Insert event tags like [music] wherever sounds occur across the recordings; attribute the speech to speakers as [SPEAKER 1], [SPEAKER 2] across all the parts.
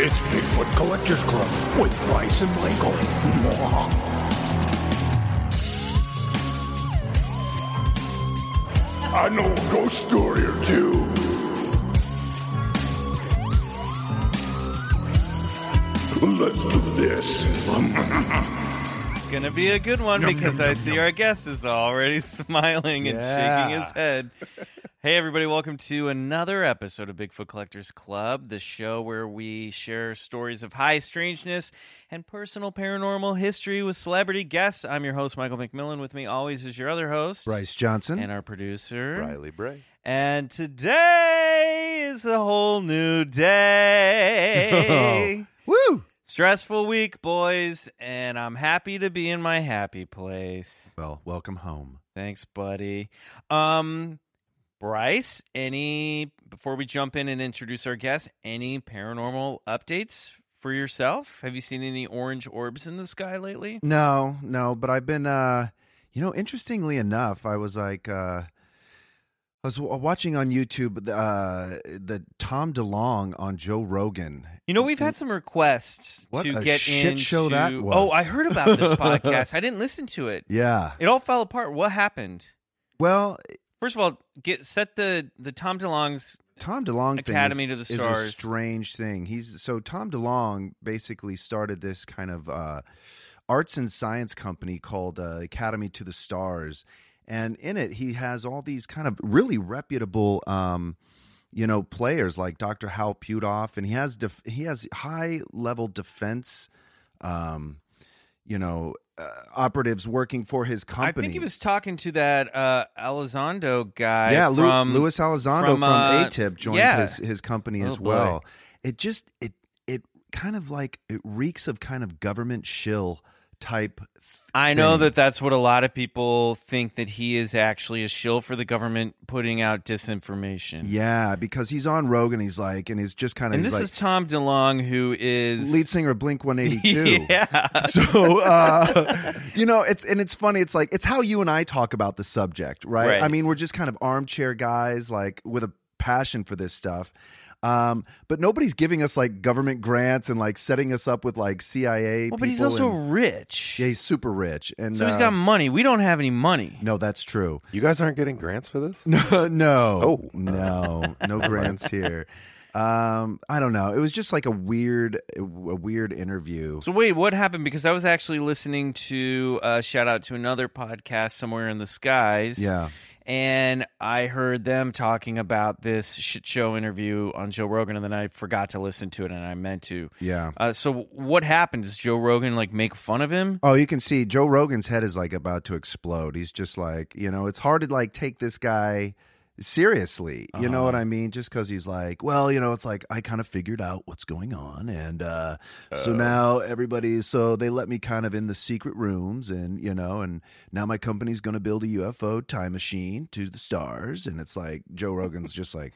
[SPEAKER 1] It's Bigfoot Collectors Club with Bryce and Michael. I know a ghost story or two. Let's do this. [laughs]
[SPEAKER 2] Gonna be a good one because I see our guest is already [laughs] smiling and shaking his
[SPEAKER 3] Yeah.
[SPEAKER 2] head. hey, everybody, welcome to another episode of Bigfoot Collectors Club, the show where we share stories of high strangeness and personal paranormal history with celebrity guests. I'm your host, Michael McMillan. With me always is your other host,
[SPEAKER 3] Bryce Johnson.
[SPEAKER 2] and our producer,
[SPEAKER 4] Riley Bray.
[SPEAKER 2] And today is a whole
[SPEAKER 4] [laughs]
[SPEAKER 2] new
[SPEAKER 4] Oh,
[SPEAKER 2] day.
[SPEAKER 3] Woo!
[SPEAKER 2] Stressful week, boys, and I'm happy to be in my happy place.
[SPEAKER 3] Well, welcome home.
[SPEAKER 2] Thanks, buddy. Um, Bryce, any before we jump in and introduce our guest, any paranormal updates for yourself? Have you seen any orange orbs in the sky lately?
[SPEAKER 3] No, no, but I've been, uh, you know, interestingly enough, I was like, uh, I was w- watching on YouTube uh, the Tom DeLong on Joe Rogan.
[SPEAKER 2] You know, we've had some requests
[SPEAKER 3] What
[SPEAKER 2] to
[SPEAKER 3] a
[SPEAKER 2] get
[SPEAKER 3] shit show
[SPEAKER 2] into-
[SPEAKER 3] that
[SPEAKER 2] Oh,
[SPEAKER 3] was.
[SPEAKER 2] I heard about
[SPEAKER 3] [laughs]
[SPEAKER 2] this podcast. I didn't listen to it.
[SPEAKER 3] Yeah.
[SPEAKER 2] It all fell apart. What happened?
[SPEAKER 3] Well,
[SPEAKER 2] First of all, get set the the Tom DeLong's
[SPEAKER 3] Tom DeLong thing
[SPEAKER 2] Academy
[SPEAKER 3] is,
[SPEAKER 2] to the
[SPEAKER 3] is
[SPEAKER 2] Stars.
[SPEAKER 3] a strange thing. He's so Tom DeLong basically started this kind of uh, arts and science company called uh, Academy to the Stars, and in it he has all these kind of really reputable, um, you know, players like Dr. Hal Putoff, and he has def- he has high level defense, um, you know, uh, operatives working for his company.
[SPEAKER 2] I think he was talking to that uh, Elizondo guy.
[SPEAKER 3] Yeah, Lu-
[SPEAKER 2] from,
[SPEAKER 3] Luis Elizondo
[SPEAKER 2] from,
[SPEAKER 3] from,
[SPEAKER 2] uh,
[SPEAKER 3] ATIP joined
[SPEAKER 2] yeah.
[SPEAKER 3] his, his company
[SPEAKER 2] Oh,
[SPEAKER 3] as
[SPEAKER 2] boy.
[SPEAKER 3] well. It just it it kind of like it reeks of kind of government shill type.
[SPEAKER 2] I know
[SPEAKER 3] thing.
[SPEAKER 2] that that's what a lot of people think that he is actually a shill for the government putting out disinformation.
[SPEAKER 3] Yeah, because he's on Rogan, he's like, and he's just kind of
[SPEAKER 2] and this
[SPEAKER 3] like
[SPEAKER 2] is Tom DeLong, who is
[SPEAKER 3] lead singer of Blink
[SPEAKER 2] [laughs]
[SPEAKER 3] One Eighty Two.
[SPEAKER 2] Yeah,
[SPEAKER 3] [laughs] So uh, you know, it's and it's funny. It's like it's how you and I talk about the subject, right?
[SPEAKER 2] Right.
[SPEAKER 3] I mean, we're just kind of armchair guys, like with a passion for this stuff. Um, but nobody's giving us like government grants and like setting us up with like CIA.
[SPEAKER 2] well, but he's
[SPEAKER 3] people
[SPEAKER 2] also
[SPEAKER 3] and-
[SPEAKER 2] rich.
[SPEAKER 3] yeah, he's super rich, and
[SPEAKER 2] so he's
[SPEAKER 3] uh,
[SPEAKER 2] got money. We don't have any money.
[SPEAKER 3] no, that's true. [laughs]
[SPEAKER 4] You guys aren't getting grants for this?
[SPEAKER 3] No, no,
[SPEAKER 4] Oh.
[SPEAKER 3] no,
[SPEAKER 2] [laughs]
[SPEAKER 3] no grants here. Um, I don't know. It was just like a weird, a weird interview.
[SPEAKER 2] So wait, what happened? Because I was actually listening to uh, shout out to another podcast somewhere in the skies.
[SPEAKER 3] Yeah.
[SPEAKER 2] and I heard them talking about this shit show interview on Joe Rogan, and then I forgot to listen to it, and I meant to.
[SPEAKER 3] Yeah.
[SPEAKER 2] Uh, so what happened? Does Joe Rogan like make fun of him?
[SPEAKER 3] Oh, you can see Joe Rogan's head is like about to explode. He's just like, you know, it's hard to like take this guy seriously. You know what I mean? Just because he's like, well, you know, it's like I kind of figured out what's going on, and uh, so now everybody's so they let me kind of in the secret rooms, and you know, and now my company's going to build a UFO time machine to the stars, and it's like Joe Rogan's just like,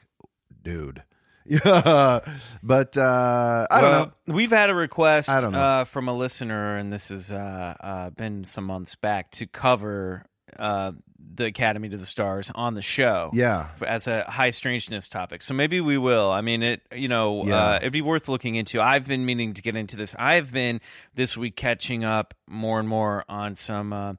[SPEAKER 3] dude, [laughs] yeah, but uh, I don't know.
[SPEAKER 2] Well, We've had a request
[SPEAKER 3] I don't know.
[SPEAKER 2] Uh, from a listener, and this has uh, uh, been some months back to cover uh, the Academy to the Stars on the show.
[SPEAKER 3] Yeah,
[SPEAKER 2] for- as a high strangeness topic. So maybe we will. I mean, it you know uh,
[SPEAKER 3] Yeah.
[SPEAKER 2] it'd be worth looking into. I've been meaning to get into this. I've been this week catching up more and more on some. Uh,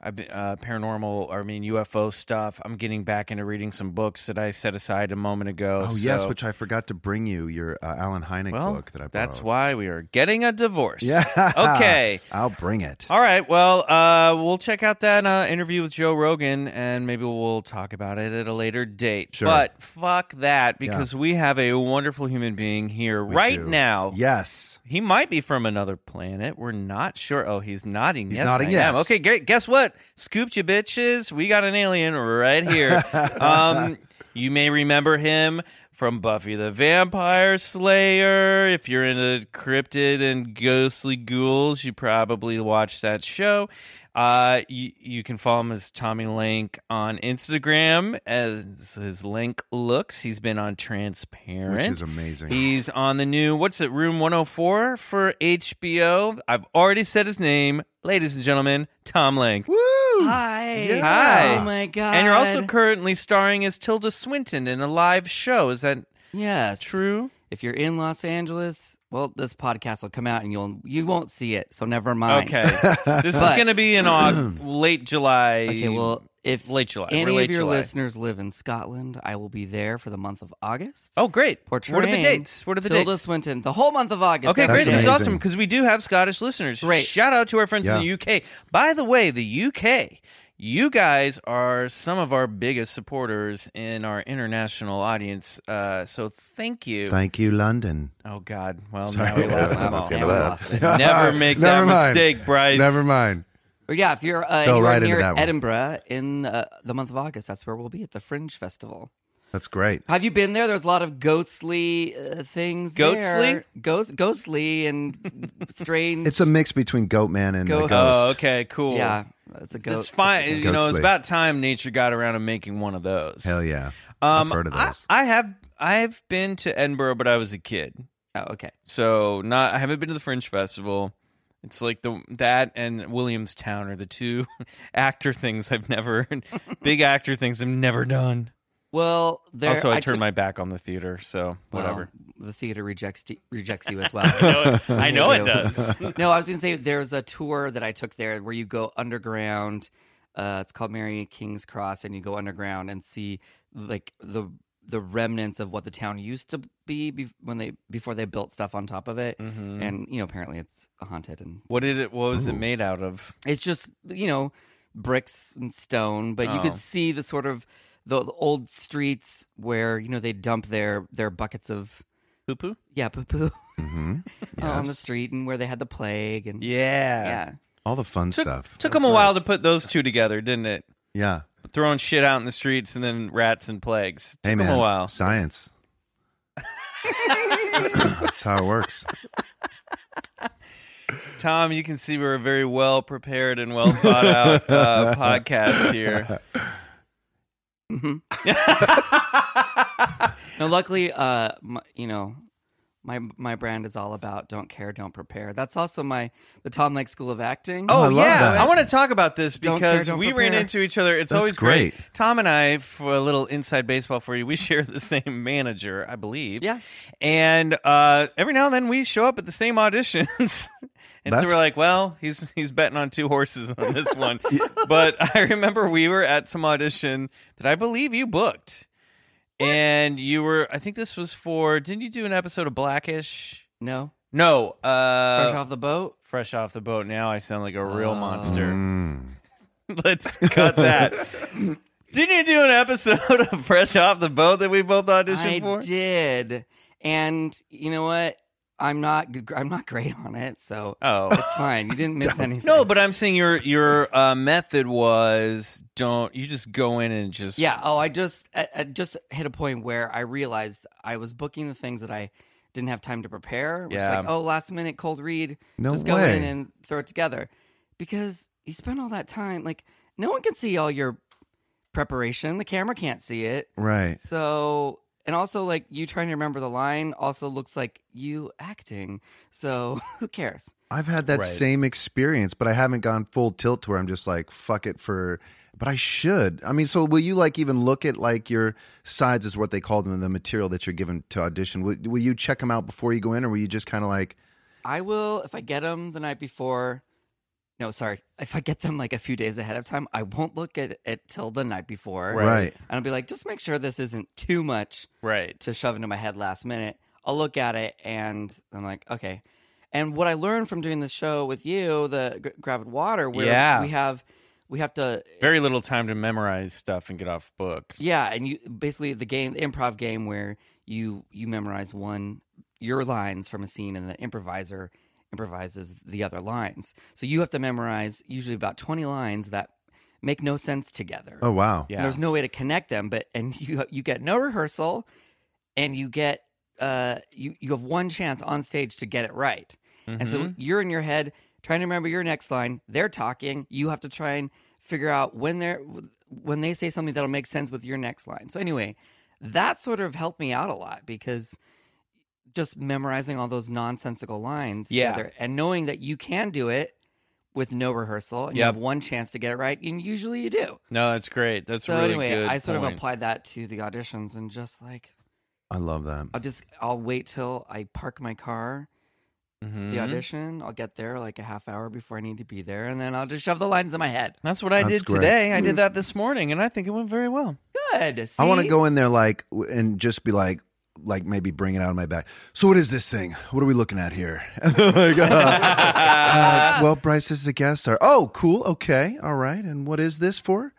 [SPEAKER 2] I've been, uh, paranormal, or I mean UFO stuff. I'm getting back into reading some books that I set aside a moment ago.
[SPEAKER 3] Oh yes,
[SPEAKER 2] So-
[SPEAKER 3] which I forgot to bring you your uh, Alan Hynek
[SPEAKER 2] well,
[SPEAKER 3] book that I. Borrowed.
[SPEAKER 2] that's why we are getting a divorce.
[SPEAKER 3] Yeah. [laughs]
[SPEAKER 2] Okay.
[SPEAKER 3] I'll bring it.
[SPEAKER 2] All right. Well, uh, we'll check out that uh, interview with Joe Rogan, and maybe we'll talk about it at a later date.
[SPEAKER 3] Sure.
[SPEAKER 2] But fuck that, because we have a wonderful human being here
[SPEAKER 3] We
[SPEAKER 2] right
[SPEAKER 3] do.
[SPEAKER 2] now.
[SPEAKER 3] Yes.
[SPEAKER 2] He might be from another planet. We're not sure. Oh, he's nodding.
[SPEAKER 3] He's
[SPEAKER 2] yes,
[SPEAKER 3] nodding
[SPEAKER 2] I am.
[SPEAKER 3] yes.
[SPEAKER 2] Okay, gu- guess what? what? Scooped you bitches. We got an alien right
[SPEAKER 3] [laughs]
[SPEAKER 2] here. um, you may remember him from Buffy the Vampire Slayer. If you're into cryptid and ghostly ghouls, you probably watched that show. Uh, you, you can follow him as Tommy Link on Instagram as his Link looks. He's been on Transparent,
[SPEAKER 3] Which is amazing.
[SPEAKER 2] He's on the new what's it, Room 104 for HBO. I've already said his name, ladies and gentlemen, Tom Link.
[SPEAKER 5] Hi.
[SPEAKER 3] Yeah.
[SPEAKER 2] Hi.
[SPEAKER 5] Oh my god.
[SPEAKER 2] And you're also currently starring as Tilda Swinton in a live show. Is that
[SPEAKER 5] yes.
[SPEAKER 2] true?
[SPEAKER 5] If you're in Los Angeles, well, this podcast will come out and you'll you won't see it, so never mind. [laughs]
[SPEAKER 2] Okay. this is
[SPEAKER 5] But-
[SPEAKER 2] going to be in Aug- late July.
[SPEAKER 5] Okay. Well, if
[SPEAKER 2] late July.
[SPEAKER 5] any
[SPEAKER 2] We're late
[SPEAKER 5] of your
[SPEAKER 2] July.
[SPEAKER 5] listeners live in Scotland, I will be there for the month of August.
[SPEAKER 2] Oh, great.
[SPEAKER 5] Portraying
[SPEAKER 2] what are the dates? What are the
[SPEAKER 5] Tilda
[SPEAKER 2] dates?
[SPEAKER 5] Swinton, the whole month of August.
[SPEAKER 2] Okay,
[SPEAKER 5] every
[SPEAKER 2] great.
[SPEAKER 3] That's
[SPEAKER 5] day.
[SPEAKER 2] This is
[SPEAKER 3] amazing.
[SPEAKER 2] awesome because we do have Scottish listeners.
[SPEAKER 5] Great.
[SPEAKER 2] Shout out to our friends in
[SPEAKER 3] Yeah.
[SPEAKER 2] the UK. By the way, the UK, you guys are some of our biggest supporters in our international audience. Uh, so thank you.
[SPEAKER 3] Thank you, London.
[SPEAKER 2] oh God. Well,
[SPEAKER 3] Sorry.
[SPEAKER 2] now
[SPEAKER 3] [laughs]
[SPEAKER 2] we lost
[SPEAKER 4] Yeah,
[SPEAKER 2] them
[SPEAKER 4] that's
[SPEAKER 2] all.
[SPEAKER 4] the end
[SPEAKER 5] Damn,
[SPEAKER 4] of
[SPEAKER 5] I
[SPEAKER 4] that.
[SPEAKER 5] lost
[SPEAKER 2] [laughs]
[SPEAKER 5] it. [laughs]
[SPEAKER 2] Never make
[SPEAKER 3] Never
[SPEAKER 2] that
[SPEAKER 3] mind.
[SPEAKER 2] mistake, Bryce.
[SPEAKER 3] Never mind.
[SPEAKER 5] But yeah, if you're uh,
[SPEAKER 3] Go
[SPEAKER 5] anywhere
[SPEAKER 3] right into
[SPEAKER 5] near
[SPEAKER 3] that one.
[SPEAKER 5] Edinburgh in uh, the month of August, that's where we'll be at the Fringe Festival.
[SPEAKER 3] That's great.
[SPEAKER 5] Have you been there? There's a lot of ghostly uh, things.
[SPEAKER 2] Goatsly?
[SPEAKER 5] there. Ghost, ghostly, and [laughs] strange.
[SPEAKER 3] It's a mix between Goatman and
[SPEAKER 5] Go-
[SPEAKER 3] the Ghost.
[SPEAKER 2] Oh, okay, cool.
[SPEAKER 5] yeah, it's a ghost.
[SPEAKER 2] It's fine. You
[SPEAKER 3] Goat
[SPEAKER 2] know, it's
[SPEAKER 3] sleep.
[SPEAKER 2] about time nature got around to making one of those.
[SPEAKER 3] Hell yeah.
[SPEAKER 2] Um,
[SPEAKER 3] I've heard of
[SPEAKER 2] I-
[SPEAKER 3] those.
[SPEAKER 2] I have. I've been to Edinburgh, but I was a kid.
[SPEAKER 5] Oh, okay.
[SPEAKER 2] So not I haven't been to the Fringe Festival. It's like the that and Williamstown are the two [laughs] actor things I've never [laughs] big actor things I've never done.
[SPEAKER 5] Well, there.
[SPEAKER 2] also, I, turned
[SPEAKER 5] took-
[SPEAKER 2] my back on the theater, so
[SPEAKER 5] [laughs] well,
[SPEAKER 2] whatever.
[SPEAKER 5] the theater rejects rejects you as well.
[SPEAKER 2] [laughs] I
[SPEAKER 3] [laughs]
[SPEAKER 2] know it
[SPEAKER 5] do.
[SPEAKER 2] does.
[SPEAKER 5] no, I was gonna say there's a tour that I took there where you go underground. Uh, it's called Mary King's Cross, and you go underground and see like the the remnants of what the town used to be, be when they before they built stuff on top of it.
[SPEAKER 2] Mhm.
[SPEAKER 5] And you know, apparently it's haunted, and
[SPEAKER 2] What did it? What was it made out of?
[SPEAKER 5] it's just you know bricks and stone, but you
[SPEAKER 2] Oh.
[SPEAKER 5] could see the sort of the, the old streets where you know they dump their their buckets of
[SPEAKER 2] Poo poo.
[SPEAKER 5] yeah poo [laughs] poo
[SPEAKER 3] hmm
[SPEAKER 5] on the
[SPEAKER 3] Yes.
[SPEAKER 5] street, and where they had the plague and
[SPEAKER 2] Mm-hmm. Yeah.
[SPEAKER 5] yeah.
[SPEAKER 3] All the fun
[SPEAKER 2] Took,
[SPEAKER 3] stuff.
[SPEAKER 2] took
[SPEAKER 5] That's
[SPEAKER 2] them a while
[SPEAKER 5] nice.
[SPEAKER 2] to put those two together, didn't it?
[SPEAKER 3] Yeah.
[SPEAKER 2] Throwing shit out in the streets and then rats and plagues. Took
[SPEAKER 3] Hey, man.
[SPEAKER 2] them a while. [laughs]
[SPEAKER 3] Science. That's how it works.
[SPEAKER 2] Tom, you can see we're a very well prepared and well thought out
[SPEAKER 5] [laughs]
[SPEAKER 2] uh, podcast here.
[SPEAKER 5] Mhm. no, luckily, uh, my, you know, my my brand is all about don't care, don't prepare. That's also my the Tom Lake School of Acting.
[SPEAKER 2] Oh,
[SPEAKER 3] I love
[SPEAKER 2] yeah,
[SPEAKER 3] that.
[SPEAKER 2] I want to talk about this
[SPEAKER 5] Don't
[SPEAKER 2] because
[SPEAKER 5] care, don't
[SPEAKER 2] we ran
[SPEAKER 5] prepare.
[SPEAKER 2] into each other. It's
[SPEAKER 3] That's
[SPEAKER 2] always great.
[SPEAKER 3] great.
[SPEAKER 2] Tom and I, for a little inside baseball for you, we [laughs] share the same manager, I believe.
[SPEAKER 5] Yeah.
[SPEAKER 2] and uh, every now and then we show up at the same auditions, [laughs] and so
[SPEAKER 3] That's-
[SPEAKER 2] we're like, "Well, he's he's betting on two horses on
[SPEAKER 3] [laughs]
[SPEAKER 2] this one." But [laughs] I remember we were at some audition that I believe you booked, and you were. I think this was for. Didn't you do an episode of Blackish?
[SPEAKER 5] no,
[SPEAKER 2] No, uh,
[SPEAKER 5] fresh off the boat.
[SPEAKER 2] fresh off the boat. Now I sound like a real
[SPEAKER 5] Oh.
[SPEAKER 2] monster.
[SPEAKER 3] Mm.
[SPEAKER 2] [laughs] Let's cut
[SPEAKER 3] [laughs]
[SPEAKER 2] that. Didn't you do an episode of Fresh Off the Boat that we both auditioned
[SPEAKER 5] I
[SPEAKER 2] for?
[SPEAKER 5] did, and you know what? I'm not g- I'm not great on it, so
[SPEAKER 2] Oh.
[SPEAKER 5] it's fine. You
[SPEAKER 2] [laughs]
[SPEAKER 5] didn't miss anything.
[SPEAKER 2] No, but I'm saying your your uh, method was don't you just go in and just
[SPEAKER 5] Yeah. Oh, I just I, I just hit a point where I realized I was booking the things that I didn't have time to prepare. It was
[SPEAKER 2] Yeah.
[SPEAKER 5] like, oh, last minute cold read.
[SPEAKER 3] No
[SPEAKER 5] just go in
[SPEAKER 3] way.
[SPEAKER 5] and throw it together, because you spend all that time. Like no one can see all your preparation. The camera can't see it.
[SPEAKER 3] Right.
[SPEAKER 5] So. And also, like you trying to remember the line, also looks like you acting. So [laughs] who cares?
[SPEAKER 3] I've had that
[SPEAKER 2] Right.
[SPEAKER 3] same experience, but I haven't gone full tilt to where I'm just like, fuck it for. But I should. I mean, so will you like even look at like your sides is what they call them, the material that you're given to audition? Will, will you check them out before you go in, or will you just kind of like,
[SPEAKER 5] I will if I get them the night before. No, sorry. If I get them like a few days ahead of time, I won't look at it till the night before.
[SPEAKER 2] Right.
[SPEAKER 3] Right.
[SPEAKER 5] And I'll be like, just make sure this isn't too much
[SPEAKER 2] right.
[SPEAKER 5] to shove into my head last minute. I'll look at it and I'm like, okay. And what I learned from doing this show with you, the G- Gravid Water, where
[SPEAKER 2] Yeah.
[SPEAKER 5] we have we have to
[SPEAKER 2] Very little time to memorize stuff and get off book.
[SPEAKER 5] yeah, and you basically the game, the improv game where you you memorize one your lines from a scene, and the improviser improvises the other lines. So you have to memorize usually about twenty lines that make no sense together.
[SPEAKER 3] Oh wow.
[SPEAKER 2] Yeah.
[SPEAKER 5] And there's no way to connect them, but and [laughs] you you get no rehearsal and you get uh you you have one chance on stage to get it right. And so
[SPEAKER 2] Mhm.
[SPEAKER 5] you're in your head trying to remember your next line. They're talking. You have to try and figure out when they're when they say something that'll make sense with your next line. So anyway, that sort of helped me out a lot because just memorizing all those nonsensical lines
[SPEAKER 2] Yeah.
[SPEAKER 5] together and knowing that you can do it with no rehearsal and you
[SPEAKER 2] Yep.
[SPEAKER 5] have one chance to get it right and usually you do.
[SPEAKER 2] no, that's great. That's
[SPEAKER 5] so
[SPEAKER 2] really
[SPEAKER 5] anyway,
[SPEAKER 2] good.
[SPEAKER 5] I sort
[SPEAKER 2] point.
[SPEAKER 5] of applied that to the auditions and just like
[SPEAKER 3] I love that.
[SPEAKER 5] I'll just I'll wait till I park my car
[SPEAKER 2] Mhm.
[SPEAKER 3] Mm-hmm.
[SPEAKER 5] the audition. I'll get there like a half hour before I need to be there, and then I'll just shove the lines in my head.
[SPEAKER 2] That's what I
[SPEAKER 3] That's
[SPEAKER 2] did
[SPEAKER 3] great.
[SPEAKER 2] today. I did that this morning, and I think it went very well.
[SPEAKER 5] Good.
[SPEAKER 3] I want to
[SPEAKER 5] see?
[SPEAKER 3] go in there like w- and just be like, like maybe bring it out of my back. So what is this thing? What are we looking at here? [laughs] Like, uh, uh, well, Bryce is a guest star. Oh, cool. Okay, all right. And what is this for?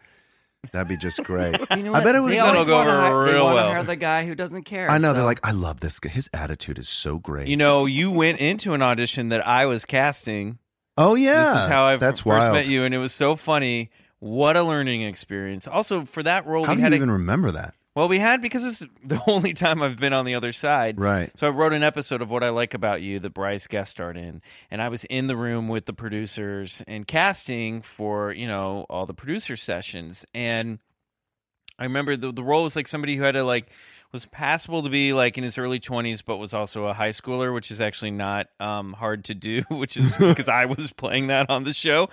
[SPEAKER 3] That'll be
[SPEAKER 2] [laughs]
[SPEAKER 3] just great.
[SPEAKER 5] You know
[SPEAKER 3] I
[SPEAKER 5] what?
[SPEAKER 3] bet it would.
[SPEAKER 5] They
[SPEAKER 3] have been-
[SPEAKER 2] That'll
[SPEAKER 5] always
[SPEAKER 2] go
[SPEAKER 5] wanna
[SPEAKER 2] over
[SPEAKER 5] hire, they
[SPEAKER 2] real
[SPEAKER 5] wanna
[SPEAKER 2] well.
[SPEAKER 5] hire the guy who doesn't care.
[SPEAKER 3] I know they're
[SPEAKER 5] so-
[SPEAKER 3] like, I love this guy. His attitude is so great.
[SPEAKER 2] You know, you went into an audition that I was casting.
[SPEAKER 3] oh yeah,
[SPEAKER 2] this is how I
[SPEAKER 3] that's
[SPEAKER 2] first
[SPEAKER 3] wild.
[SPEAKER 2] met you, and it was so funny. What a learning experience! Also, for that role,
[SPEAKER 3] How
[SPEAKER 2] we
[SPEAKER 3] do
[SPEAKER 2] had
[SPEAKER 3] you
[SPEAKER 2] a-
[SPEAKER 3] even remember that?
[SPEAKER 2] well, we had because it's [laughs] the only time I've been on the other side.
[SPEAKER 3] Right.
[SPEAKER 2] So I wrote an episode of What I Like About You that Bryce guest starred in, and I was in the room with the producers and casting for you know all the producer sessions, and I remember the the role was like somebody who had to like was passable to be like in his early twenties, but was also a high schooler, which is actually not um, hard to do, [laughs] which
[SPEAKER 3] [laughs]
[SPEAKER 2] is because I was playing that on the show.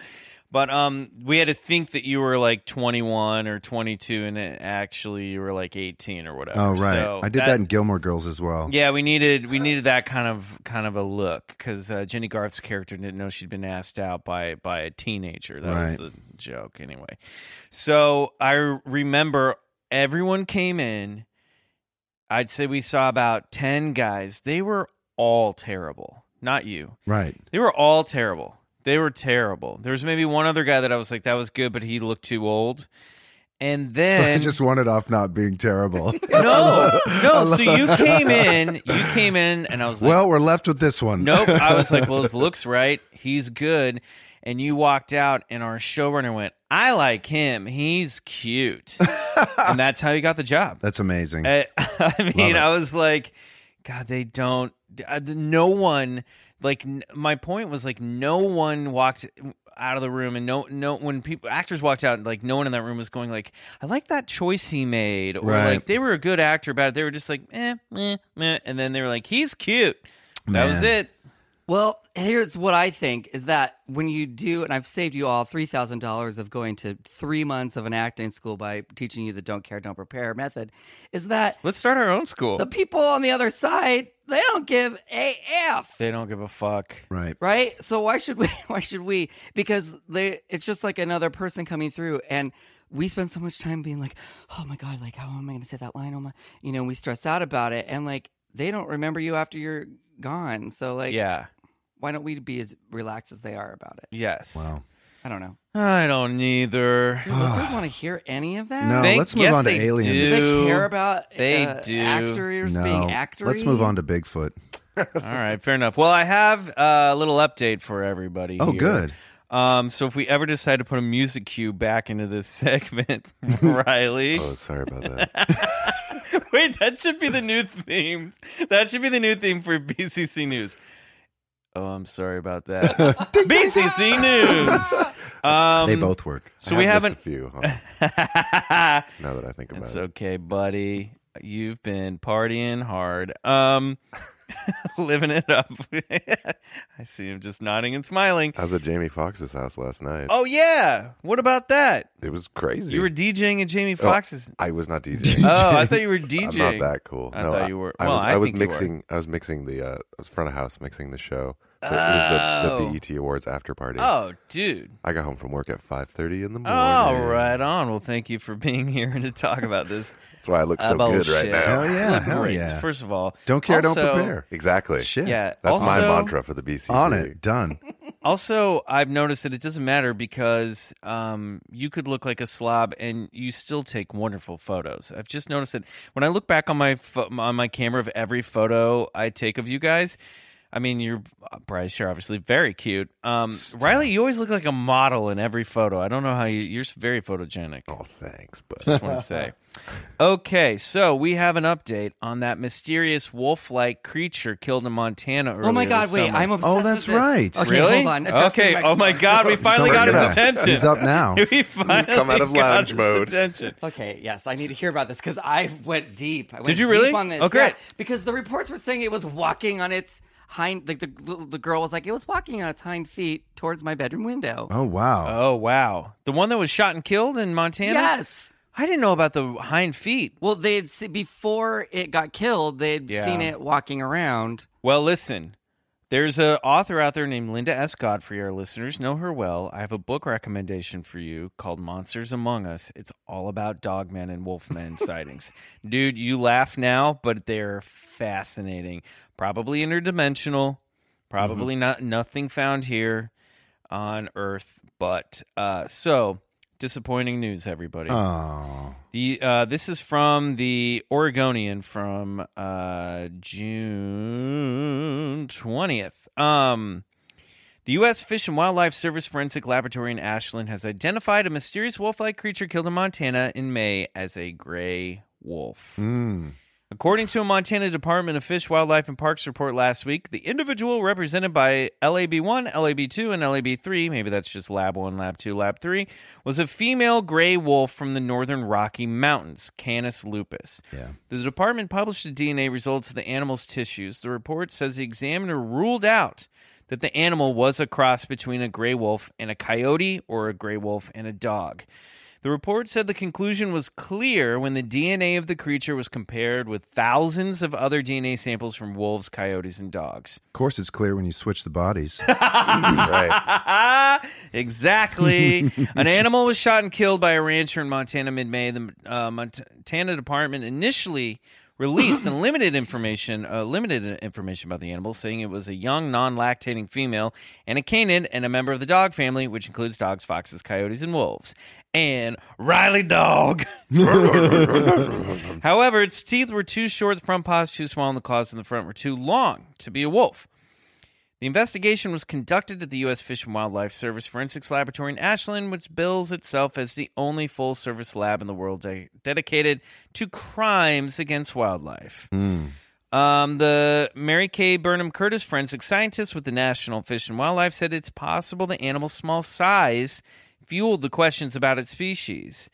[SPEAKER 2] But um, we had to think that you were like 21 or 22, and it- actually you were like 18 or whatever.
[SPEAKER 3] Oh right,
[SPEAKER 2] So
[SPEAKER 3] I did that, in Gilmore Girls as well.
[SPEAKER 2] yeah, we needed we needed that kind of kind of a look because uh, Jenny Garth's character didn't know she'd been asked out by by a teenager. That was
[SPEAKER 3] Right.
[SPEAKER 2] the joke, anyway. So I remember everyone came in. I'd say we saw about ten guys. They were all terrible. Not you.
[SPEAKER 3] Right.
[SPEAKER 2] They were all terrible. They were terrible. There was maybe one other guy that I was like, that was good, but he looked too old. And
[SPEAKER 3] So I
[SPEAKER 2] then
[SPEAKER 3] just wanted off not
[SPEAKER 2] [laughs]
[SPEAKER 3] being terrible. [laughs]
[SPEAKER 2] no, no. So you came in, you came in, and I was like,
[SPEAKER 3] well, we're left with this one.
[SPEAKER 2] nope. I was like, well, his looks right. He's good. And you walked out, and our showrunner went, I like him. He's
[SPEAKER 3] [laughs]
[SPEAKER 2] cute. and that's how you got the job.
[SPEAKER 3] That's amazing.
[SPEAKER 2] I, [laughs] I
[SPEAKER 3] Love
[SPEAKER 2] mean,
[SPEAKER 3] it.
[SPEAKER 2] I was like, God, they don't. uh, No one. Like n- my point was like no one walked out of the room, and no, no. When people actors walked out, like no one in that room was going like, I like that choice he made, or
[SPEAKER 3] Right.
[SPEAKER 2] like they were a good actor about it. They were just like, eh, meh, meh, and then they were like, he's cute. That was
[SPEAKER 3] Man.
[SPEAKER 2] it.
[SPEAKER 5] Well, here's what I think is that when you do, and I've saved you all three thousand dollars of going to three months of an acting school by teaching you the "don't care, don't prepare" method, is that
[SPEAKER 2] Let's start our own school.
[SPEAKER 5] the people on the other side they don't give a f.
[SPEAKER 2] they don't give a fuck.
[SPEAKER 3] right.
[SPEAKER 5] right so why should we [laughs] why should we because they it's just like another person coming through and we spend so much time being like oh my god like how am i going to say that line oh my you know we stress out about it and like they don't remember you after you're gone so like
[SPEAKER 2] Yeah.
[SPEAKER 5] why don't we be as relaxed as they are about it
[SPEAKER 2] Yes.
[SPEAKER 3] Wow.
[SPEAKER 5] i
[SPEAKER 3] [sighs]
[SPEAKER 5] don't know
[SPEAKER 2] I don't either.
[SPEAKER 5] do listeners want to hear any of that
[SPEAKER 3] No,
[SPEAKER 2] Thank-
[SPEAKER 3] let's move
[SPEAKER 2] yes,
[SPEAKER 3] on to
[SPEAKER 2] they
[SPEAKER 3] aliens.
[SPEAKER 5] do
[SPEAKER 2] do.
[SPEAKER 5] they care about
[SPEAKER 2] They
[SPEAKER 5] uh,
[SPEAKER 2] do.
[SPEAKER 5] actors being actors
[SPEAKER 3] Let's move on to Bigfoot.
[SPEAKER 2] All right, fair enough. Well, I have uh, a little update for everybody.
[SPEAKER 3] Oh,
[SPEAKER 2] here.
[SPEAKER 3] good.
[SPEAKER 2] Um, so if we ever decide to put a music cue back into this [laughs] segment,
[SPEAKER 3] [laughs]
[SPEAKER 2] Riley,
[SPEAKER 4] Oh, sorry about that.
[SPEAKER 2] [laughs] wait, that should be the new theme. That should be the new theme for BCC News. Oh, I'm sorry about
[SPEAKER 3] [laughs]
[SPEAKER 2] that. BCC News. Um,
[SPEAKER 3] they both work.
[SPEAKER 2] So
[SPEAKER 4] I
[SPEAKER 2] we
[SPEAKER 4] have
[SPEAKER 2] haven't.
[SPEAKER 4] missed a few.
[SPEAKER 2] [laughs]
[SPEAKER 4] Huh?
[SPEAKER 3] [laughs]
[SPEAKER 4] Now that I think about
[SPEAKER 2] it's
[SPEAKER 4] it,
[SPEAKER 2] okay, buddy. You've been partying hard. Um, [laughs] living it up. [laughs] I see him just nodding
[SPEAKER 4] [laughs]
[SPEAKER 2] and smiling.
[SPEAKER 4] I was at Jamie Foxx's house last night.
[SPEAKER 2] Oh yeah. What about that?
[SPEAKER 4] It was crazy.
[SPEAKER 2] You were DJing at Jamie
[SPEAKER 4] Oh, [laughs]
[SPEAKER 2] Foxx's.
[SPEAKER 4] I was
[SPEAKER 2] [laughs]
[SPEAKER 4] not DJing.
[SPEAKER 2] Oh, I thought you were
[SPEAKER 4] I'm
[SPEAKER 2] DJing.
[SPEAKER 4] not that cool.
[SPEAKER 2] I
[SPEAKER 4] no,
[SPEAKER 2] thought you were-
[SPEAKER 4] I,
[SPEAKER 2] well,
[SPEAKER 4] was,
[SPEAKER 2] I
[SPEAKER 4] was
[SPEAKER 2] think you were.
[SPEAKER 4] mixing. I was mixing the. Uh, I was front of house mixing the show. The- It was the,
[SPEAKER 2] Oh.
[SPEAKER 4] the BET Awards after party.
[SPEAKER 2] Oh, dude.
[SPEAKER 4] I got home from work at five thirty in the morning.
[SPEAKER 2] Oh, right on. Well, thank you for being [laughs] here and to talk about this.
[SPEAKER 4] That's why I look so
[SPEAKER 2] bullshit.
[SPEAKER 4] good right now.
[SPEAKER 3] Hell yeah,
[SPEAKER 2] Look
[SPEAKER 3] hell
[SPEAKER 2] great,
[SPEAKER 3] yeah.
[SPEAKER 2] First of all,
[SPEAKER 3] Don't care,
[SPEAKER 2] Also-
[SPEAKER 3] don't prepare.
[SPEAKER 4] [laughs] Exactly.
[SPEAKER 3] Shit.
[SPEAKER 2] Yeah.
[SPEAKER 4] That's my
[SPEAKER 2] also-
[SPEAKER 4] mantra for the BCC.
[SPEAKER 3] On it. Done.
[SPEAKER 2] Also, I've noticed that it doesn't matter because um, you could look like a slob and you still take wonderful photos. I've just noticed that when I look back on my pho- on my camera of every photo I take of you guys, I mean, you're uh, Bryce. You're obviously very cute. Um, Riley, you always look like a model in every photo. I don't know how you. You're very photogenic.
[SPEAKER 4] Oh, thanks,
[SPEAKER 2] Just
[SPEAKER 4] but
[SPEAKER 2] want to say. Okay, so we have an update on that mysterious wolf-like creature killed in Montana. Earlier
[SPEAKER 5] Oh my God!
[SPEAKER 2] this
[SPEAKER 5] Wait,
[SPEAKER 2] summer.
[SPEAKER 5] I'm obsessed.
[SPEAKER 3] Oh,
[SPEAKER 5] with
[SPEAKER 3] that's
[SPEAKER 5] this.
[SPEAKER 3] right.
[SPEAKER 5] Okay,
[SPEAKER 2] really?
[SPEAKER 5] hold on. Adjusting
[SPEAKER 2] Okay. oh my
[SPEAKER 5] phone.
[SPEAKER 2] God! We [laughs] finally got his
[SPEAKER 3] Somebody- yeah.
[SPEAKER 2] attention.
[SPEAKER 3] He's up now.
[SPEAKER 2] [laughs] we finally
[SPEAKER 4] come out of
[SPEAKER 2] got
[SPEAKER 4] lounge
[SPEAKER 2] his
[SPEAKER 4] mode.
[SPEAKER 2] Attention.
[SPEAKER 5] Okay, yes, I need to hear about this because I went deep. I went
[SPEAKER 2] you
[SPEAKER 5] deep
[SPEAKER 2] really?
[SPEAKER 5] On this,
[SPEAKER 2] Oh, great.
[SPEAKER 5] yeah, because the reports were saying it was walking on its hind. Like the the girl was like, it was walking on its hind feet towards my bedroom window.
[SPEAKER 3] Oh wow.
[SPEAKER 2] Oh wow! The one that was shot and killed in Montana.
[SPEAKER 5] yes.
[SPEAKER 2] I didn't know about the hind feet.
[SPEAKER 5] Well, they'd see, before it got killed, they'd
[SPEAKER 2] Yeah.
[SPEAKER 5] seen it walking around.
[SPEAKER 2] Well, listen. There's a author out there named Linda S. Godfrey. Our listeners know her well. I have a book recommendation for you called Monsters Among Us. It's all about dogmen and wolfmen sightings. Dude, you laugh now, but they're fascinating. Probably interdimensional. Probably not nothing found here on Earth. But uh, so disappointing news, everybody.
[SPEAKER 3] Oh.
[SPEAKER 2] The uh, this is from the Oregonian from uh, June twentieth. Um, the U.S. Fish and Wildlife Service Forensic Laboratory in Ashland has identified a mysterious wolf-like creature killed in Montana in May as a gray wolf.
[SPEAKER 3] Mm.
[SPEAKER 2] According to a Montana Department of Fish, Wildlife, and Parks report last week, the individual represented by LAB1, LAB2, and LAB3, maybe that's just Lab 1, Lab 2, Lab 3, was a female gray wolf from the northern Rocky Mountains, Canis lupus.
[SPEAKER 3] Yeah.
[SPEAKER 2] The department published the DNA results of the animal's tissues. The report says the examiner ruled out that the animal was a cross between a gray wolf and a coyote or a gray wolf and a dog. The report said the conclusion was clear when the DNA of the creature was compared with thousands of other DNA samples from wolves, coyotes, and dogs.
[SPEAKER 3] Of course, it's clear when you switch
[SPEAKER 2] [laughs]
[SPEAKER 3] the bodies.
[SPEAKER 4] that's right.
[SPEAKER 2] exactly. An animal was shot and killed by a rancher in Montana mid May. The uh, Montana Department initially released and limited information, uh, limited information about the animal, saying it was a young, non-lactating female and a canid and a member of the dog family, which includes dogs, foxes, coyotes, and wolves. And Riley Dog. However, its teeth were too short, the front paws too small, and the claws in the front were too long to be a wolf. The investigation was conducted at the U.S. Fish and Wildlife Service Forensics Laboratory in Ashland, which bills itself as the only full service lab in the world de- dedicated to crimes against wildlife. Um, the Mary Kay Burnham Curtis forensic scientist with the National Fish and Wildlife said it's possible the animal's small size fueled the questions about its species.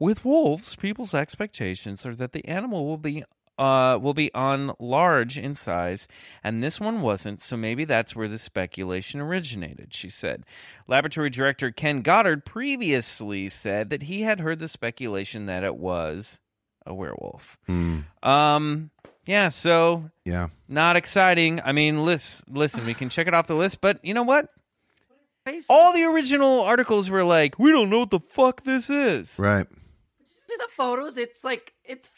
[SPEAKER 2] With wolves, people's expectations are that the animal will be uh, will be on large in size, and this one wasn't, so maybe that's where the speculation originated, she said. Laboratory director Ken Goddard previously said that he had heard the speculation that it was a werewolf.
[SPEAKER 3] Mm.
[SPEAKER 2] Um, yeah, so
[SPEAKER 3] Yeah.
[SPEAKER 2] not exciting. I mean, list, listen, we can check it off the list, but you know what? All the original articles were like, we don't know what the fuck this is.
[SPEAKER 3] Right.
[SPEAKER 5] To the photos, it's like it's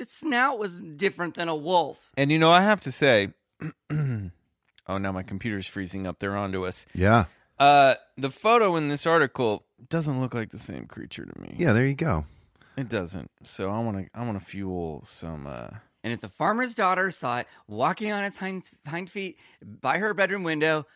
[SPEAKER 5] its snout was different than a wolf.
[SPEAKER 2] And you know, I have to say, [clears throat] oh, now my computer's freezing up. They're onto us.
[SPEAKER 3] Yeah.
[SPEAKER 2] Uh, the photo in this article doesn't look like the same creature to me.
[SPEAKER 3] Yeah. There you go.
[SPEAKER 2] it doesn't. So I want to, I want to fuel some. uh
[SPEAKER 5] And if the farmer's daughter saw it walking on its hind, hind feet by her bedroom window,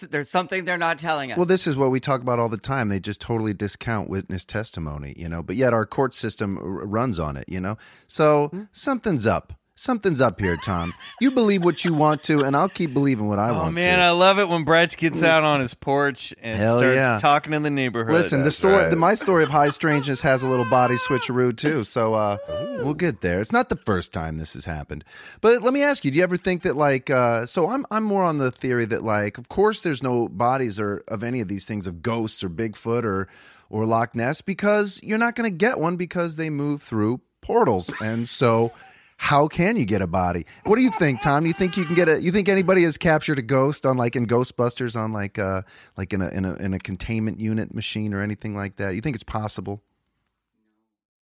[SPEAKER 5] s- there's something they're not telling us.
[SPEAKER 3] Well, this is what we talk about all the time. They just totally discount witness testimony, you know, but yet our court system r- runs on it, you know? So
[SPEAKER 2] Hmm?
[SPEAKER 3] something's up. Something's up here, Tom. you believe what you want to, and I'll keep believing what I
[SPEAKER 2] Oh
[SPEAKER 3] want
[SPEAKER 2] man,
[SPEAKER 3] to.
[SPEAKER 2] I love it when Bratch gets out on his porch and
[SPEAKER 3] Hell
[SPEAKER 2] starts
[SPEAKER 3] yeah.
[SPEAKER 2] talking to the neighborhood.
[SPEAKER 3] Listen, the story,
[SPEAKER 4] right.
[SPEAKER 3] the, my story of high strangeness has a little body switcheroo too. So uh, we'll get there. It's not the first time this has happened. But let me ask you: Do you ever think that like? Uh, so I'm I'm more on the theory that like, of course, there's no bodies or of any of these things of ghosts or Bigfoot or or Loch Ness because you're not going to get one because they move through portals, and so. How can you get a body? What do you think, Tom? Do you think you can get a? You think anybody has captured a ghost on like in Ghostbusters on like uh like in a in a in a containment unit machine or anything like that? You think it's possible?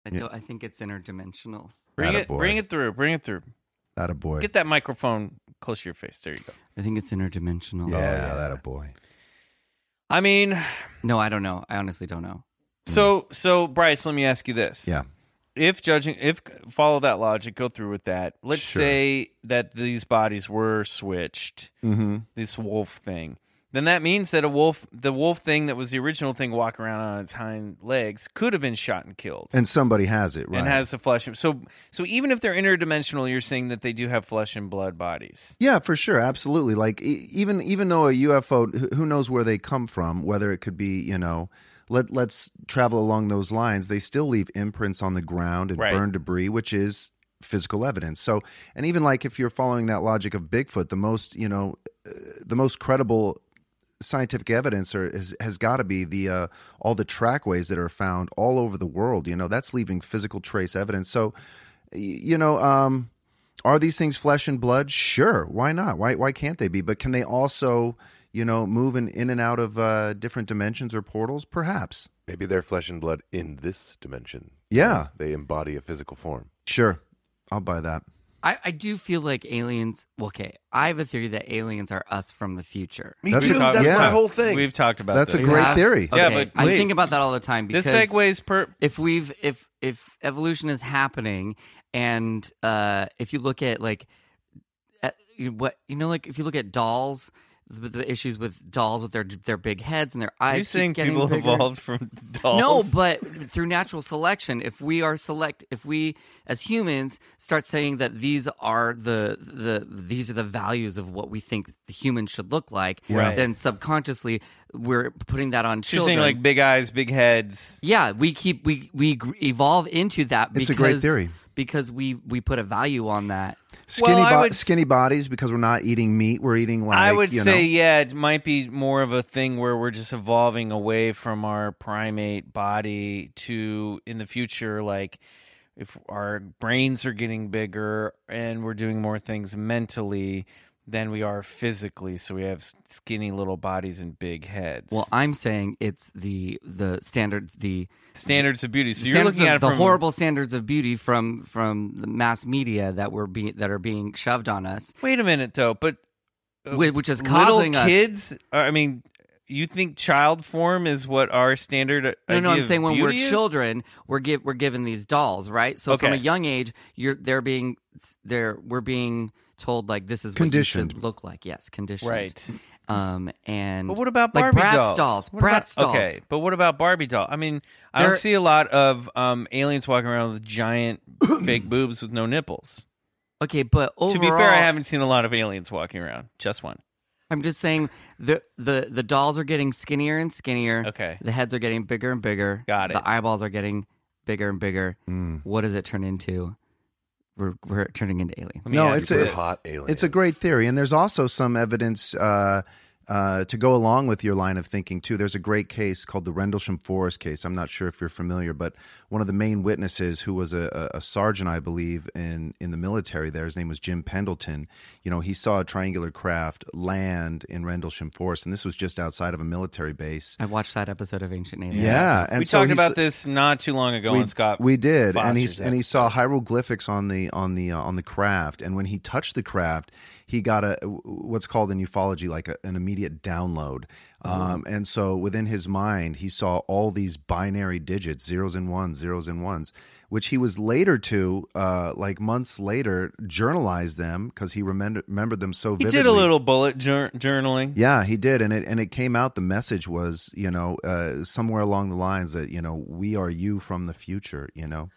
[SPEAKER 5] I, don't, I think it's interdimensional.
[SPEAKER 2] bring it,
[SPEAKER 3] Attaboy.
[SPEAKER 2] bring it through, bring it through.
[SPEAKER 3] That a boy.
[SPEAKER 2] Get that microphone close to your face. There you go.
[SPEAKER 5] I think it's interdimensional.
[SPEAKER 3] Oh, yeah, that a boy.
[SPEAKER 2] I mean,
[SPEAKER 5] No, I don't know. I honestly don't know.
[SPEAKER 2] so so Bryce, let me ask you this.
[SPEAKER 3] Yeah.
[SPEAKER 2] if judging if follow that logic, go through with that. Let's
[SPEAKER 3] Sure.
[SPEAKER 2] say that these bodies were switched.
[SPEAKER 3] Mm-hmm.
[SPEAKER 2] this wolf thing. Then that means that a wolf, the wolf thing that was the original thing walking around on its hind legs, could have been shot and killed,
[SPEAKER 3] And somebody has it, right?
[SPEAKER 2] and has the flesh. and- So, so even if they're interdimensional, you're saying that they do have flesh and blood bodies.
[SPEAKER 3] Yeah, for sure, absolutely. Like e- even even though a UFO, who- who knows where they come from? Whether it could be, you know, let let's travel along those lines. They still leave imprints on the ground and
[SPEAKER 2] Right.
[SPEAKER 3] burn debris, which is physical evidence. So, and even like if you're following that logic of Bigfoot, the most you know, uh, the most credible scientific evidence or has, has got to be the uh, all the trackways that are found all over the world. You know, that's leaving physical trace evidence. So, y- you know, um, are these things flesh and blood? Sure, why not? Why why can't they be? But can they also, you know, move in, in and out of uh, different dimensions or portals? Perhaps.
[SPEAKER 4] Maybe they're flesh and blood in this dimension.
[SPEAKER 3] Yeah.
[SPEAKER 4] They embody a physical form.
[SPEAKER 3] Sure, I'll buy that.
[SPEAKER 5] I, I do feel like aliens. well, Okay, I have a theory that aliens are us from the future.
[SPEAKER 4] Me
[SPEAKER 3] That's
[SPEAKER 4] too.
[SPEAKER 3] a-
[SPEAKER 4] That's
[SPEAKER 3] yeah.
[SPEAKER 4] my whole thing.
[SPEAKER 2] We've talked about
[SPEAKER 3] That's a
[SPEAKER 2] this.
[SPEAKER 3] Great theory.
[SPEAKER 2] Yeah,
[SPEAKER 5] okay,
[SPEAKER 2] but
[SPEAKER 5] I
[SPEAKER 2] please.
[SPEAKER 5] think about that all the time because
[SPEAKER 2] This segues per
[SPEAKER 5] if we've if if evolution is happening and uh if you look at like at, you know, what you know like if you look at dolls the, the issues with dolls with their their big heads and their eyes
[SPEAKER 2] you
[SPEAKER 5] keep
[SPEAKER 2] saying
[SPEAKER 5] getting
[SPEAKER 2] people
[SPEAKER 5] bigger.
[SPEAKER 2] evolved from [laughs]
[SPEAKER 5] no
[SPEAKER 2] dolls.
[SPEAKER 5] but through natural selection if we are select if we as humans start saying that these are the the these are the values of what we think the humans should look like
[SPEAKER 2] Right.
[SPEAKER 5] then subconsciously we're putting that on
[SPEAKER 2] you're
[SPEAKER 5] children
[SPEAKER 2] saying like big eyes, big heads.
[SPEAKER 5] yeah, we keep we we gr- evolve into that.
[SPEAKER 3] It's
[SPEAKER 5] Because,
[SPEAKER 3] a great theory.
[SPEAKER 5] because we we put a value on that.
[SPEAKER 3] Skinny
[SPEAKER 2] Well, I
[SPEAKER 3] bo-
[SPEAKER 2] would-
[SPEAKER 3] skinny bodies because we're not eating meat. We're eating like
[SPEAKER 2] I would
[SPEAKER 3] you
[SPEAKER 2] say,
[SPEAKER 3] know,
[SPEAKER 2] yeah, it might be more of a thing where we're just evolving away from our primate body to in the future, like if our brains are getting bigger and we're doing more things mentally than we are physically, so we have s- skinny little bodies and big heads.
[SPEAKER 5] Well, I'm saying it's the the standard the
[SPEAKER 2] standards of beauty. So you're
[SPEAKER 5] standards
[SPEAKER 2] looking
[SPEAKER 5] of-
[SPEAKER 2] at it
[SPEAKER 5] the
[SPEAKER 2] from-
[SPEAKER 5] horrible standards of beauty from from the mass media that were be, that are being shoved on us,
[SPEAKER 2] Wait a minute, though, but uh,
[SPEAKER 5] whi- which is
[SPEAKER 2] little
[SPEAKER 5] causing us.
[SPEAKER 2] kids. uh, I mean. You think child form is what our standard? uh,
[SPEAKER 5] No, no,
[SPEAKER 2] idea
[SPEAKER 5] I'm
[SPEAKER 2] of
[SPEAKER 5] saying when we're
[SPEAKER 2] beauty is?
[SPEAKER 5] children, we're give, we're given these dolls, right? So from a
[SPEAKER 2] Okay.
[SPEAKER 5] young age, you're they're being they're we're being told like this is what you
[SPEAKER 3] Conditioned.
[SPEAKER 5] should look like. Yes, conditioned.
[SPEAKER 2] right?
[SPEAKER 5] Um, and
[SPEAKER 2] But what about
[SPEAKER 5] like
[SPEAKER 2] Barbie
[SPEAKER 5] Bratz
[SPEAKER 2] dolls? What about-
[SPEAKER 5] Bratz dolls.
[SPEAKER 2] Okay, but what about Barbie doll? I mean, I don't
[SPEAKER 5] They're-
[SPEAKER 2] see a lot of um, aliens walking around with giant
[SPEAKER 5] [coughs]
[SPEAKER 2] fake boobs with no nipples.
[SPEAKER 5] Okay, but overall,
[SPEAKER 2] to be fair, I haven't seen a lot of aliens walking around. Just one.
[SPEAKER 5] am just saying the the the dolls are getting skinnier and skinnier.
[SPEAKER 2] Okay.
[SPEAKER 5] the heads are getting bigger and bigger.
[SPEAKER 2] Got it.
[SPEAKER 5] The eyeballs are getting bigger and bigger.
[SPEAKER 3] Mm.
[SPEAKER 5] What does it turn into? We're we're turning into aliens.
[SPEAKER 2] me
[SPEAKER 3] no.
[SPEAKER 2] ask
[SPEAKER 3] It's
[SPEAKER 2] you
[SPEAKER 4] Super
[SPEAKER 3] a
[SPEAKER 2] this.
[SPEAKER 4] hot aliens.
[SPEAKER 3] It's a great theory, and there's also some evidence uh, uh, to go along with your line of thinking too. There's a great case called the Rendlesham Forest case. I'm not sure if you're familiar, but one of the main witnesses, who was a, a, a sergeant, I believe, in in the military, there, his name was Jim Pendleton. You know, he saw a triangular craft land in Rendlesham Forest, and this was just outside of a military base.
[SPEAKER 5] I watched that episode of Ancient Aliens.
[SPEAKER 3] Yeah, and
[SPEAKER 2] we
[SPEAKER 3] so
[SPEAKER 2] talked
[SPEAKER 3] he
[SPEAKER 2] about
[SPEAKER 3] s-
[SPEAKER 2] this not too long ago on Scott.
[SPEAKER 3] we did, and he
[SPEAKER 2] Foster's
[SPEAKER 3] and he saw hieroglyphics on the on the uh, on the craft, and when he touched the craft, he got a what's called in ufology like a, an immediate download.
[SPEAKER 2] Mm-hmm.
[SPEAKER 3] Um, and so within his mind, he saw all these binary digits, zeros and ones, zeros and ones, which he was later to uh, like months later journalize them because he remembered remembered them so
[SPEAKER 2] he
[SPEAKER 3] vividly.
[SPEAKER 2] did a little bullet jour- journaling.
[SPEAKER 3] Yeah, he did, and it and it came out. The message was, you know, uh, somewhere along the lines that you know we are you from the future, you know,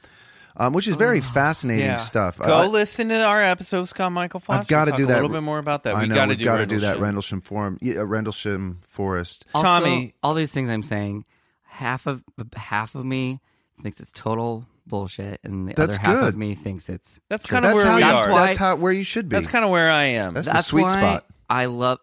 [SPEAKER 3] um, which is very fascinating stuff.
[SPEAKER 2] Ah, Go
[SPEAKER 3] Uh,
[SPEAKER 2] listen to our episode of Scott Michael Foster.
[SPEAKER 3] I've got to
[SPEAKER 2] Talk
[SPEAKER 3] do
[SPEAKER 2] a
[SPEAKER 3] that.
[SPEAKER 2] little bit more about that.
[SPEAKER 3] I
[SPEAKER 2] we
[SPEAKER 3] know
[SPEAKER 2] got to
[SPEAKER 3] we've
[SPEAKER 2] do
[SPEAKER 3] got to do that.
[SPEAKER 2] Rendlesham.
[SPEAKER 3] Rendlesham Forum, yeah, uh, Rendlesham Forest.
[SPEAKER 5] Also,
[SPEAKER 2] Tommy.
[SPEAKER 5] all these things I'm saying, half of half of me thinks it's total bullshit, and the
[SPEAKER 3] That's
[SPEAKER 5] other half
[SPEAKER 3] good.
[SPEAKER 5] of me thinks it's
[SPEAKER 2] That's kind of
[SPEAKER 3] that's
[SPEAKER 2] where
[SPEAKER 3] how
[SPEAKER 2] we
[SPEAKER 3] you,
[SPEAKER 2] are.
[SPEAKER 5] why-
[SPEAKER 3] That's how where you should be.
[SPEAKER 2] That's kind of where I am.
[SPEAKER 3] That's the sweet
[SPEAKER 5] why
[SPEAKER 3] spot.
[SPEAKER 5] I love,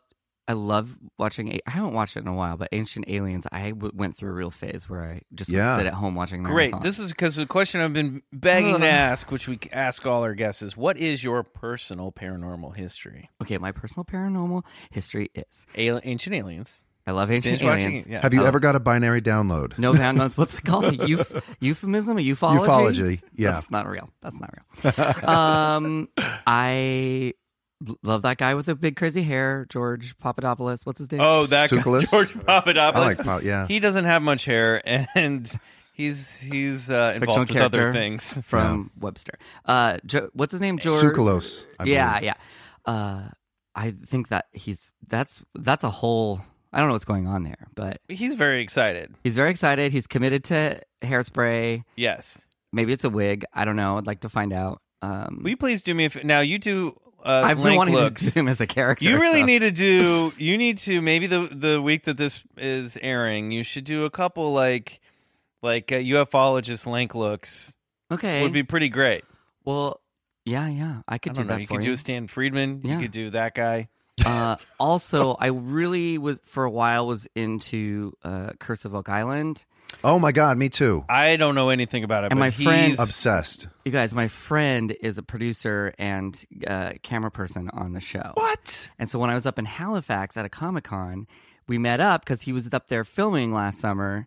[SPEAKER 5] I love watching. I haven't watched it in a while, but Ancient Aliens. I w- went through a real phase where I just would
[SPEAKER 3] Yeah.
[SPEAKER 5] sit at home watching.
[SPEAKER 2] Great.
[SPEAKER 5] marathons.
[SPEAKER 2] This is because the question I've been begging
[SPEAKER 3] [laughs]
[SPEAKER 5] Ugh.
[SPEAKER 2] to ask, which we ask all our guests, is what is your personal paranormal history?
[SPEAKER 5] okay. My personal paranormal history is
[SPEAKER 2] Al- ancient aliens.
[SPEAKER 5] I love Ancient
[SPEAKER 2] Binge watching-
[SPEAKER 5] Aliens.
[SPEAKER 2] yeah.
[SPEAKER 3] Have you
[SPEAKER 5] Oh.
[SPEAKER 3] ever got a binary download?
[SPEAKER 5] No bound. What's it called? A euf- euphemism? A ufology?
[SPEAKER 3] Ufology, yeah.
[SPEAKER 5] That's not real. That's not real. um, [laughs] I l- love that guy with the big crazy hair, George Papadopoulos. What's his name?
[SPEAKER 2] Oh, that guy,
[SPEAKER 3] Succulus?
[SPEAKER 2] George Papadopoulos.
[SPEAKER 3] I like, pop- yeah.
[SPEAKER 2] He doesn't have much hair, [laughs] and He's he's uh,
[SPEAKER 5] Fictional
[SPEAKER 2] involved with other
[SPEAKER 5] character.
[SPEAKER 2] things.
[SPEAKER 5] from Webster. Uh, jo- what's his name? George
[SPEAKER 3] Sukalos. I
[SPEAKER 5] yeah,
[SPEAKER 3] believe.
[SPEAKER 5] yeah. Uh, I think that he's that's that's a whole. I don't know what's going on there, but
[SPEAKER 2] He's very excited.
[SPEAKER 5] he's very excited. He's committed to hairspray.
[SPEAKER 2] Yes.
[SPEAKER 5] Maybe it's a wig. I don't know. I'd like to find out. Um,
[SPEAKER 2] Will you please do me a f- now? You do. Uh,
[SPEAKER 5] I've been
[SPEAKER 2] link
[SPEAKER 5] wanting
[SPEAKER 2] looks.
[SPEAKER 5] to do him as a character.
[SPEAKER 2] You really
[SPEAKER 5] so-
[SPEAKER 2] need to
[SPEAKER 5] [laughs]
[SPEAKER 2] do. You need to maybe the the week that this is airing, you should do a couple like like uh, ufologist link looks.
[SPEAKER 5] okay.
[SPEAKER 2] Would be pretty great.
[SPEAKER 5] well, yeah, yeah. I could
[SPEAKER 2] I
[SPEAKER 5] do
[SPEAKER 2] don't
[SPEAKER 5] that
[SPEAKER 2] know. You
[SPEAKER 5] for
[SPEAKER 2] could do a Stan Friedman.
[SPEAKER 5] Yeah.
[SPEAKER 2] You could do that guy.
[SPEAKER 5] uh, also, I really was for a while was into uh, Curse of Oak Island.
[SPEAKER 3] Oh my God, me too.
[SPEAKER 2] I don't know anything about it.
[SPEAKER 5] And
[SPEAKER 2] but
[SPEAKER 5] my friend-
[SPEAKER 2] he's-
[SPEAKER 3] Obsessed.
[SPEAKER 5] You guys, my friend is a producer and uh, camera person on the show.
[SPEAKER 2] What?
[SPEAKER 5] And so when I was up in Halifax at a Comic Con, we met up because he was up there filming last summer.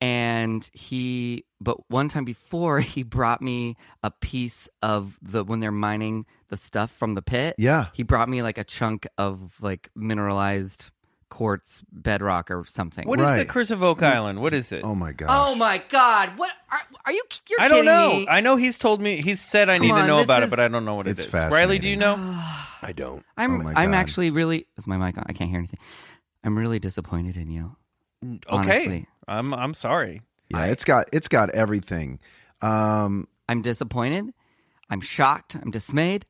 [SPEAKER 5] And he, but one time before, [laughs] he brought me a piece of the when they're mining the stuff from the pit.
[SPEAKER 3] Yeah.
[SPEAKER 5] He brought me like a chunk of like mineralized quartz bedrock or something.
[SPEAKER 2] What is the
[SPEAKER 3] Right.
[SPEAKER 2] Curse of Oak Island? What is it?
[SPEAKER 3] Oh my God.
[SPEAKER 5] Mm. Oh my God. What are, are you? You're
[SPEAKER 2] I don't
[SPEAKER 5] kidding
[SPEAKER 2] know.
[SPEAKER 5] me.
[SPEAKER 2] I know he's told me. He said I
[SPEAKER 5] Come
[SPEAKER 2] need to
[SPEAKER 5] on,
[SPEAKER 2] know
[SPEAKER 5] this
[SPEAKER 2] about
[SPEAKER 5] is-
[SPEAKER 2] it, but I don't know what
[SPEAKER 3] It's
[SPEAKER 2] it is. Riley, do you
[SPEAKER 3] fascinating.
[SPEAKER 2] know?
[SPEAKER 4] I don't.
[SPEAKER 5] [sighs] I'm
[SPEAKER 3] Oh my
[SPEAKER 5] I'm
[SPEAKER 3] God.
[SPEAKER 5] actually really is my mic on? I can't hear anything. I'm really disappointed in you.
[SPEAKER 2] Okay.
[SPEAKER 5] Honestly.
[SPEAKER 2] I'm I'm sorry.
[SPEAKER 3] Yeah, it's got it's got everything. Um,
[SPEAKER 5] I'm disappointed. I'm shocked. I'm dismayed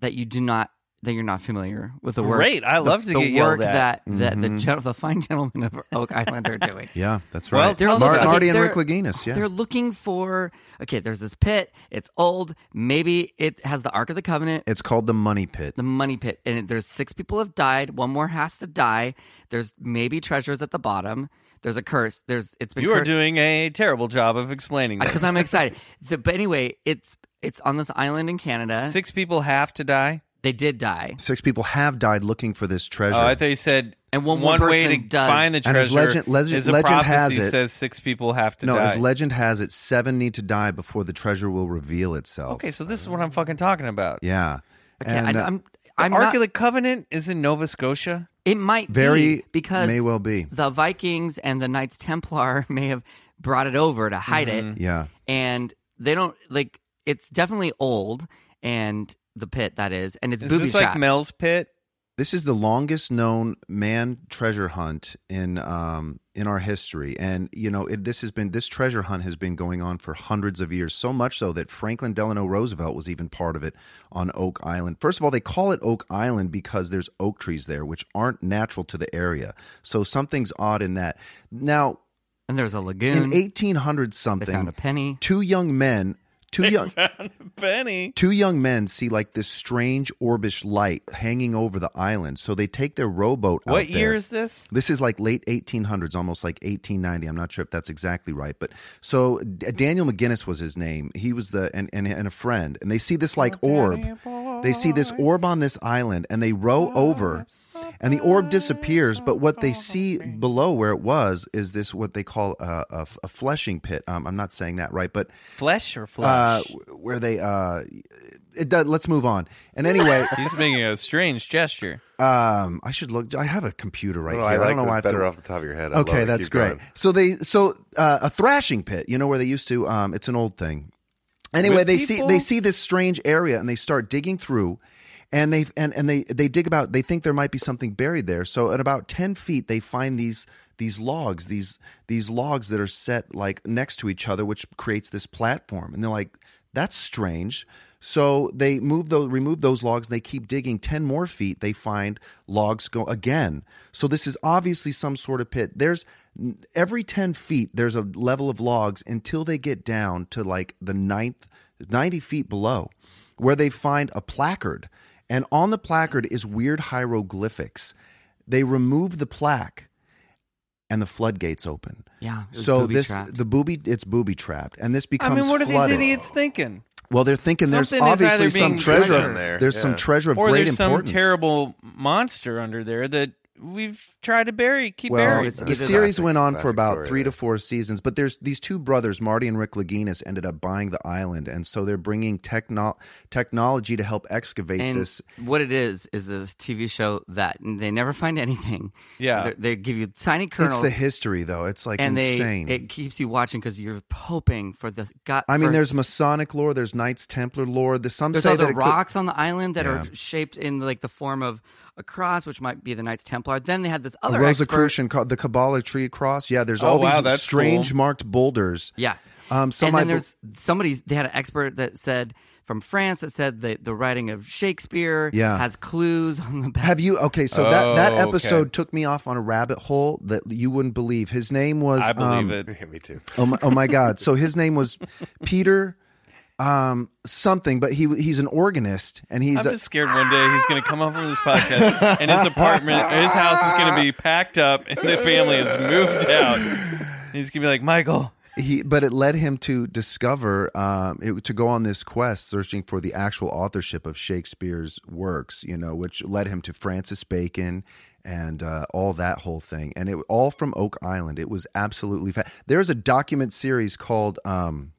[SPEAKER 5] that you do not that you're not familiar with the work.
[SPEAKER 2] Great. I
[SPEAKER 5] the-
[SPEAKER 2] love to
[SPEAKER 5] the
[SPEAKER 2] get yelled
[SPEAKER 5] work
[SPEAKER 2] at. Mm-hmm.
[SPEAKER 5] that that the gen- the fine gentlemen of Oak Island
[SPEAKER 2] [laughs]
[SPEAKER 5] are doing.
[SPEAKER 3] yeah, that's
[SPEAKER 2] Well,
[SPEAKER 3] right.
[SPEAKER 2] tell us
[SPEAKER 3] Mar-
[SPEAKER 2] about it.
[SPEAKER 3] Marty and
[SPEAKER 5] They're-
[SPEAKER 3] Rick Lagunas. Yeah,
[SPEAKER 5] They're looking for okay. There's this pit. It's old. Maybe it has the Ark of the Covenant.
[SPEAKER 3] it's called the Money Pit.
[SPEAKER 5] the money pit and it- there's six people have died one more has to die there's maybe treasures at the bottom there's a curse there's it's been
[SPEAKER 2] You are
[SPEAKER 5] cursed-
[SPEAKER 2] doing a terrible job of explaining this.
[SPEAKER 5] because I'm excited. The- but anyway, it's it's on this island in Canada.
[SPEAKER 2] Six people have to die.
[SPEAKER 5] They did die,
[SPEAKER 3] Six people have died looking for this treasure.
[SPEAKER 2] Oh, I thought you said
[SPEAKER 5] And one more
[SPEAKER 2] one way to
[SPEAKER 5] person does.
[SPEAKER 2] find the
[SPEAKER 3] And
[SPEAKER 2] treasure.
[SPEAKER 3] as legend- legend-
[SPEAKER 2] is a
[SPEAKER 3] legend has
[SPEAKER 2] prophecy
[SPEAKER 3] it-
[SPEAKER 2] says six people have to
[SPEAKER 3] no,
[SPEAKER 2] die.
[SPEAKER 3] as legend has it, seven need to die before the treasure will reveal itself.
[SPEAKER 2] okay, so this is what I'm fucking talking about.
[SPEAKER 3] yeah,
[SPEAKER 5] Okay,
[SPEAKER 3] and
[SPEAKER 5] I,
[SPEAKER 3] uh,
[SPEAKER 5] I'm
[SPEAKER 2] The
[SPEAKER 5] I'm
[SPEAKER 2] Ark
[SPEAKER 5] not,
[SPEAKER 2] of the Covenant is in Nova Scotia.
[SPEAKER 5] it might
[SPEAKER 3] very
[SPEAKER 5] be because
[SPEAKER 3] may well be.
[SPEAKER 5] the Vikings and the Knights Templar [laughs] may have brought it over to hide
[SPEAKER 2] Mm-hmm.
[SPEAKER 5] it,
[SPEAKER 3] Yeah,
[SPEAKER 5] and they don't like it's definitely old and the pit that is, and it's
[SPEAKER 2] Is
[SPEAKER 5] booby
[SPEAKER 2] this
[SPEAKER 5] trapped.
[SPEAKER 2] like Mel's Pit? [laughs]
[SPEAKER 3] this is the longest known man treasure hunt in um in our history, and you know it, this has been this treasure hunt has been going on for hundreds of years. So much so that Franklin Delano Roosevelt was even part of it on Oak Island. First of all, they call it Oak Island because there's oak trees there, which aren't natural to the area. So something's odd in that. Now,
[SPEAKER 5] and there's a
[SPEAKER 3] in
[SPEAKER 5] lagoon.
[SPEAKER 3] 1800
[SPEAKER 5] they found a
[SPEAKER 3] something,
[SPEAKER 5] penny.
[SPEAKER 3] two young men, two young
[SPEAKER 2] Benny.
[SPEAKER 3] Two young men see like this strange orbish light hanging over the island, so they take their rowboat.
[SPEAKER 2] What
[SPEAKER 3] out
[SPEAKER 2] year
[SPEAKER 3] there.
[SPEAKER 2] is this?
[SPEAKER 3] This is like late 1800s, almost like 1890. I'm not sure if that's exactly right, but so D- Daniel McGinnis was his name. He was the and and, and a friend, and they see this like orb. They see this orb on this island, and they row over, and the orb disappears. But what they see below where it was is this what they call uh, a, a, a fleshing pit. Um, I'm not saying that right, but
[SPEAKER 2] Flesh or
[SPEAKER 3] uh,
[SPEAKER 2] flesh?
[SPEAKER 3] w- where they uh, it does, let's move on. And
[SPEAKER 4] [laughs]
[SPEAKER 3] anyway,
[SPEAKER 2] [laughs] He's making a strange gesture.
[SPEAKER 3] um, I should look. I have a computer right
[SPEAKER 4] No,
[SPEAKER 3] here.
[SPEAKER 4] I like
[SPEAKER 3] don't know
[SPEAKER 4] the
[SPEAKER 3] why I have
[SPEAKER 4] better
[SPEAKER 3] to.
[SPEAKER 4] off the top of your head. I love
[SPEAKER 3] okay,
[SPEAKER 4] it.
[SPEAKER 3] that's
[SPEAKER 4] Keep
[SPEAKER 3] great.
[SPEAKER 4] going. [laughs]
[SPEAKER 3] So they so uh, a thrashing pit. You know where they used to. Um, it's an old thing. Anyway,
[SPEAKER 2] With
[SPEAKER 3] they see
[SPEAKER 2] people?
[SPEAKER 3] they see this strange area and they start digging through. And they and, and they they dig about. They think there might be something buried there. So at about ten feet, they find these these logs, these these logs that are set like next to each other, which creates this platform. And they're like, "That's strange." So they move those, remove those logs. They keep digging ten more feet. They find logs go again. So this is obviously some sort of pit. There's every ten feet, there's a level of logs until they get down to like the ninth, ninety feet below, where they find a placard, and on the placard is weird hieroglyphics. They remove the plaque and the floodgates open.
[SPEAKER 5] Yeah. it was
[SPEAKER 3] So
[SPEAKER 5] booby
[SPEAKER 3] this
[SPEAKER 5] trapped.
[SPEAKER 3] the booby it's booby trapped, and this
[SPEAKER 2] I
[SPEAKER 3] becomes
[SPEAKER 2] mean, what are
[SPEAKER 3] flooded.
[SPEAKER 2] these idiots thinking?
[SPEAKER 3] Well, they're thinking there's
[SPEAKER 2] Something is
[SPEAKER 3] obviously
[SPEAKER 2] either
[SPEAKER 3] some
[SPEAKER 2] being
[SPEAKER 3] treasure.
[SPEAKER 4] driven there,
[SPEAKER 3] There's some
[SPEAKER 4] yeah.
[SPEAKER 3] treasure of
[SPEAKER 2] Or
[SPEAKER 3] great
[SPEAKER 2] there's
[SPEAKER 3] importance.
[SPEAKER 2] some terrible monster under there that we've tried to bury, keep
[SPEAKER 3] Well,
[SPEAKER 2] buried.
[SPEAKER 5] it's-
[SPEAKER 3] the
[SPEAKER 5] it's a
[SPEAKER 3] series
[SPEAKER 4] classic-
[SPEAKER 3] went on
[SPEAKER 4] classic
[SPEAKER 3] for about
[SPEAKER 4] story
[SPEAKER 3] three to
[SPEAKER 4] there.
[SPEAKER 3] four seasons, but there's these two brothers, Marty and Rick Lagunas, ended up buying the island, and so they're bringing techno- technology to help excavate
[SPEAKER 5] And
[SPEAKER 3] this.
[SPEAKER 5] what it is is a TV show that they never find [laughs] anything.
[SPEAKER 2] Yeah.
[SPEAKER 5] they they give you tiny kernels,
[SPEAKER 3] It's the history, though. It's like
[SPEAKER 5] and they
[SPEAKER 3] insane.
[SPEAKER 5] it keeps you watching because you're hoping for the God.
[SPEAKER 3] I mean,
[SPEAKER 5] for-
[SPEAKER 3] there's Masonic lore, there's Knights Templar lore. There's some
[SPEAKER 5] There's
[SPEAKER 3] say that
[SPEAKER 5] other
[SPEAKER 3] it could-
[SPEAKER 5] rocks on the island that
[SPEAKER 3] Yeah.
[SPEAKER 5] are shaped in like the form of a cross, which might be the Knights Templar. Then they had this
[SPEAKER 3] a
[SPEAKER 5] other expert.
[SPEAKER 3] Rosicrucian, co- the Kabbalah tree cross. Yeah, there's
[SPEAKER 2] Oh,
[SPEAKER 3] all
[SPEAKER 2] wow,
[SPEAKER 3] these
[SPEAKER 2] that's
[SPEAKER 3] strange
[SPEAKER 2] cool.
[SPEAKER 3] marked boulders.
[SPEAKER 5] Yeah.
[SPEAKER 3] Um, some
[SPEAKER 5] and
[SPEAKER 3] I
[SPEAKER 5] then
[SPEAKER 3] be-
[SPEAKER 5] there's somebody. They had an expert that said from France that said that the writing of Shakespeare
[SPEAKER 3] Yeah.
[SPEAKER 5] has clues on the back.
[SPEAKER 3] Have you okay? So that that
[SPEAKER 2] Oh, okay.
[SPEAKER 3] episode took me off on a rabbit hole that you wouldn't believe. His name was
[SPEAKER 2] I believe
[SPEAKER 3] um,
[SPEAKER 2] it.
[SPEAKER 4] me too.
[SPEAKER 3] Oh my,
[SPEAKER 2] [laughs]
[SPEAKER 3] oh my God! So his name was Peter, um, something, but he he's an organist and he's
[SPEAKER 2] I'm
[SPEAKER 3] a,
[SPEAKER 2] just scared one day he's going to come over this podcast and his apartment, or his house is going to be packed up and the family has moved out. And he's going to be like, Michael,
[SPEAKER 3] he. But it led him to discover um, it, to go on this quest, searching for the actual authorship of Shakespeare's works. You know, which led him to Francis Bacon and uh, all that whole thing, and it all from Oak Island. It was absolutely fa- there's a document series called. Um,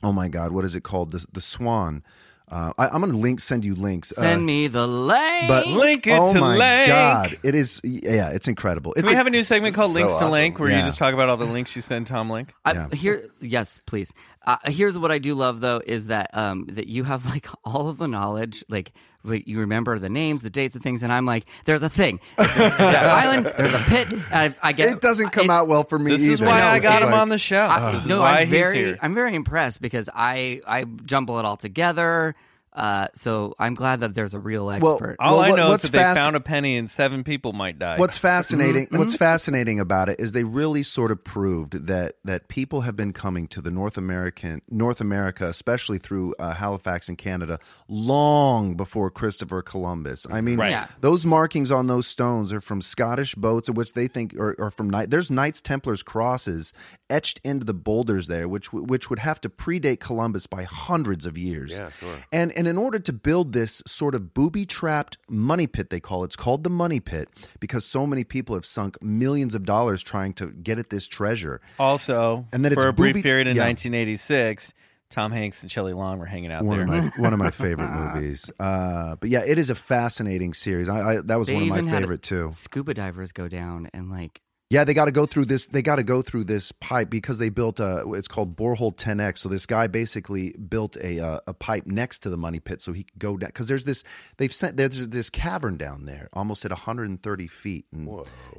[SPEAKER 3] Oh my God! What is it called? The the Swan. Uh, I, I'm gonna link. Send you links. Uh,
[SPEAKER 5] Send me the link.
[SPEAKER 3] But
[SPEAKER 2] Link it
[SPEAKER 3] oh
[SPEAKER 2] to
[SPEAKER 3] my
[SPEAKER 2] Link.
[SPEAKER 3] god, it is yeah, it's incredible. It's
[SPEAKER 2] we
[SPEAKER 3] a-
[SPEAKER 2] have a new segment called
[SPEAKER 4] so
[SPEAKER 2] Links to
[SPEAKER 4] awesome.
[SPEAKER 2] Link where you
[SPEAKER 3] Yeah.
[SPEAKER 2] just talk about all the links you send Tom Link.
[SPEAKER 5] I,
[SPEAKER 3] Yeah.
[SPEAKER 5] Here, yes, please. Uh, here's what I do love though is that um, that you have like [laughs] all of the knowledge, like like, you remember the names, the dates, and things. And I'm like, there's a thing, there's, there's an island, there's a pit. I, I get
[SPEAKER 3] it doesn't come
[SPEAKER 5] it-
[SPEAKER 3] out well for me.
[SPEAKER 2] This is
[SPEAKER 3] either.
[SPEAKER 2] why
[SPEAKER 5] No,
[SPEAKER 2] I
[SPEAKER 5] it's
[SPEAKER 2] got
[SPEAKER 5] like-
[SPEAKER 2] him on the show.
[SPEAKER 5] I,
[SPEAKER 2] this is
[SPEAKER 5] no,
[SPEAKER 2] why
[SPEAKER 5] I'm
[SPEAKER 2] he's
[SPEAKER 5] very,
[SPEAKER 2] here.
[SPEAKER 5] I'm very impressed because I I jumble it all together. Uh, so I'm glad that there's a real
[SPEAKER 3] Well,
[SPEAKER 5] expert.
[SPEAKER 2] All
[SPEAKER 3] Well,
[SPEAKER 2] I
[SPEAKER 3] what-
[SPEAKER 2] know is
[SPEAKER 3] what's
[SPEAKER 2] that they
[SPEAKER 3] fasc-
[SPEAKER 2] found a penny and seven people might die.
[SPEAKER 3] What's fascinating what's fascinating about it is they really sort of proved that that people have been coming to the North American North America, especially through uh, Halifax and Canada, long before Christopher Columbus. I mean,
[SPEAKER 2] Right. Yeah.
[SPEAKER 3] those markings on those stones are from Scottish boats, which they think are, are from knight. There's Knights Templars crosses etched into the boulders there, which w- which would have to predate Columbus by hundreds of years.
[SPEAKER 4] Yeah, sure.
[SPEAKER 3] And and in order to build this sort of booby trapped money pit, they call it. It's called the money pit because so many people have sunk millions of dollars trying to get at this treasure.
[SPEAKER 2] also,
[SPEAKER 3] And then it's
[SPEAKER 2] for a brief
[SPEAKER 3] booby-
[SPEAKER 2] period in
[SPEAKER 3] yeah.
[SPEAKER 2] 1986, Tom Hanks and Shelley Long were hanging out
[SPEAKER 3] One
[SPEAKER 2] there.
[SPEAKER 3] of my one of my favorite movies. Uh, but yeah, it is a fascinating series. I, I that was
[SPEAKER 5] They
[SPEAKER 3] one of my
[SPEAKER 5] even had
[SPEAKER 3] favorite too.
[SPEAKER 5] Scuba divers go down and like
[SPEAKER 3] Yeah, they got to go through this. They got to go through this pipe because they built a. It's called borehole 10x. So this guy basically built a uh, a pipe next to the money pit so he could go down. Because there's this. They've sent there's this cavern down there, almost at 130 feet, and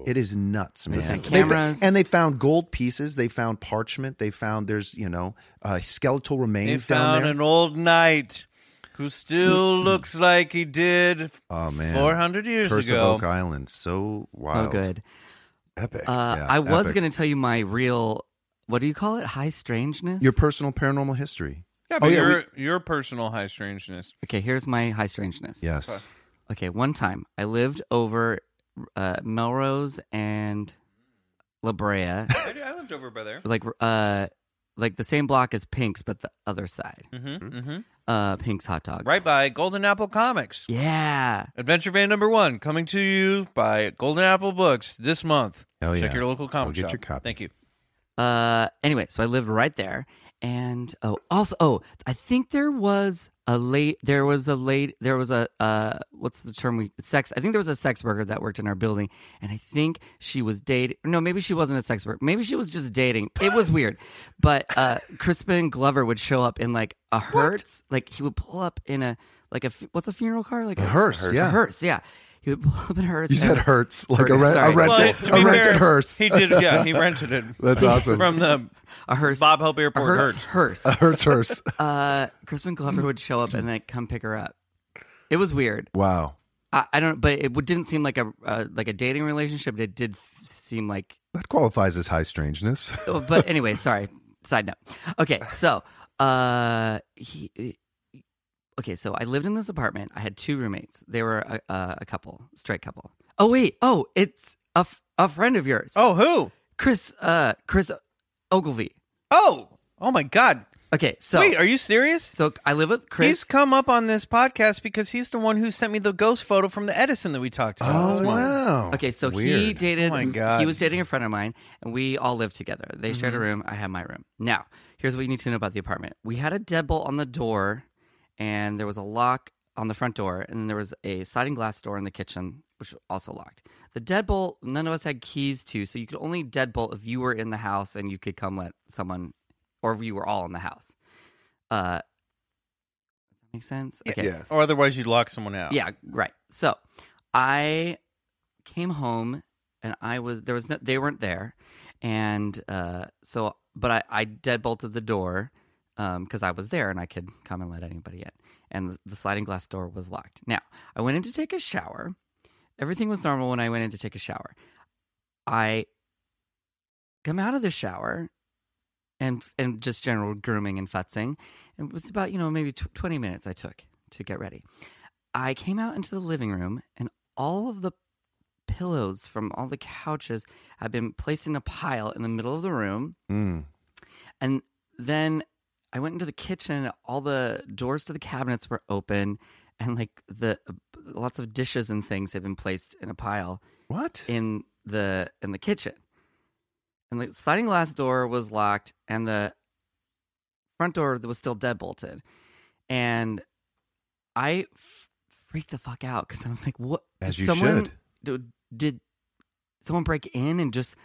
[SPEAKER 3] it is nuts, man.
[SPEAKER 5] sent
[SPEAKER 3] They-
[SPEAKER 5] cameras.
[SPEAKER 3] and they found gold pieces. They found parchment. They found there's you know uh, skeletal
[SPEAKER 2] They
[SPEAKER 3] remains down
[SPEAKER 2] found
[SPEAKER 3] there.
[SPEAKER 2] an old knight who still looks like he did
[SPEAKER 3] oh man,
[SPEAKER 2] 400 years
[SPEAKER 3] Curse
[SPEAKER 2] ago.
[SPEAKER 3] of Oak Island, so
[SPEAKER 5] oh
[SPEAKER 3] wild.
[SPEAKER 5] good.
[SPEAKER 4] Epic.
[SPEAKER 5] Uh,
[SPEAKER 3] Yeah,
[SPEAKER 5] I was
[SPEAKER 3] epic.
[SPEAKER 5] gonna tell you my real what do you call it? High strangeness.
[SPEAKER 3] Your personal paranormal history.
[SPEAKER 2] Yeah,
[SPEAKER 3] Oh,
[SPEAKER 2] but
[SPEAKER 3] yeah,
[SPEAKER 2] your,
[SPEAKER 3] we-
[SPEAKER 2] your personal high strangeness.
[SPEAKER 5] Okay, here's my high strangeness.
[SPEAKER 3] Yes.
[SPEAKER 5] Okay, one time I lived over uh, Melrose and La
[SPEAKER 2] [laughs]
[SPEAKER 5] Brea,
[SPEAKER 2] I, I lived over by there.
[SPEAKER 5] like uh, like the same block as Pink's, but the other side.
[SPEAKER 2] Mm-hmm, hmm
[SPEAKER 5] Uh, Pink's hot dogs.
[SPEAKER 2] Right by Golden Apple Comics.
[SPEAKER 5] Yeah.
[SPEAKER 2] Adventure Van number one coming to you by Golden Apple Books this month.
[SPEAKER 3] Hell
[SPEAKER 2] Check
[SPEAKER 3] yeah.
[SPEAKER 2] your local comic
[SPEAKER 3] Go get
[SPEAKER 2] shop.
[SPEAKER 3] your copy.
[SPEAKER 2] Thank you.
[SPEAKER 5] Uh, anyway, so I lived right there, and oh, also, oh, I think there was a late, there was a late, there was a uh, what's the term we sex? I think there was a sex worker that worked in our building, and I think she was dating. No, maybe she wasn't a sex worker. Maybe she was just dating. It was weird, but uh, Crispin Glover would show up in like a Hertz, like he would pull up in a like a f- what's a funeral car like
[SPEAKER 3] A hearse,
[SPEAKER 5] a
[SPEAKER 3] yeah.
[SPEAKER 5] hearse, yeah. He would pull up in a hearse.
[SPEAKER 3] You said
[SPEAKER 5] and-
[SPEAKER 3] hurts like a,
[SPEAKER 5] Hertz,
[SPEAKER 3] rent,
[SPEAKER 5] sorry.
[SPEAKER 3] a rental,
[SPEAKER 5] Well,
[SPEAKER 2] to
[SPEAKER 3] a
[SPEAKER 2] be
[SPEAKER 3] rented
[SPEAKER 2] fair,
[SPEAKER 3] hearse.
[SPEAKER 2] He did, yeah.
[SPEAKER 3] [laughs]
[SPEAKER 2] He rented it. [laughs]
[SPEAKER 3] That's awesome.
[SPEAKER 2] From the
[SPEAKER 5] a hearse,
[SPEAKER 2] Bob Hope Airport
[SPEAKER 5] a hearse,
[SPEAKER 2] Hertz.
[SPEAKER 5] hearse.
[SPEAKER 3] a Hertz hearse.
[SPEAKER 5] uh Kristen Glover would show up and then come pick her up. It was weird.
[SPEAKER 3] [laughs] Wow,
[SPEAKER 5] I, I don't, but it didn't seem like a uh, like a dating relationship. It did f- seem like,
[SPEAKER 3] that qualifies as high [laughs] strangeness.
[SPEAKER 5] oh, but anyway, sorry. Side note. Okay, so uh, he. Okay, so I lived in this apartment. I had two roommates. They were a, a, a couple, straight couple. Oh wait, oh it's a, f- a friend of yours,
[SPEAKER 2] Oh, who?
[SPEAKER 5] Chris, uh, Chris Ogilvy.
[SPEAKER 2] Oh, oh my God.
[SPEAKER 5] Okay, so
[SPEAKER 2] Wait, are you serious?
[SPEAKER 5] so I live with Chris.
[SPEAKER 2] He's come up on this podcast because he's the one who sent me the ghost photo from the Edison that we talked about.
[SPEAKER 5] Oh,
[SPEAKER 2] this morning.
[SPEAKER 3] wow.
[SPEAKER 5] Okay, so he
[SPEAKER 3] Weird.
[SPEAKER 5] dated.
[SPEAKER 2] Oh my God. Mm-hmm.
[SPEAKER 5] He was dating a friend of mine, and we all lived together. They shared a room. I had my room. Now, here's what you need to know about the apartment. We had a deadbolt on the door, and there was a lock on the front door, and then there was a sliding glass door in the kitchen, which was also locked. The deadbolt, none of us had keys to, so you could only deadbolt if you were in the house and you could come let someone, or if you were all in the house. Uh, does that make sense? Okay.
[SPEAKER 4] Yeah.
[SPEAKER 2] Or otherwise, you'd lock someone out.
[SPEAKER 5] Yeah, right. So I came home and I was there was no they weren't there, and uh, so but I I deadbolted the door because I was there and I could come and let anybody in, and the, the sliding glass door was locked. Now I went in to take a shower. Everything was normal when I went in to take a shower. I come out of the shower and and just general grooming and futzing. And it was about, you know, maybe tw- 20 minutes I took to get ready. I came out into the living room and all of the pillows from all the couches had been placed in a pile in the middle of the room.
[SPEAKER 3] Mm.
[SPEAKER 5] And then I went into the kitchen. All the doors to the cabinets were open, and like the uh, lots of dishes and things had been placed in a pile
[SPEAKER 3] What?
[SPEAKER 5] in the in the kitchen. And the sliding glass door was locked, and the front door was still deadbolted. And I f- freaked the fuck out because I was like, "What?
[SPEAKER 3] As
[SPEAKER 5] did
[SPEAKER 3] you
[SPEAKER 5] someone
[SPEAKER 3] should.
[SPEAKER 5] do- did someone break in and just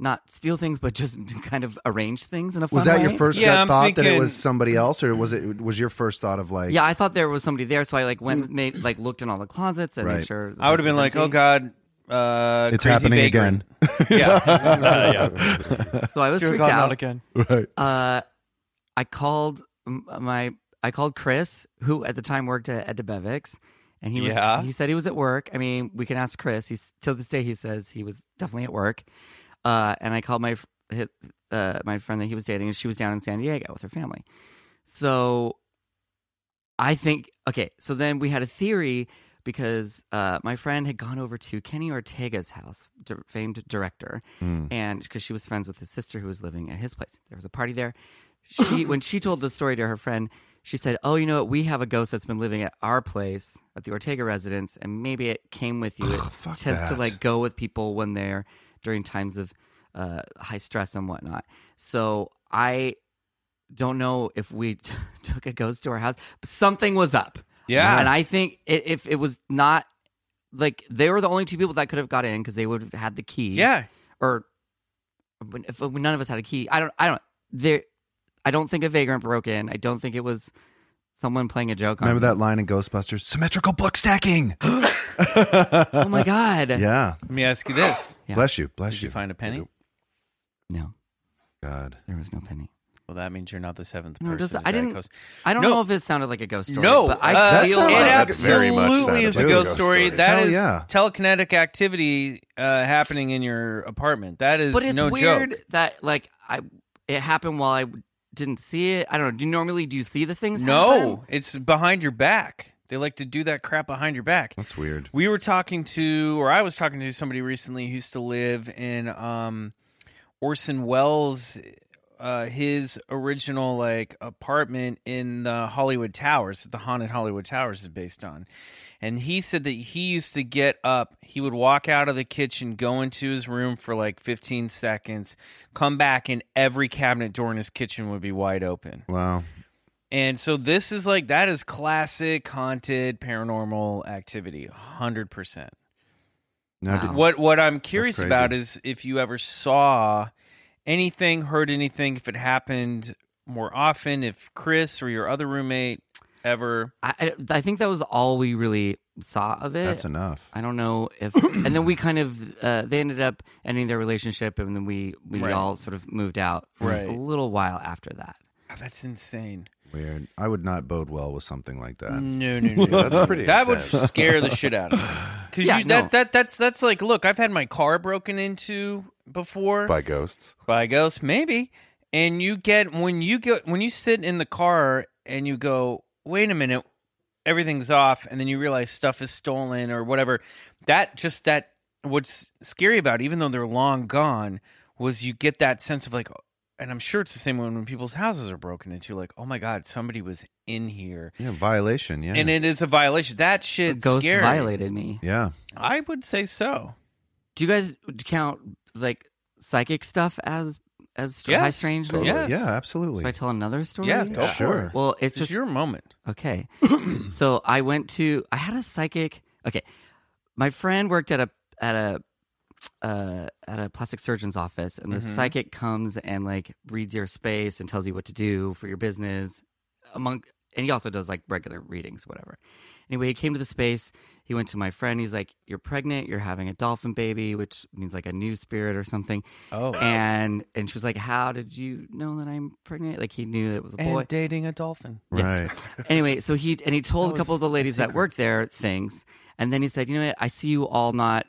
[SPEAKER 5] not steal things, but just [laughs] kind of arrange things in a fun
[SPEAKER 3] Was that your
[SPEAKER 5] way?
[SPEAKER 3] first
[SPEAKER 2] Yeah,
[SPEAKER 3] gut
[SPEAKER 2] I'm
[SPEAKER 3] thought that it
[SPEAKER 2] thinking-
[SPEAKER 3] was somebody else, or was it was your first thought of like, Mm.
[SPEAKER 5] Yeah, I thought there was somebody there, so I like went, made like looked in all the closets and made
[SPEAKER 3] Right.
[SPEAKER 5] sure. the
[SPEAKER 2] I would have
[SPEAKER 5] place
[SPEAKER 2] been
[SPEAKER 5] was
[SPEAKER 2] like,
[SPEAKER 5] empty.
[SPEAKER 2] oh, God. Uh,
[SPEAKER 3] it's
[SPEAKER 2] crazy
[SPEAKER 3] happening
[SPEAKER 2] bakery.
[SPEAKER 3] again?
[SPEAKER 2] [laughs]
[SPEAKER 5] [laughs]
[SPEAKER 2] Yeah. [laughs] yeah.
[SPEAKER 5] So I was
[SPEAKER 2] Dear
[SPEAKER 5] freaked
[SPEAKER 2] God,
[SPEAKER 5] out.
[SPEAKER 2] not again.
[SPEAKER 3] Right.
[SPEAKER 5] uh, I called m- my I called Chris, who at the time worked at, at DeBevix, and he was
[SPEAKER 2] Yeah.
[SPEAKER 5] he said he was at work. I mean, we can ask Chris. He's till this day he says he was definitely at work. Uh, and I called my f- hi- uh, my friend that he was dating, and she was down in San Diego with her family. So I think okay. So then we had a theory because uh, my friend had gone over to Kenny Ortega's house, di- famed director,
[SPEAKER 3] Mm.
[SPEAKER 5] and because she was friends with his sister who was living at his place. There was a party there. She when she told the story to her friend, she said, "Oh, you know what? We have a ghost that's been living at our place at the Ortega residence, and maybe it came with you. It
[SPEAKER 3] fuck
[SPEAKER 5] tends to
[SPEAKER 3] that.
[SPEAKER 5] like go with people when they're during times of uh, high stress and whatnot." So I don't know if we [laughs] t- took a ghost to our house, but something was up.
[SPEAKER 2] Yeah.
[SPEAKER 5] And I think it, if it was not like they were the only two people that could have got in because they would have had the key.
[SPEAKER 2] Yeah.
[SPEAKER 5] Or when- if when none of us had a key, I don't, I don't, there, I don't think a vagrant broke in. I don't think it was someone playing a joke
[SPEAKER 3] Remember
[SPEAKER 5] on
[SPEAKER 3] that line in Ghostbusters? Symmetrical book
[SPEAKER 5] [gasps]
[SPEAKER 3] stacking.
[SPEAKER 5] that.
[SPEAKER 3] [laughs]
[SPEAKER 5] Oh my God.
[SPEAKER 3] yeah.
[SPEAKER 2] Let me ask you this.
[SPEAKER 5] [gasps] Yeah.
[SPEAKER 3] Bless you. Bless
[SPEAKER 2] Did you
[SPEAKER 3] you.
[SPEAKER 2] find a penny?
[SPEAKER 5] No,
[SPEAKER 3] God.
[SPEAKER 5] there was no penny.
[SPEAKER 2] Well, that means you're not the seventh
[SPEAKER 5] No,
[SPEAKER 2] person.
[SPEAKER 5] it doesn't-
[SPEAKER 2] to
[SPEAKER 5] I
[SPEAKER 2] die
[SPEAKER 5] didn't-
[SPEAKER 2] ghost.
[SPEAKER 5] I don't
[SPEAKER 2] No.
[SPEAKER 5] know if it sounded like a ghost story.
[SPEAKER 2] No,
[SPEAKER 5] but
[SPEAKER 2] uh,
[SPEAKER 5] I
[SPEAKER 3] That
[SPEAKER 5] feel
[SPEAKER 3] sounds
[SPEAKER 2] it
[SPEAKER 3] like
[SPEAKER 5] like
[SPEAKER 3] a very
[SPEAKER 4] much
[SPEAKER 2] absolutely
[SPEAKER 4] sounded
[SPEAKER 2] is
[SPEAKER 4] like
[SPEAKER 2] a
[SPEAKER 4] a
[SPEAKER 2] ghost
[SPEAKER 4] ghost
[SPEAKER 2] story.
[SPEAKER 4] story.
[SPEAKER 2] That
[SPEAKER 3] Hell
[SPEAKER 2] is
[SPEAKER 3] yeah.
[SPEAKER 2] telekinetic activity uh, happening in your apartment. That is
[SPEAKER 5] but it's
[SPEAKER 2] no
[SPEAKER 5] weird
[SPEAKER 2] joke.
[SPEAKER 5] that like I it happened while I didn't see it. I don't know. Do you normally do you see the things?
[SPEAKER 2] No,
[SPEAKER 5] happen?
[SPEAKER 2] it's behind your back. They like to do that crap behind your back.
[SPEAKER 3] That's weird.
[SPEAKER 2] We were talking to, or I was talking to somebody recently who used to live in um, Orson Welles, uh, his original like apartment in the Hollywood Towers, that the haunted Hollywood Towers is based on. And he said that he used to get up, he would walk out of the kitchen, go into his room for like 15 seconds, come back, and every cabinet door in his kitchen would be wide open.
[SPEAKER 3] Wow.
[SPEAKER 2] And so this is like that is classic haunted paranormal activity, hundred percent.
[SPEAKER 3] Now, did-
[SPEAKER 2] What what I'm curious
[SPEAKER 3] crazy.
[SPEAKER 2] about is if you ever saw anything, heard anything, if it happened more often, if Chris or your other roommate ever
[SPEAKER 5] I, I I think that was all we really saw of it.
[SPEAKER 3] that's enough.
[SPEAKER 5] I don't know
[SPEAKER 2] [coughs]
[SPEAKER 5] if, and then we kind of uh, they ended up ending their relationship, and then we we
[SPEAKER 2] Right.
[SPEAKER 5] all sort of moved out
[SPEAKER 2] Right.
[SPEAKER 5] a little while after that.
[SPEAKER 2] God, that's insane.
[SPEAKER 3] Weird. I would not bode well with something like that.
[SPEAKER 2] No, no, no.
[SPEAKER 4] Yeah, that's pretty
[SPEAKER 2] That would
[SPEAKER 4] intense.
[SPEAKER 2] scare the shit out of me. Because
[SPEAKER 5] Yeah,
[SPEAKER 2] you
[SPEAKER 5] no.
[SPEAKER 2] that that that's that's like look, I've had my car broken into before.
[SPEAKER 4] by ghosts.
[SPEAKER 2] by ghosts maybe and you get when you get when you sit in the car and you go wait a minute everything's off and then you realize stuff is stolen or whatever that just that what's scary about it, even though they're long gone was you get that sense of like oh, and I'm sure it's the same one when people's houses are broken into. Like, oh my god, somebody was in here,
[SPEAKER 3] Yeah, violation. Yeah.
[SPEAKER 2] and it is a violation. That
[SPEAKER 5] The
[SPEAKER 2] shit
[SPEAKER 5] ghost
[SPEAKER 2] scary.
[SPEAKER 5] violated me.
[SPEAKER 3] yeah.
[SPEAKER 2] I would say so.
[SPEAKER 5] Do you guys count like psychic stuff as as str- high
[SPEAKER 2] Yes,
[SPEAKER 5] strangeness?
[SPEAKER 4] totally.
[SPEAKER 2] Yes.
[SPEAKER 3] Yeah,
[SPEAKER 5] Should I
[SPEAKER 3] absolutely.
[SPEAKER 5] tell another story?
[SPEAKER 2] Yeah, go
[SPEAKER 3] Sure.
[SPEAKER 2] for it.
[SPEAKER 5] Well, it's
[SPEAKER 2] It's
[SPEAKER 5] just
[SPEAKER 2] your moment.
[SPEAKER 5] Okay. so I went to I had a psychic. Okay. My friend worked at a at a uh, at a plastic surgeon's office and the
[SPEAKER 2] Mhm.
[SPEAKER 5] psychic comes and like reads your space and tells you what to do for your business among and he also does like regular readings whatever anyway he came to the space he went to my friend he's like you're pregnant you're having a dolphin baby which means like a new spirit or something
[SPEAKER 2] Oh,
[SPEAKER 5] and and she was like how did you know that i'm pregnant like he knew it was a boy
[SPEAKER 2] and dating a dolphin.
[SPEAKER 3] Right.
[SPEAKER 5] anyway, so he and he told
[SPEAKER 2] That
[SPEAKER 5] a couple
[SPEAKER 2] was
[SPEAKER 5] of the ladies that
[SPEAKER 2] secret.
[SPEAKER 5] work there things, and then he said, "You know what? I see you all not.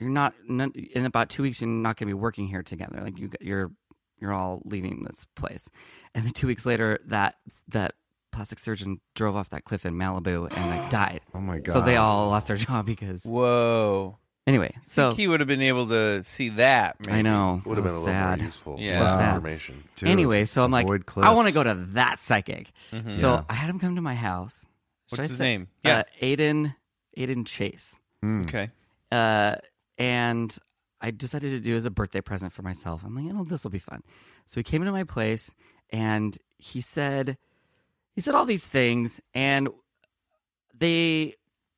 [SPEAKER 5] You're not, none in about two weeks. You're not going to be working here together. Like you, you're you're all leaving this place." And then two weeks later, that that plastic surgeon drove off that cliff in Malibu and like died.
[SPEAKER 3] Oh my god.
[SPEAKER 5] So they all lost their [laughs] job because
[SPEAKER 2] Whoa.
[SPEAKER 5] anyway. So
[SPEAKER 2] think he would have been able to see that. Maybe.
[SPEAKER 5] I know
[SPEAKER 4] Would have
[SPEAKER 5] so
[SPEAKER 4] been a little
[SPEAKER 5] sad.
[SPEAKER 4] more useful.
[SPEAKER 2] Yeah.
[SPEAKER 5] So
[SPEAKER 4] Lots of
[SPEAKER 5] sad.
[SPEAKER 4] information.
[SPEAKER 3] Dude,
[SPEAKER 5] anyway, so I'm like,
[SPEAKER 3] avoid cliffs.
[SPEAKER 5] I want to go to that psychic.
[SPEAKER 4] Hmm.
[SPEAKER 2] Mhm.
[SPEAKER 5] So
[SPEAKER 3] Yeah.
[SPEAKER 5] I had him come to my house.
[SPEAKER 2] What's
[SPEAKER 5] Should I
[SPEAKER 2] his
[SPEAKER 5] say-
[SPEAKER 2] name? Yeah.
[SPEAKER 5] uh, Aiden, Aiden Chase.
[SPEAKER 3] Mm.
[SPEAKER 2] Okay.
[SPEAKER 5] Uh, and I decided to do as a birthday present for myself. I'm like, you know, this will be fun. So he came into my place and he said, he said all these things, and they,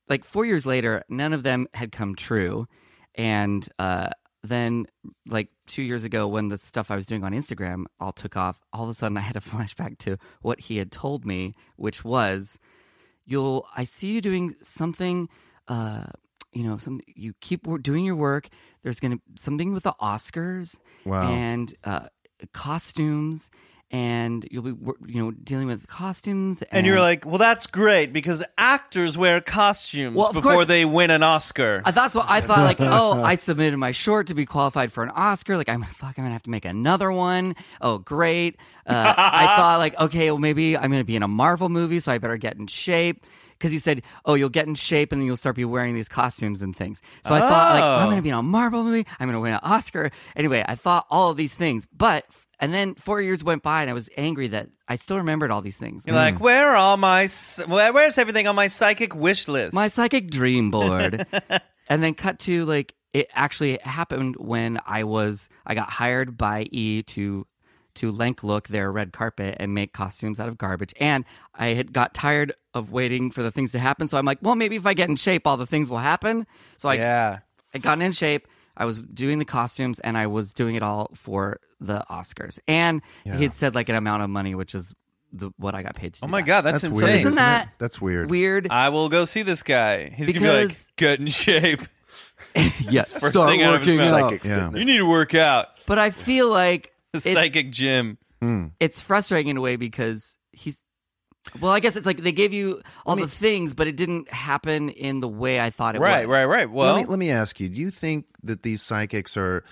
[SPEAKER 5] like four years later, none of them had come true. And uh, then, like two years ago, when the stuff I was doing on Instagram all took off, all of a sudden I had a [laughs] flashback to what he had told me, which was, "You'll, I see you doing something." Uh, you know, some you keep wor- doing your work. There's gonna something with the Oscars
[SPEAKER 3] Wow.
[SPEAKER 5] and uh, costumes, and you'll be wor- you know dealing with costumes. And,
[SPEAKER 2] And you're like, well, that's great because actors wear costumes
[SPEAKER 5] Well, of
[SPEAKER 2] before
[SPEAKER 5] course.
[SPEAKER 2] they win an Oscar.
[SPEAKER 5] Uh, That's what I
[SPEAKER 2] [laughs]
[SPEAKER 5] thought. Like, oh, I submitted my short to be qualified for an Oscar. Like, I'm fuck. I'm gonna have to make another one. Oh, great. Uh,
[SPEAKER 2] [laughs]
[SPEAKER 5] I thought like, okay, well, maybe I'm gonna be in a Marvel movie, so I better get in shape. Because he said, oh, you'll get in shape, and then you'll start be wearing these costumes and things. So I thought like,
[SPEAKER 2] Oh.
[SPEAKER 5] I'm gonna be in a Marvel movie. I'm gonna win an Oscar. Anyway, I thought all of these things, but and then four years went by, and I was angry that I still remembered all these things.
[SPEAKER 2] You're like, where are all my, s- where, where's everything on my psychic wish list?
[SPEAKER 5] My psychic
[SPEAKER 2] [laughs]
[SPEAKER 5] dream board. and then cut to like it actually happened when I was I got hired by E to to lank look their red carpet and make costumes out of garbage. And I had got tired of waiting for the things to happen. So I'm like, well maybe if I get in shape all the things will happen. So I
[SPEAKER 2] yeah.
[SPEAKER 5] I gotten in shape. I was doing the costumes and I was doing it all for the Oscars. And he had said like an amount of money, which is the what I got paid to do.
[SPEAKER 2] Oh my
[SPEAKER 5] that.
[SPEAKER 2] God, that's,
[SPEAKER 3] That's
[SPEAKER 2] insane.
[SPEAKER 3] weird.
[SPEAKER 5] Isn't
[SPEAKER 3] isn't
[SPEAKER 5] that
[SPEAKER 3] it? That's weird.
[SPEAKER 5] Weird.
[SPEAKER 2] I will go see this guy. He's gonna be like,
[SPEAKER 5] Because-
[SPEAKER 2] get in shape.
[SPEAKER 5] [laughs]
[SPEAKER 2] [laughs]
[SPEAKER 5] yes.
[SPEAKER 2] first
[SPEAKER 5] Start
[SPEAKER 2] thing out of his
[SPEAKER 5] working
[SPEAKER 2] mouth.
[SPEAKER 5] out.
[SPEAKER 4] Psychic
[SPEAKER 3] Oh, Yeah.
[SPEAKER 4] fitness.
[SPEAKER 2] You need to work out. [laughs]
[SPEAKER 5] But I feel like
[SPEAKER 2] The
[SPEAKER 5] it's,
[SPEAKER 2] psychic gym.
[SPEAKER 5] it's frustrating in a way because he's. Well, I guess it's like they gave you all the things, but it didn't happen in the way I thought it
[SPEAKER 2] Right,
[SPEAKER 5] would.
[SPEAKER 2] right, right. Well,
[SPEAKER 3] let me let me ask you: Do you think that these psychics are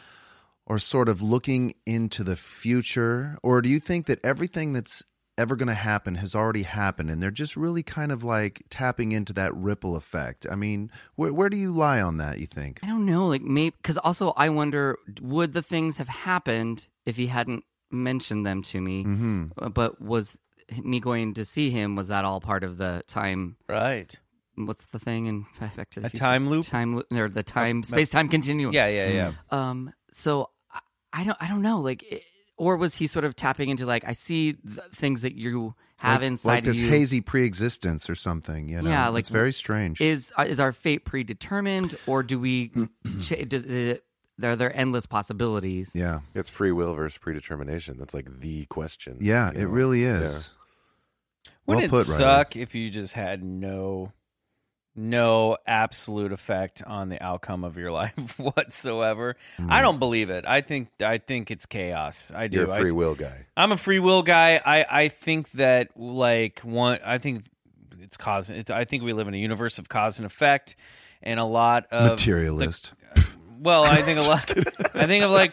[SPEAKER 3] are sort of looking into the future, or do you think that everything that's ever going to happen has already happened, and they're just really kind of like tapping into that ripple effect? I mean, where where do you lie on that? You think?
[SPEAKER 5] I don't know, like maybe because also I wonder would the things have happened if he hadn't mentioned them to me?
[SPEAKER 3] Mm-hmm.
[SPEAKER 5] Uh, But was me going to see him? Was that all part of the time?
[SPEAKER 2] right.
[SPEAKER 5] What's the thing in Back to the
[SPEAKER 2] A
[SPEAKER 5] Future?
[SPEAKER 2] time loop?
[SPEAKER 5] Time loop or the time
[SPEAKER 2] map-
[SPEAKER 5] space time continuum?
[SPEAKER 2] Yeah, yeah, yeah.
[SPEAKER 5] Um, so I, I don't, I don't know, like, it, or was he sort of tapping into like, I see th- things that you have
[SPEAKER 3] like,
[SPEAKER 5] inside
[SPEAKER 3] like this
[SPEAKER 5] you.
[SPEAKER 3] hazy pre-existence or something. You know,
[SPEAKER 5] Yeah, like-
[SPEAKER 3] it's very strange.
[SPEAKER 5] Is is our fate predetermined, or
[SPEAKER 3] [clears throat]
[SPEAKER 5] do we? ch- does it, there are there endless possibilities?
[SPEAKER 3] yeah,
[SPEAKER 4] It's free will versus predetermination. That's like the question.
[SPEAKER 3] yeah,
[SPEAKER 4] you
[SPEAKER 3] it
[SPEAKER 4] know?
[SPEAKER 3] really is.
[SPEAKER 2] Wouldn't
[SPEAKER 3] well
[SPEAKER 2] it
[SPEAKER 3] put, Ryder.
[SPEAKER 2] suck if you just had no, no absolute effect on the outcome of your [laughs] life whatsoever? I don't believe it. I think I think it's chaos. I do.
[SPEAKER 4] Mm. You're a free
[SPEAKER 2] I,
[SPEAKER 4] will guy.
[SPEAKER 2] I'm a free will guy. I I think that like one. I think it's cause. It's, I think we live in a universe of cause and effect, and a lot of
[SPEAKER 3] Materialist.
[SPEAKER 2] Well, I think a
[SPEAKER 3] [laughs]
[SPEAKER 2] lot. I think of like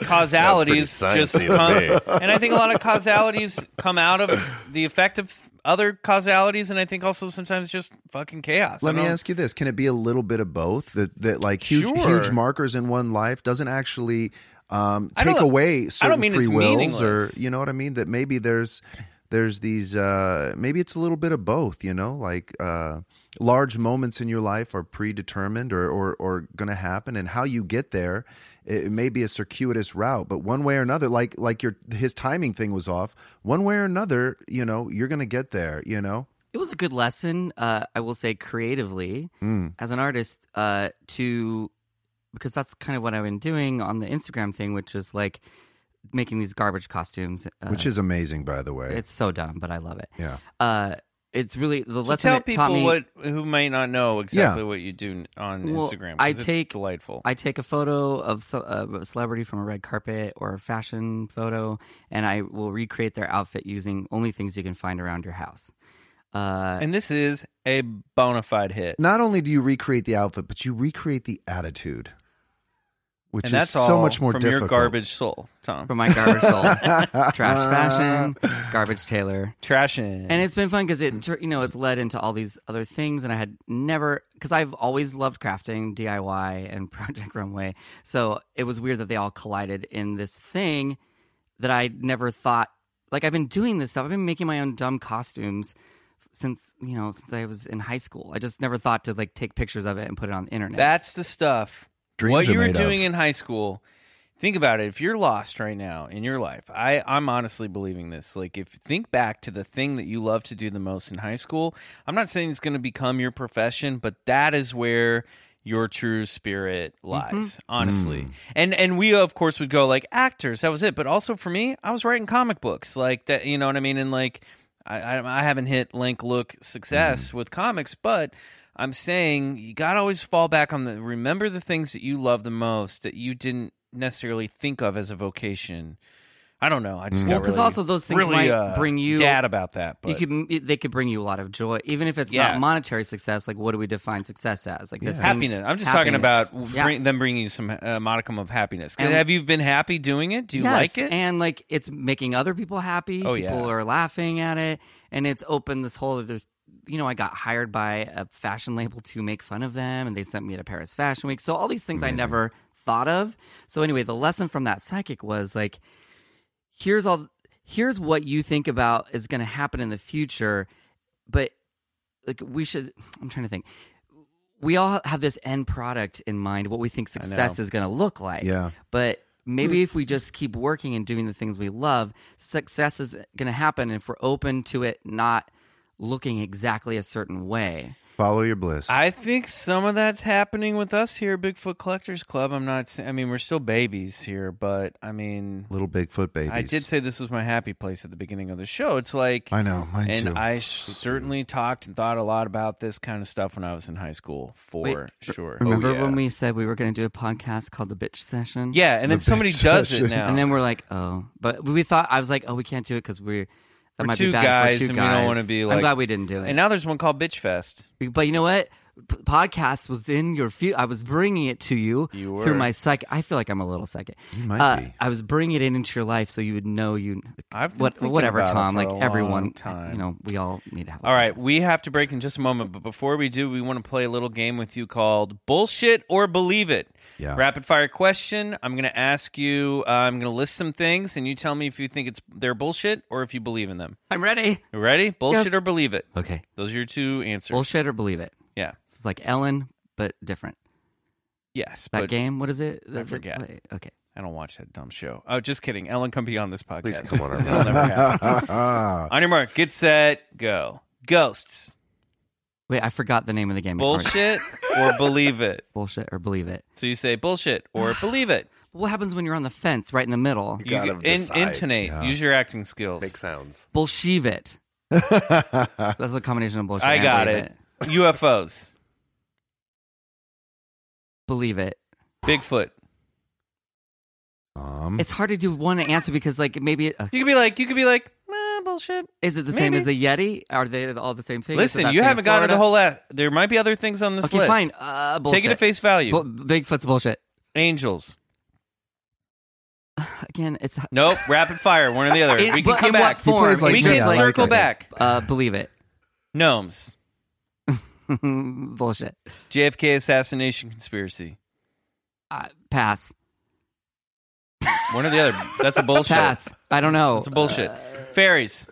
[SPEAKER 2] causalities,
[SPEAKER 4] Sounds pretty
[SPEAKER 2] just
[SPEAKER 4] sciencey to
[SPEAKER 2] come,
[SPEAKER 4] me.
[SPEAKER 2] and I think a lot of causalities come out of the effect of other causalities, and I think also sometimes just fucking chaos.
[SPEAKER 3] Let
[SPEAKER 2] I
[SPEAKER 3] me
[SPEAKER 2] don't-
[SPEAKER 3] ask you this: Can it be a little bit of both? That that like huge
[SPEAKER 2] Sure.
[SPEAKER 3] huge markers in one life doesn't actually um,
[SPEAKER 2] I don't
[SPEAKER 3] take
[SPEAKER 2] know-
[SPEAKER 3] away certain
[SPEAKER 2] mean
[SPEAKER 3] free
[SPEAKER 2] it's
[SPEAKER 3] wills or
[SPEAKER 2] meaningless.
[SPEAKER 3] you know what I mean that maybe there's there's these uh, maybe it's a little bit of both you know like uh, large moments in your life are predetermined or or, or going to happen and how you get there it may be a circuitous route but one way or another like like your his timing thing was off one way or another you know you're going to get there you know
[SPEAKER 5] It was a good lesson, uh, I will say, creatively
[SPEAKER 2] Hmm.
[SPEAKER 3] Mm.
[SPEAKER 5] as an artist, uh, to because that's kind of what I've been doing on the Instagram thing, which is like making these garbage costumes, uh,
[SPEAKER 3] which is amazing by the way
[SPEAKER 5] it's so dumb, but I love it.
[SPEAKER 3] yeah
[SPEAKER 5] Uh, it's really the
[SPEAKER 2] So
[SPEAKER 5] lesson
[SPEAKER 2] tell
[SPEAKER 5] it taught
[SPEAKER 2] people
[SPEAKER 5] me.
[SPEAKER 2] what who may not know exactly what you do on
[SPEAKER 5] Well,
[SPEAKER 2] Instagram. 'cause
[SPEAKER 5] I
[SPEAKER 2] it's
[SPEAKER 5] take-
[SPEAKER 2] delightful.
[SPEAKER 5] I take a photo of so- of a celebrity from a red carpet or a fashion photo, and I will recreate their outfit using only things you can find around your house. Uh,
[SPEAKER 2] and this is a bona fide hit.
[SPEAKER 3] not only do you recreate the outfit, but you recreate the attitude, which
[SPEAKER 2] and
[SPEAKER 3] is
[SPEAKER 2] that's all
[SPEAKER 3] so much more
[SPEAKER 2] from
[SPEAKER 3] difficult.
[SPEAKER 2] your garbage soul, Tom.
[SPEAKER 5] from my garbage soul, trash fashion, garbage tailor.
[SPEAKER 2] Trashing.
[SPEAKER 5] And it's been fun because it, tur- you know, it's led into all these other things, and I had never, because I've always loved crafting, DIY, and [laughs] Project Runway. So it was weird that they all collided in this thing that I never thought. Like I've been doing this stuff. I've been making my own dumb costumes since you know since I was in high school. I just never thought to like take pictures of it and put it on the internet.
[SPEAKER 2] That's the stuff.
[SPEAKER 3] Dreams
[SPEAKER 2] what
[SPEAKER 3] are
[SPEAKER 2] you were
[SPEAKER 3] made of.
[SPEAKER 2] doing in high school. Think about it. If you're lost right now in your life, I, I'm honestly believing this. Like, if think back to the thing that you love to do the most in high school, I'm not saying it's going to become your profession, but that is where your true spirit lies,
[SPEAKER 3] Mm-hmm.
[SPEAKER 2] honestly.
[SPEAKER 3] Mm.
[SPEAKER 2] And and we of course would go like actors. That was it. But also for me, I was writing comic books, like that. You know what I mean? And like I, I, I haven't hit link look success
[SPEAKER 5] Mm-hmm.
[SPEAKER 2] with comics, but I'm saying you gotta always fall back on the remember the things that you love the most that you didn't necessarily think of as a vocation. I don't know. I just
[SPEAKER 5] Mm. Well,
[SPEAKER 2] got
[SPEAKER 5] 'cause
[SPEAKER 2] really,
[SPEAKER 5] also those things
[SPEAKER 2] really,
[SPEAKER 5] might
[SPEAKER 2] uh,
[SPEAKER 5] bring you-
[SPEAKER 2] dad about that. But
[SPEAKER 5] you could they could bring you a lot of joy, even if it's
[SPEAKER 2] Yeah.
[SPEAKER 5] not monetary success. Like what do we define success as? Like the things-
[SPEAKER 2] happiness. I'm just talking
[SPEAKER 5] happiness.
[SPEAKER 2] about
[SPEAKER 5] Yeah.
[SPEAKER 2] bring, them bringing you some uh, modicum of happiness. 'Cause
[SPEAKER 5] And-
[SPEAKER 2] have you been happy doing it? Do you
[SPEAKER 5] Yes,
[SPEAKER 2] like it?
[SPEAKER 5] And like it's making other people happy.
[SPEAKER 2] Oh,
[SPEAKER 5] people
[SPEAKER 2] yeah.
[SPEAKER 5] are laughing at it. And it's opened this whole other you know, I got hired by a fashion label to make fun of them and they sent me to Paris Fashion Week. So all these things I never thought of. So anyway, the lesson from that psychic was like here's all here's what you think about is going to happen in the future, but like we should I'm trying to think. We all have this end product in mind, what we think success is going to look like.
[SPEAKER 3] Yeah.
[SPEAKER 5] But
[SPEAKER 2] Mm.
[SPEAKER 5] maybe if we just keep working and doing the things we love, success is going to happen if we're open to it not looking exactly a certain way.
[SPEAKER 3] Follow your bliss.
[SPEAKER 2] I think some of that's happening with us here, at Bigfoot Collectors Club. I'm not. sa- I mean, we're still babies here, but I mean,
[SPEAKER 3] Little Bigfoot babies.
[SPEAKER 2] I
[SPEAKER 3] [laughs]
[SPEAKER 2] did say this was my happy place at the beginning of the show. It's like
[SPEAKER 3] I know. Mine
[SPEAKER 2] and
[SPEAKER 3] too.
[SPEAKER 2] I sh- certainly talked and thought a lot about this kind of stuff when I was in high school, for
[SPEAKER 5] Wait,
[SPEAKER 2] sure.
[SPEAKER 5] Remember
[SPEAKER 4] Oh, yeah.
[SPEAKER 5] when we said we were going to do a podcast called The Bitch Session?
[SPEAKER 2] yeah, and then
[SPEAKER 3] The
[SPEAKER 2] somebody
[SPEAKER 3] bitch
[SPEAKER 2] does it
[SPEAKER 3] sessions.
[SPEAKER 2] now.
[SPEAKER 5] And then we're like, oh, but we thought I was like, oh, we can't do it because we're that
[SPEAKER 2] We're
[SPEAKER 5] might
[SPEAKER 2] two
[SPEAKER 5] be bad
[SPEAKER 2] guys
[SPEAKER 5] for two
[SPEAKER 2] and we don't
[SPEAKER 5] guys.
[SPEAKER 2] wanna be
[SPEAKER 5] I'm
[SPEAKER 2] like-
[SPEAKER 5] glad we didn't do it.
[SPEAKER 2] and now there's one called Bitch Fest.
[SPEAKER 5] but you know what? P- podcast was in your few. I was bringing it to you,
[SPEAKER 2] You
[SPEAKER 5] through
[SPEAKER 2] were.
[SPEAKER 5] my psych. I feel like I'm a little psychic. You
[SPEAKER 3] might be.
[SPEAKER 5] I was bringing it in into your life so you would know you.
[SPEAKER 2] I've been
[SPEAKER 5] what
[SPEAKER 2] thinking
[SPEAKER 5] whatever,
[SPEAKER 2] about it
[SPEAKER 5] Tom.
[SPEAKER 2] for
[SPEAKER 5] Like
[SPEAKER 2] a long
[SPEAKER 5] everyone, eh,
[SPEAKER 2] time.
[SPEAKER 5] you know, we all need to have. a
[SPEAKER 2] All right,
[SPEAKER 5] podcast.
[SPEAKER 2] we have to break in just a moment, but before we do, we want to play a little game with you called Bullshit or Believe It.
[SPEAKER 3] Yeah.
[SPEAKER 2] Rapid fire question. I'm going to ask you, uh, I'm going to list some things, and you tell me if you think it's they're bullshit or if you believe in them.
[SPEAKER 5] I'm ready.
[SPEAKER 2] You ready? Bullshit
[SPEAKER 5] Yes.
[SPEAKER 2] or believe it?
[SPEAKER 5] Okay,
[SPEAKER 2] Those are your two answers.
[SPEAKER 5] bullshit or believe it.
[SPEAKER 2] Yeah.
[SPEAKER 5] It's like Ellen, but different.
[SPEAKER 2] Yes.
[SPEAKER 5] That
[SPEAKER 2] but
[SPEAKER 5] game. What is it? I
[SPEAKER 2] forget.
[SPEAKER 5] Okay.
[SPEAKER 2] I don't watch that dumb show. Oh, just kidding. Ellen, come be on this podcast.
[SPEAKER 4] Please
[SPEAKER 2] [laughs]
[SPEAKER 4] come on our
[SPEAKER 2] It'll never happen.
[SPEAKER 3] Ah,
[SPEAKER 2] on your mark, get set, go. Ghosts.
[SPEAKER 5] Wait, I forgot the name of the game.
[SPEAKER 2] Bullshit
[SPEAKER 5] [laughs]
[SPEAKER 2] or believe it?
[SPEAKER 5] Bullshit or believe it.
[SPEAKER 2] So you say bullshit
[SPEAKER 5] [sighs]
[SPEAKER 2] or believe it.
[SPEAKER 5] What happens when you're on the fence, right in the middle?
[SPEAKER 4] You gotta
[SPEAKER 2] in-
[SPEAKER 4] decide.
[SPEAKER 2] intonate. Use your acting skills.
[SPEAKER 4] Make sounds.
[SPEAKER 5] Bullshieve it. That's a combination of bullshit.
[SPEAKER 2] I
[SPEAKER 5] and
[SPEAKER 2] got
[SPEAKER 5] believe
[SPEAKER 2] it. UFOs,
[SPEAKER 5] Believe it.
[SPEAKER 2] Bigfoot. Mm.
[SPEAKER 3] um,
[SPEAKER 5] It's hard to do one answer because, like, maybe uh,
[SPEAKER 2] You could be like, you could be like, nah, bullshit.
[SPEAKER 5] is it the same
[SPEAKER 2] Maybe.
[SPEAKER 5] as the Yeti? Are they all the same thing? Is it
[SPEAKER 2] Listen,
[SPEAKER 5] that
[SPEAKER 2] you
[SPEAKER 5] thing in
[SPEAKER 2] haven't gotten to the
[SPEAKER 5] Florida?
[SPEAKER 2] whole. A- there might be other things on this
[SPEAKER 5] Okay,
[SPEAKER 2] list.
[SPEAKER 5] fine. Uh, bullshit.
[SPEAKER 2] Take it at face value.
[SPEAKER 5] Bu- Bigfoot's bullshit. [sighs]
[SPEAKER 2] Angels.
[SPEAKER 5] Again, it's
[SPEAKER 2] Nope. Rapid fire. One or
[SPEAKER 5] [laughs]
[SPEAKER 2] the other.
[SPEAKER 5] in,
[SPEAKER 2] we can
[SPEAKER 5] but
[SPEAKER 2] come
[SPEAKER 5] in
[SPEAKER 2] back.
[SPEAKER 5] What
[SPEAKER 3] He
[SPEAKER 5] form?
[SPEAKER 3] plays like
[SPEAKER 2] we
[SPEAKER 5] Just
[SPEAKER 3] me. I
[SPEAKER 2] can
[SPEAKER 3] like
[SPEAKER 2] circle
[SPEAKER 3] that.
[SPEAKER 2] back.
[SPEAKER 5] Uh, believe it. [laughs]
[SPEAKER 2] Gnomes.
[SPEAKER 5] bullshit.
[SPEAKER 2] JFK assassination conspiracy.
[SPEAKER 5] Uh, pass.
[SPEAKER 2] One or the other.
[SPEAKER 5] [laughs]
[SPEAKER 2] That's a bullshit.
[SPEAKER 5] Pass. Uh, I don't know.
[SPEAKER 2] That's a bullshit. Fairies,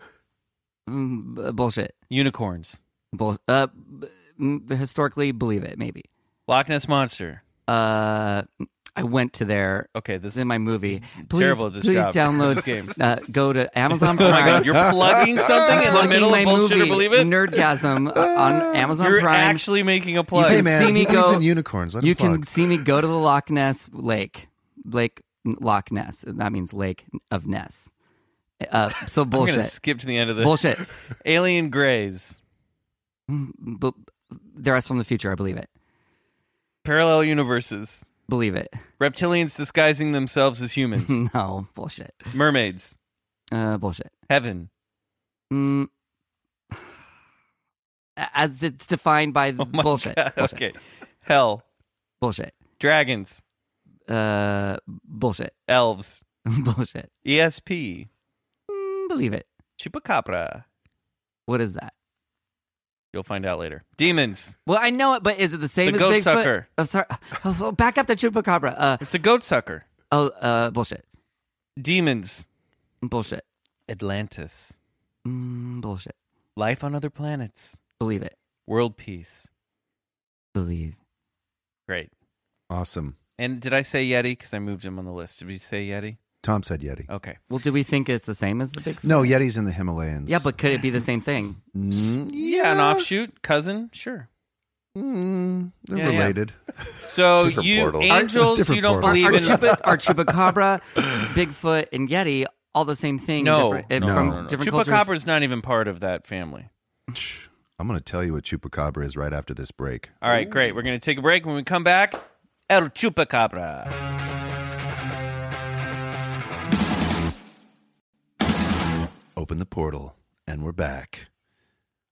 [SPEAKER 5] Mm, b- bullshit.
[SPEAKER 2] unicorns,
[SPEAKER 5] Bull- uh, b- m- historically, believe it, maybe.
[SPEAKER 2] Loch Ness monster.
[SPEAKER 5] Uh, I went to there.
[SPEAKER 2] Okay, this
[SPEAKER 5] This
[SPEAKER 2] is
[SPEAKER 5] is in my movie. Please,
[SPEAKER 2] terrible at this
[SPEAKER 5] please
[SPEAKER 2] job. [laughs]
[SPEAKER 5] download
[SPEAKER 2] This game.
[SPEAKER 5] Uh,
[SPEAKER 2] [laughs]
[SPEAKER 5] go to Amazon
[SPEAKER 2] [laughs] Oh
[SPEAKER 5] Prime.
[SPEAKER 2] my god, you're
[SPEAKER 5] [laughs]
[SPEAKER 2] plugging something in the
[SPEAKER 5] Plugging
[SPEAKER 2] middle
[SPEAKER 5] my
[SPEAKER 2] of bullshit
[SPEAKER 5] movie,
[SPEAKER 2] or believe it?
[SPEAKER 5] Nerdgasm uh, on Amazon
[SPEAKER 2] You're
[SPEAKER 5] Prime.
[SPEAKER 2] actually making a plug.
[SPEAKER 5] You
[SPEAKER 3] Hey
[SPEAKER 5] can
[SPEAKER 3] man,
[SPEAKER 5] see me
[SPEAKER 3] he believes
[SPEAKER 5] go-
[SPEAKER 3] in unicorns. Let him
[SPEAKER 5] you can
[SPEAKER 3] plug.
[SPEAKER 5] see me go to the Loch Ness Lake, Lake Loch Ness. That means Lake of Ness. Uh, so
[SPEAKER 2] [laughs] I'm gonna
[SPEAKER 5] bullshit,
[SPEAKER 2] skip to the end of this.
[SPEAKER 5] bullshit.
[SPEAKER 2] [laughs] Alien Greys,
[SPEAKER 5] But there are some in the future. I believe it.
[SPEAKER 2] parallel universes,
[SPEAKER 5] Believe it.
[SPEAKER 2] reptilians disguising themselves as humans,
[SPEAKER 5] [laughs] No bullshit.
[SPEAKER 2] mermaids,
[SPEAKER 5] Uh, bullshit.
[SPEAKER 2] heaven. [laughs]
[SPEAKER 5] Mm. As it's defined by
[SPEAKER 2] Oh my
[SPEAKER 5] bullshit.
[SPEAKER 2] God,
[SPEAKER 5] Bullshit.
[SPEAKER 2] Okay, hell,
[SPEAKER 5] Bullshit.
[SPEAKER 2] dragons,
[SPEAKER 5] Uh, bullshit. [laughs]
[SPEAKER 2] elves, E
[SPEAKER 5] bullshit.
[SPEAKER 2] ESP,
[SPEAKER 5] Mm, believe it.
[SPEAKER 2] chupacabra.
[SPEAKER 5] What is that?
[SPEAKER 2] You'll find out later. Demons.
[SPEAKER 5] Well, I know it, but is it the same
[SPEAKER 2] The
[SPEAKER 5] as
[SPEAKER 2] goat
[SPEAKER 5] Bigfoot?
[SPEAKER 2] sucker.
[SPEAKER 5] I'm sorry. Oh, so back up to chupacabra. Uh,
[SPEAKER 2] It's a goat sucker.
[SPEAKER 5] oh, uh, bullshit.
[SPEAKER 2] Demons.
[SPEAKER 5] Bullshit.
[SPEAKER 2] Atlantis.
[SPEAKER 5] Mm, bullshit.
[SPEAKER 2] Life on other planets.
[SPEAKER 5] Believe it.
[SPEAKER 2] World peace.
[SPEAKER 5] Believe.
[SPEAKER 2] Great.
[SPEAKER 3] Awesome.
[SPEAKER 2] And did I say Yeti? Because I moved him on the list. Did you say Yeti?
[SPEAKER 3] Tom said Yeti.
[SPEAKER 2] Okay.
[SPEAKER 5] Well, do we think it's the same as the Bigfoot?
[SPEAKER 3] No, Yeti's in the Himalayas.
[SPEAKER 5] Yeah, but could it be the same thing?
[SPEAKER 3] Mm,
[SPEAKER 2] Yeah, an offshoot cousin. Sure.
[SPEAKER 3] Mm, they're
[SPEAKER 2] Yeah, yeah.
[SPEAKER 3] related.
[SPEAKER 2] So
[SPEAKER 4] Different
[SPEAKER 2] you
[SPEAKER 4] portals.
[SPEAKER 2] angels,
[SPEAKER 3] Different
[SPEAKER 2] you don't
[SPEAKER 3] portals.
[SPEAKER 5] Are,
[SPEAKER 2] [laughs] believe in.
[SPEAKER 5] chupa, are
[SPEAKER 2] [laughs]
[SPEAKER 5] chupacabra, Bigfoot, and Yeti all the same thing?
[SPEAKER 2] no,
[SPEAKER 5] different- uh,
[SPEAKER 2] no,
[SPEAKER 5] from
[SPEAKER 2] no, no, no.
[SPEAKER 5] different cultures.
[SPEAKER 2] Chupacabra's not even part of that family.
[SPEAKER 3] I'm going to tell you what chupacabra is right after this break.
[SPEAKER 2] All right, great. We're going to take a break. When we come back, El Chupacabra.
[SPEAKER 3] Open the portal, and we're back.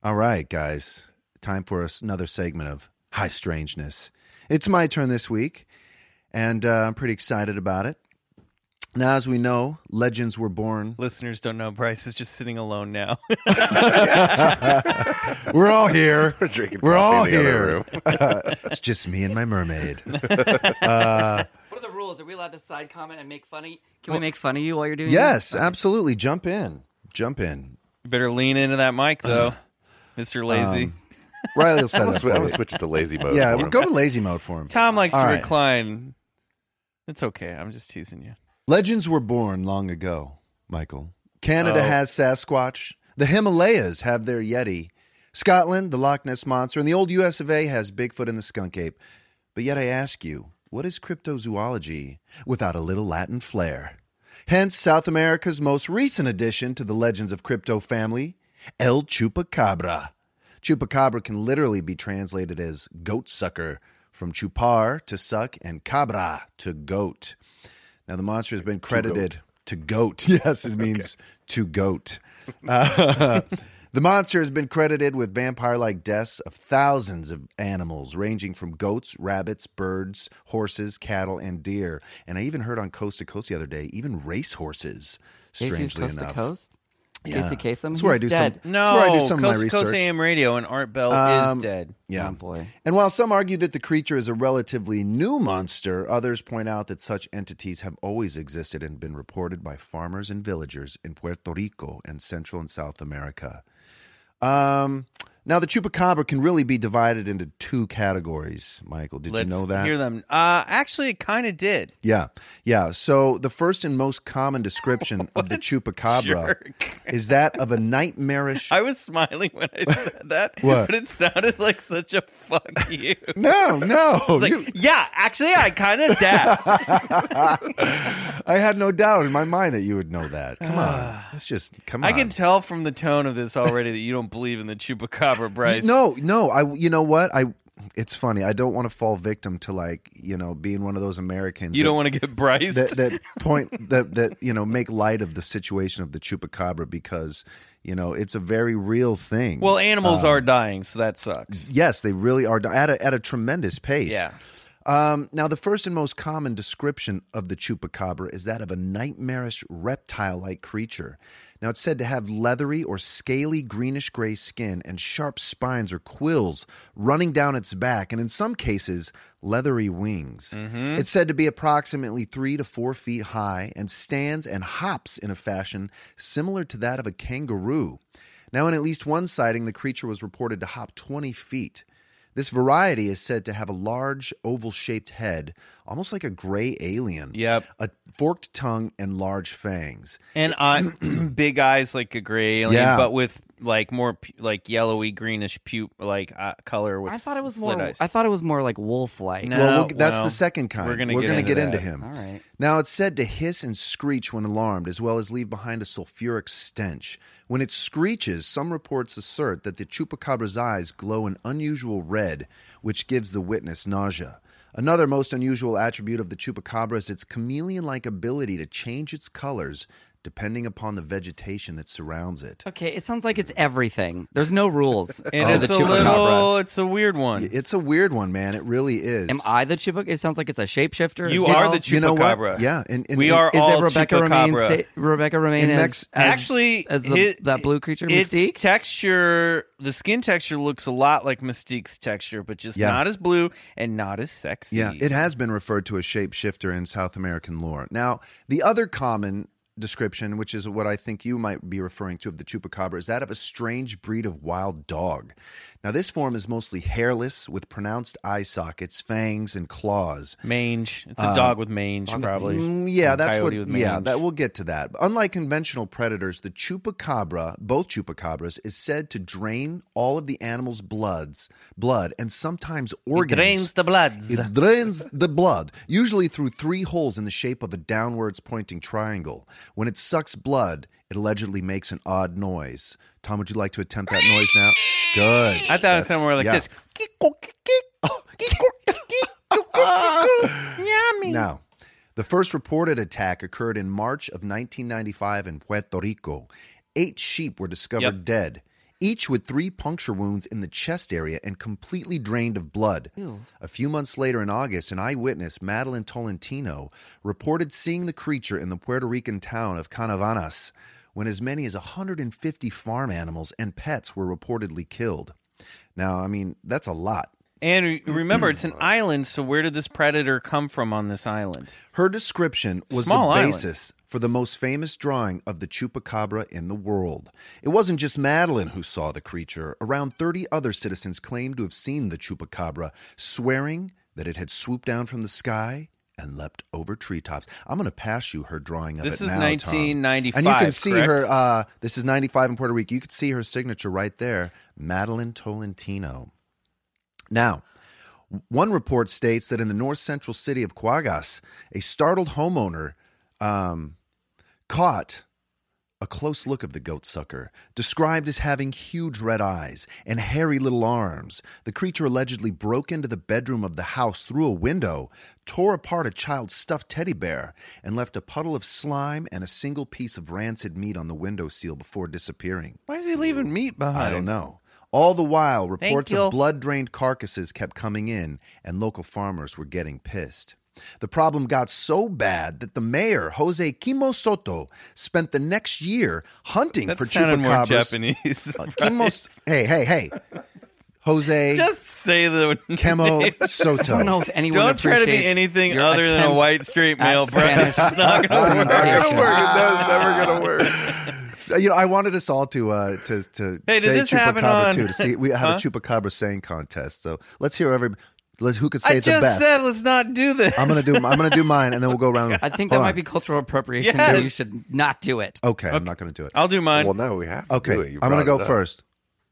[SPEAKER 3] All right, guys. Time for us- another segment of High Strangeness. It's my turn this week, and uh, I'm pretty excited about it. Now, as we know, legends were born.
[SPEAKER 2] Listeners don't know Bryce is just sitting alone now.
[SPEAKER 3] [laughs]
[SPEAKER 2] [laughs]
[SPEAKER 3] We're all [laughs] here.
[SPEAKER 4] We're drinking
[SPEAKER 3] We're
[SPEAKER 4] coffee
[SPEAKER 3] all
[SPEAKER 4] in the other
[SPEAKER 3] here.
[SPEAKER 4] room.
[SPEAKER 3] [laughs] it's just me and my mermaid. Uh,
[SPEAKER 5] What are the rules? Are we allowed to side comment and make funny? Can we make fun of you while you're
[SPEAKER 3] [laughs]
[SPEAKER 5] doing?
[SPEAKER 3] yes, uh,
[SPEAKER 5] this?
[SPEAKER 3] absolutely. Jump in. Jump in.
[SPEAKER 2] you better lean into that mic, though,
[SPEAKER 3] [sighs]
[SPEAKER 2] Mr. Lazy.
[SPEAKER 3] Um, Riley [laughs] will set
[SPEAKER 4] I'm [laughs]
[SPEAKER 3] it
[SPEAKER 4] gonna swi- I'm
[SPEAKER 3] up for
[SPEAKER 4] gonna
[SPEAKER 3] you.
[SPEAKER 4] switch it to lazy mode.
[SPEAKER 3] Yeah,
[SPEAKER 4] for
[SPEAKER 3] we'll
[SPEAKER 4] him.
[SPEAKER 3] go to lazy mode for him.
[SPEAKER 2] Tom likes
[SPEAKER 3] all
[SPEAKER 2] to
[SPEAKER 3] right.
[SPEAKER 2] recline. It's okay. I'm just teasing you.
[SPEAKER 3] Legends were born long ago, Michael. Canada
[SPEAKER 2] Oh.
[SPEAKER 3] has Sasquatch. The Himalayas have their Yeti. Scotland, the Loch Ness Monster. And the old US of A has Bigfoot and the Skunk Ape. But yet I ask you, what is cryptozoology without a little Latin flair? Hence, South America's most recent addition to the legends of crypto family, El Chupacabra. Chupacabra can literally be translated as goat sucker, from chupar to suck and cabra to goat. Now, the monster has been credited to goat. [laughs] Yes, it means to goat. Uh, [laughs] the monster has been credited with vampire like deaths of thousands of animals, ranging from goats, rabbits, birds, horses, cattle, and deer. And I even heard on Coast to Coast the other day, even race horses. Strangely
[SPEAKER 5] Casey's coast
[SPEAKER 3] enough,
[SPEAKER 5] to coast. Casey Kasem.
[SPEAKER 3] That's where I
[SPEAKER 5] He's
[SPEAKER 3] do some-
[SPEAKER 5] dead.
[SPEAKER 2] No,
[SPEAKER 3] That's where I do some of my
[SPEAKER 2] Coast to Coast
[SPEAKER 3] research.
[SPEAKER 2] AM Radio and Art Bell
[SPEAKER 3] Um,
[SPEAKER 2] is dead.
[SPEAKER 3] yeah.
[SPEAKER 5] Oh, boy.
[SPEAKER 3] And while some argue that the creature is a relatively new monster, others point out that such entities have always existed and been reported by farmers and villagers in Puerto Rico and Central and South America. Um, now, the chupacabra can really be divided into two categories, Michael. Did
[SPEAKER 2] Let's
[SPEAKER 3] you know that?
[SPEAKER 2] hear them. Uh, actually, it kind of did.
[SPEAKER 3] Yeah. Yeah. So, the first and most
[SPEAKER 2] [laughs]
[SPEAKER 3] common description of the chupacabra
[SPEAKER 2] Jerk.
[SPEAKER 3] is that of a
[SPEAKER 2] [laughs]
[SPEAKER 3] nightmarish.
[SPEAKER 2] I was smiling when I
[SPEAKER 3] [laughs]
[SPEAKER 2] said that,
[SPEAKER 3] What?
[SPEAKER 2] but it sounded like such a fuck
[SPEAKER 3] [laughs]
[SPEAKER 2] you. [laughs]
[SPEAKER 3] no, no.
[SPEAKER 2] It's
[SPEAKER 3] you-
[SPEAKER 2] like, yeah, actually, I kind of dab.
[SPEAKER 3] I had no doubt in my mind that you would know that. Come on. Let's just come on.
[SPEAKER 2] Ah. I
[SPEAKER 3] [laughs]
[SPEAKER 2] can tell from the tone of this already that you don't believe in the chupacabra, Bryce.
[SPEAKER 3] No, no. I. You know what? I. It's funny. I don't want to fall victim to like you know being one of those Americans.
[SPEAKER 2] you
[SPEAKER 3] that,
[SPEAKER 2] don't want to get Bryce.
[SPEAKER 3] that, that point that that you know make light of the situation of the chupacabra because you know it's a very real thing.
[SPEAKER 2] well, animals are
[SPEAKER 5] Um,
[SPEAKER 2] dying, so that sucks.
[SPEAKER 3] yes, they really are at a at a tremendous pace.
[SPEAKER 2] Yeah,
[SPEAKER 3] Um, now, the first and most common description of the chupacabra is that of a nightmarish reptile like creature. Now it's said to have leathery or scaly greenish gray skin and sharp spines or quills running down its back, and in some cases, leathery wings. It's said to be approximately three to four feet high and stands and hops in a fashion similar to that of a kangaroo. Now, in at least one sighting, the creature was reported to hop 20 feet. This variety is said to have a large oval shaped head, almost like a gray alien.
[SPEAKER 2] Yep.
[SPEAKER 3] A forked tongue and large fangs.
[SPEAKER 2] and I, [clears throat] big eyes like a gray alien,
[SPEAKER 3] Yeah.
[SPEAKER 2] but with like more pu- like yellowy greenish pu like uh, color with.
[SPEAKER 5] I thought it was
[SPEAKER 2] slit
[SPEAKER 5] more.
[SPEAKER 2] eyes.
[SPEAKER 5] I thought it was more like wolf like.
[SPEAKER 2] No.
[SPEAKER 3] well, we'll, that's
[SPEAKER 2] Oh, well,
[SPEAKER 3] the second kind.
[SPEAKER 2] we're gonna
[SPEAKER 3] We're
[SPEAKER 2] get
[SPEAKER 3] gonna
[SPEAKER 2] into
[SPEAKER 3] get
[SPEAKER 2] that.
[SPEAKER 3] into him.
[SPEAKER 5] All right.
[SPEAKER 3] Now, it's said to hiss and screech when alarmed, as well as leave behind a sulfuric stench. When it screeches, some reports assert that the chupacabra's eyes glow an unusual red, which gives the witness nausea. Another most unusual attribute of the chupacabra is its chameleon like ability to change its colors depending upon the vegetation that surrounds it.
[SPEAKER 5] Okay, it sounds like it's everything. There's no
[SPEAKER 2] [laughs]
[SPEAKER 5] rules.
[SPEAKER 2] and
[SPEAKER 5] to
[SPEAKER 2] it's
[SPEAKER 5] Oh, the
[SPEAKER 2] a
[SPEAKER 5] chupacabra.
[SPEAKER 2] little, it's a weird one.
[SPEAKER 3] It's a weird one, man. It really is.
[SPEAKER 5] Am I the chupacabra? It sounds like it's a shapeshifter.
[SPEAKER 2] You
[SPEAKER 5] as
[SPEAKER 2] are
[SPEAKER 5] well.
[SPEAKER 2] the
[SPEAKER 3] You know what?
[SPEAKER 2] chupacabra.
[SPEAKER 3] Yeah, and- and-
[SPEAKER 2] we
[SPEAKER 3] and-
[SPEAKER 2] are
[SPEAKER 5] Is
[SPEAKER 2] all
[SPEAKER 5] it Rebecca Romaine?
[SPEAKER 2] chupacabra.
[SPEAKER 5] sta- Rebecca Romaine
[SPEAKER 3] In
[SPEAKER 5] as,
[SPEAKER 3] Mex-
[SPEAKER 5] as-
[SPEAKER 2] Actually,
[SPEAKER 5] as the,
[SPEAKER 2] hit-
[SPEAKER 5] that blue creature
[SPEAKER 2] its
[SPEAKER 5] Mystique.
[SPEAKER 2] texture, the skin texture looks a lot like Mystique's texture, but just
[SPEAKER 3] Yeah.
[SPEAKER 2] not as blue and not as sexy.
[SPEAKER 3] Yeah, it has been referred to as shapeshifter in South American lore. Now, the other common description, which is what I think you might be referring to of the chupacabra, is that of a strange breed of wild dog. Now, this form is mostly hairless with pronounced eye sockets, fangs, and claws.
[SPEAKER 2] mange. It's a dog with mange, probably.
[SPEAKER 3] Uh, Mm, yeah,
[SPEAKER 2] Or
[SPEAKER 3] that's what.
[SPEAKER 2] coyote with
[SPEAKER 3] Yeah,
[SPEAKER 2] mange.
[SPEAKER 3] that we'll get to that. Unlike conventional predators, the chupacabra, both chupacabras, is said to drain all of the animal's bloods, blood, and sometimes organs.
[SPEAKER 2] drains the bloods.
[SPEAKER 3] It drains the blood, usually through three holes in the shape of a downwards pointing triangle. When it sucks blood, it allegedly makes an odd noise. Tom, would you like to attempt that noise now? Good.
[SPEAKER 2] I thought it sounded more like
[SPEAKER 3] yeah. Oh,
[SPEAKER 2] this.
[SPEAKER 3] [laughs]
[SPEAKER 2] Yummy.
[SPEAKER 3] Now, the first reported attack occurred in March of 1995 in Puerto Rico. Eight sheep were discovered
[SPEAKER 2] Yep.
[SPEAKER 3] dead, each with three puncture wounds in the chest area and completely drained of blood. A few months later, in August, an eyewitness, Madeline Tolentino, reported seeing the creature in the Puerto Rican town of Canavanas when as many as 150 farm animals and pets were reportedly killed. Now, I mean, that's a lot.
[SPEAKER 2] And
[SPEAKER 3] Mm-hmm.
[SPEAKER 2] re- remember, it's an island. So where did this predator come from on this island?
[SPEAKER 3] Her description was
[SPEAKER 2] Small
[SPEAKER 3] the
[SPEAKER 2] island.
[SPEAKER 3] basis for the most famous drawing of the chupacabra in the world. It wasn't just Madeline who saw the creature. Around 30 other citizens claimed to have seen the chupacabra, swearing that it had swooped down from the sky and leapt over treetops. I'm going to pass you her drawing of
[SPEAKER 2] This
[SPEAKER 3] it
[SPEAKER 2] is
[SPEAKER 3] now, Tom.
[SPEAKER 2] 1995,
[SPEAKER 3] And you can see her
[SPEAKER 2] correct?
[SPEAKER 3] uh, this is 95 in Puerto Rico. You can see her signature right there, Madeline Tolentino. Now, one report states that in the north central city of Quagas, a startled homeowner um, caught a close look of the goat sucker, described as having huge red eyes and hairy little arms. The creature allegedly broke into the bedroom of the house through a window, tore apart a child's stuffed teddy bear, and left a puddle of slime and a single piece of rancid meat on the windowsill before disappearing.
[SPEAKER 2] Why is he leaving meat behind?
[SPEAKER 3] I don't know. All the while, reports
[SPEAKER 2] you.
[SPEAKER 3] of blood drained carcasses kept coming in, and local farmers were getting pissed. The problem got so bad that the mayor, Jose Kimo Soto, spent the next year hunting
[SPEAKER 2] That
[SPEAKER 3] for
[SPEAKER 2] sounded more
[SPEAKER 3] chupacabras. [laughs]
[SPEAKER 2] Japanese.
[SPEAKER 3] Uh, Kimo, hey, hey, hey.
[SPEAKER 2] [laughs]
[SPEAKER 3] Jose
[SPEAKER 2] Just say the
[SPEAKER 3] Kimo Soto.
[SPEAKER 5] [laughs] I don't know if anyone
[SPEAKER 2] Don't try to be
[SPEAKER 5] appreciates
[SPEAKER 2] anything
[SPEAKER 5] your
[SPEAKER 2] other than a
[SPEAKER 5] attempt
[SPEAKER 2] white straight
[SPEAKER 5] at
[SPEAKER 2] male, bro. [laughs]
[SPEAKER 5] Spanish
[SPEAKER 2] It's not gonna work.
[SPEAKER 5] pronunciation.
[SPEAKER 4] That was never gonna work.
[SPEAKER 2] [laughs]
[SPEAKER 3] So, you know, I wanted us all to uh, to to
[SPEAKER 2] Hey, did
[SPEAKER 3] say
[SPEAKER 2] this happen
[SPEAKER 3] chupacabra
[SPEAKER 2] on-
[SPEAKER 3] too. To see, we have a chupacabra saying contest. So let's hear every. Let's, who could
[SPEAKER 2] [laughs]
[SPEAKER 3] say
[SPEAKER 2] I
[SPEAKER 3] it the
[SPEAKER 2] just
[SPEAKER 3] best?
[SPEAKER 2] said let's not do this.
[SPEAKER 3] I'm gonna do. I'm gonna do mine, and then we'll go
[SPEAKER 2] [laughs]
[SPEAKER 3] around.
[SPEAKER 5] I think that
[SPEAKER 3] Hold
[SPEAKER 5] might
[SPEAKER 3] on.
[SPEAKER 5] be cultural appropriation.
[SPEAKER 2] Yes.
[SPEAKER 5] and You should not do it.
[SPEAKER 3] Okay, I'm not gonna do it.
[SPEAKER 2] [laughs] I'll do mine.
[SPEAKER 4] well, no, we have. To
[SPEAKER 3] okay,
[SPEAKER 4] do it. You
[SPEAKER 3] I'm gonna
[SPEAKER 4] brought
[SPEAKER 3] go
[SPEAKER 4] it up.
[SPEAKER 3] first.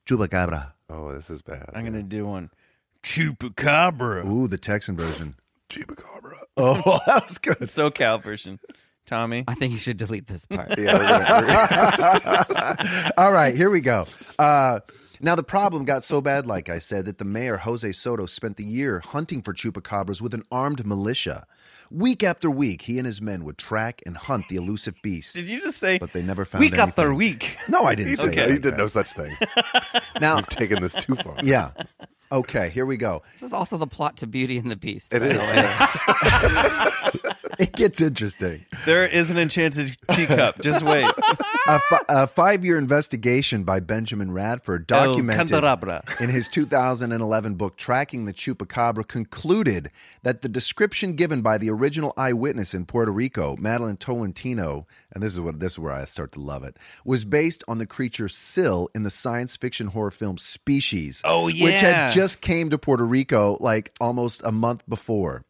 [SPEAKER 3] Chupacabra.
[SPEAKER 4] Oh, this is bad.
[SPEAKER 2] I'm gonna do one. Chupacabra.
[SPEAKER 3] Ooh, the Texan version.
[SPEAKER 4] chupacabra.
[SPEAKER 3] Oh, [laughs] that was good.
[SPEAKER 2] [laughs] SoCal version. Tommy.
[SPEAKER 5] I think you should delete this part.
[SPEAKER 4] Yeah,
[SPEAKER 3] [laughs]
[SPEAKER 4] we're gonna- we're gonna-
[SPEAKER 3] All right, here we go. Uh, now, the problem got so bad, like I said, that the mayor, Jose Soto, spent the year hunting for chupacabras with an armed militia. Week after week, he and his men would track and hunt the elusive beast.
[SPEAKER 2] Did you just say
[SPEAKER 3] But they never found
[SPEAKER 2] week after
[SPEAKER 3] anything.
[SPEAKER 2] week?
[SPEAKER 3] No, I didn't say
[SPEAKER 2] Okay.
[SPEAKER 3] that.
[SPEAKER 4] you did no such
[SPEAKER 3] [laughs]
[SPEAKER 4] thing.
[SPEAKER 3] Now,
[SPEAKER 4] You've taken this too far.
[SPEAKER 3] yeah. Okay, here we go.
[SPEAKER 5] This is also the plot to Beauty and the Beast.
[SPEAKER 4] It
[SPEAKER 5] by
[SPEAKER 4] is.
[SPEAKER 5] the way.
[SPEAKER 3] It gets interesting.
[SPEAKER 2] There is an enchanted teacup. Just wait.
[SPEAKER 3] a, fi- a five-year investigation by Benjamin Radford documented
[SPEAKER 2] candelabra.
[SPEAKER 3] in his 2011 book Tracking the Chupacabra concluded that the description given by the original eyewitness in Puerto Rico, Madeline Tolentino, and this is what this is where I start to love it, was based on the creature Sill in the science fiction horror film Species,
[SPEAKER 2] Oh,
[SPEAKER 3] which
[SPEAKER 2] yeah.
[SPEAKER 3] had just came to Puerto Rico like almost a month before.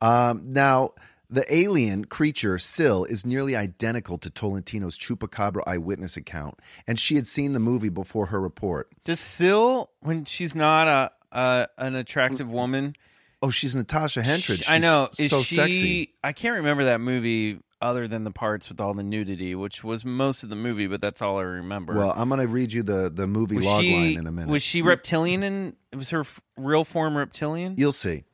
[SPEAKER 3] Um, now, the alien creature, Sill, is nearly identical to Tolentino's Chupacabra eyewitness account, and she had seen the movie before her report.
[SPEAKER 2] Does Syl, when she's not a, a an attractive woman,
[SPEAKER 3] Oh, she's Natasha Hentrich.
[SPEAKER 2] sh- I know
[SPEAKER 3] She's
[SPEAKER 2] is
[SPEAKER 3] so
[SPEAKER 2] she?
[SPEAKER 3] sexy.
[SPEAKER 2] I can't remember that movie other than the parts with all the nudity, which was most of the movie, but that's all I remember.
[SPEAKER 3] Well, I'm going to read you the, the movie
[SPEAKER 2] was
[SPEAKER 3] log
[SPEAKER 2] she,
[SPEAKER 3] line in a minute.
[SPEAKER 2] Was she reptilian? And was her f- real form reptilian?
[SPEAKER 3] You'll see.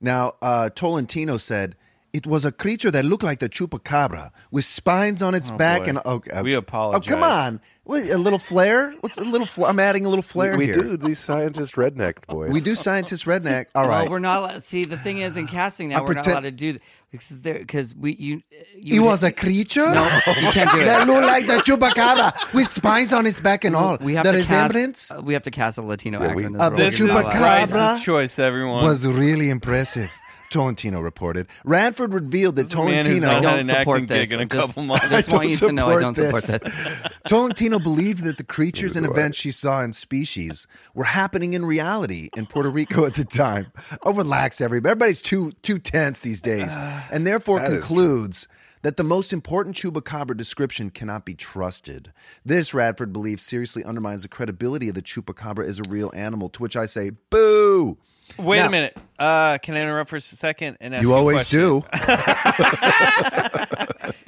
[SPEAKER 3] Now, uh, Tolentino said it was a creature that looked like the chupacabra with spines on its back
[SPEAKER 2] boy.
[SPEAKER 3] and okay.
[SPEAKER 2] We apologize.
[SPEAKER 3] Oh, come on. Wait, a little flair? What's a little flair? I'm adding a little flair
[SPEAKER 4] we
[SPEAKER 3] here.
[SPEAKER 4] do these scientist redneck boys.
[SPEAKER 3] We do scientist redneck. All
[SPEAKER 5] Well,
[SPEAKER 3] right.
[SPEAKER 5] we're not allowed. See, the
[SPEAKER 2] [sighs]
[SPEAKER 5] thing is, in casting now,
[SPEAKER 3] I
[SPEAKER 5] we're not
[SPEAKER 3] pretend-
[SPEAKER 5] allowed to do th- because there because we you. you
[SPEAKER 3] It
[SPEAKER 5] would-
[SPEAKER 3] was a creature
[SPEAKER 5] [laughs] No, you
[SPEAKER 2] [laughs]
[SPEAKER 5] can't
[SPEAKER 3] [laughs]
[SPEAKER 5] do
[SPEAKER 3] that
[SPEAKER 5] it.
[SPEAKER 3] looked like the chupacabra with spines on its back and all.
[SPEAKER 5] We have
[SPEAKER 3] Oh, the
[SPEAKER 5] to
[SPEAKER 3] resemblance
[SPEAKER 5] cast. uh, we have to cast a Latino
[SPEAKER 4] Yeah,
[SPEAKER 5] actor.
[SPEAKER 4] we-
[SPEAKER 5] in
[SPEAKER 3] Uh,
[SPEAKER 5] this
[SPEAKER 3] the
[SPEAKER 5] role.
[SPEAKER 2] This
[SPEAKER 5] You're not
[SPEAKER 2] is
[SPEAKER 5] allowed.
[SPEAKER 3] Chupacabra
[SPEAKER 2] Christ's choice, everyone.
[SPEAKER 3] was really impressive. Tolentino reported. Radford revealed that
[SPEAKER 2] man who's
[SPEAKER 3] Tolentino
[SPEAKER 2] not
[SPEAKER 5] don't
[SPEAKER 2] an
[SPEAKER 5] support
[SPEAKER 2] acting
[SPEAKER 5] this.
[SPEAKER 2] gig in a
[SPEAKER 5] I'm just-
[SPEAKER 2] couple months.
[SPEAKER 5] I just want you to know I don't
[SPEAKER 3] support
[SPEAKER 5] support that.
[SPEAKER 3] [laughs]
[SPEAKER 2] [laughs]
[SPEAKER 3] Tolentino believed that the creatures and events she saw in Species were happening in reality in Puerto Rico at the time. Oh, relax, everybody. Everybody's too too tense
[SPEAKER 2] [sighs]
[SPEAKER 3] these days, and therefore
[SPEAKER 4] That is
[SPEAKER 3] concludes that the most important chupacabra description cannot be trusted. This Radford believes seriously undermines the credibility of the chupacabra as a real animal. To which I say, boo.
[SPEAKER 2] Wait a
[SPEAKER 3] Now-
[SPEAKER 2] minute. Uh, can I interrupt for a second and ask
[SPEAKER 3] You
[SPEAKER 2] a
[SPEAKER 3] always
[SPEAKER 2] question?
[SPEAKER 3] do.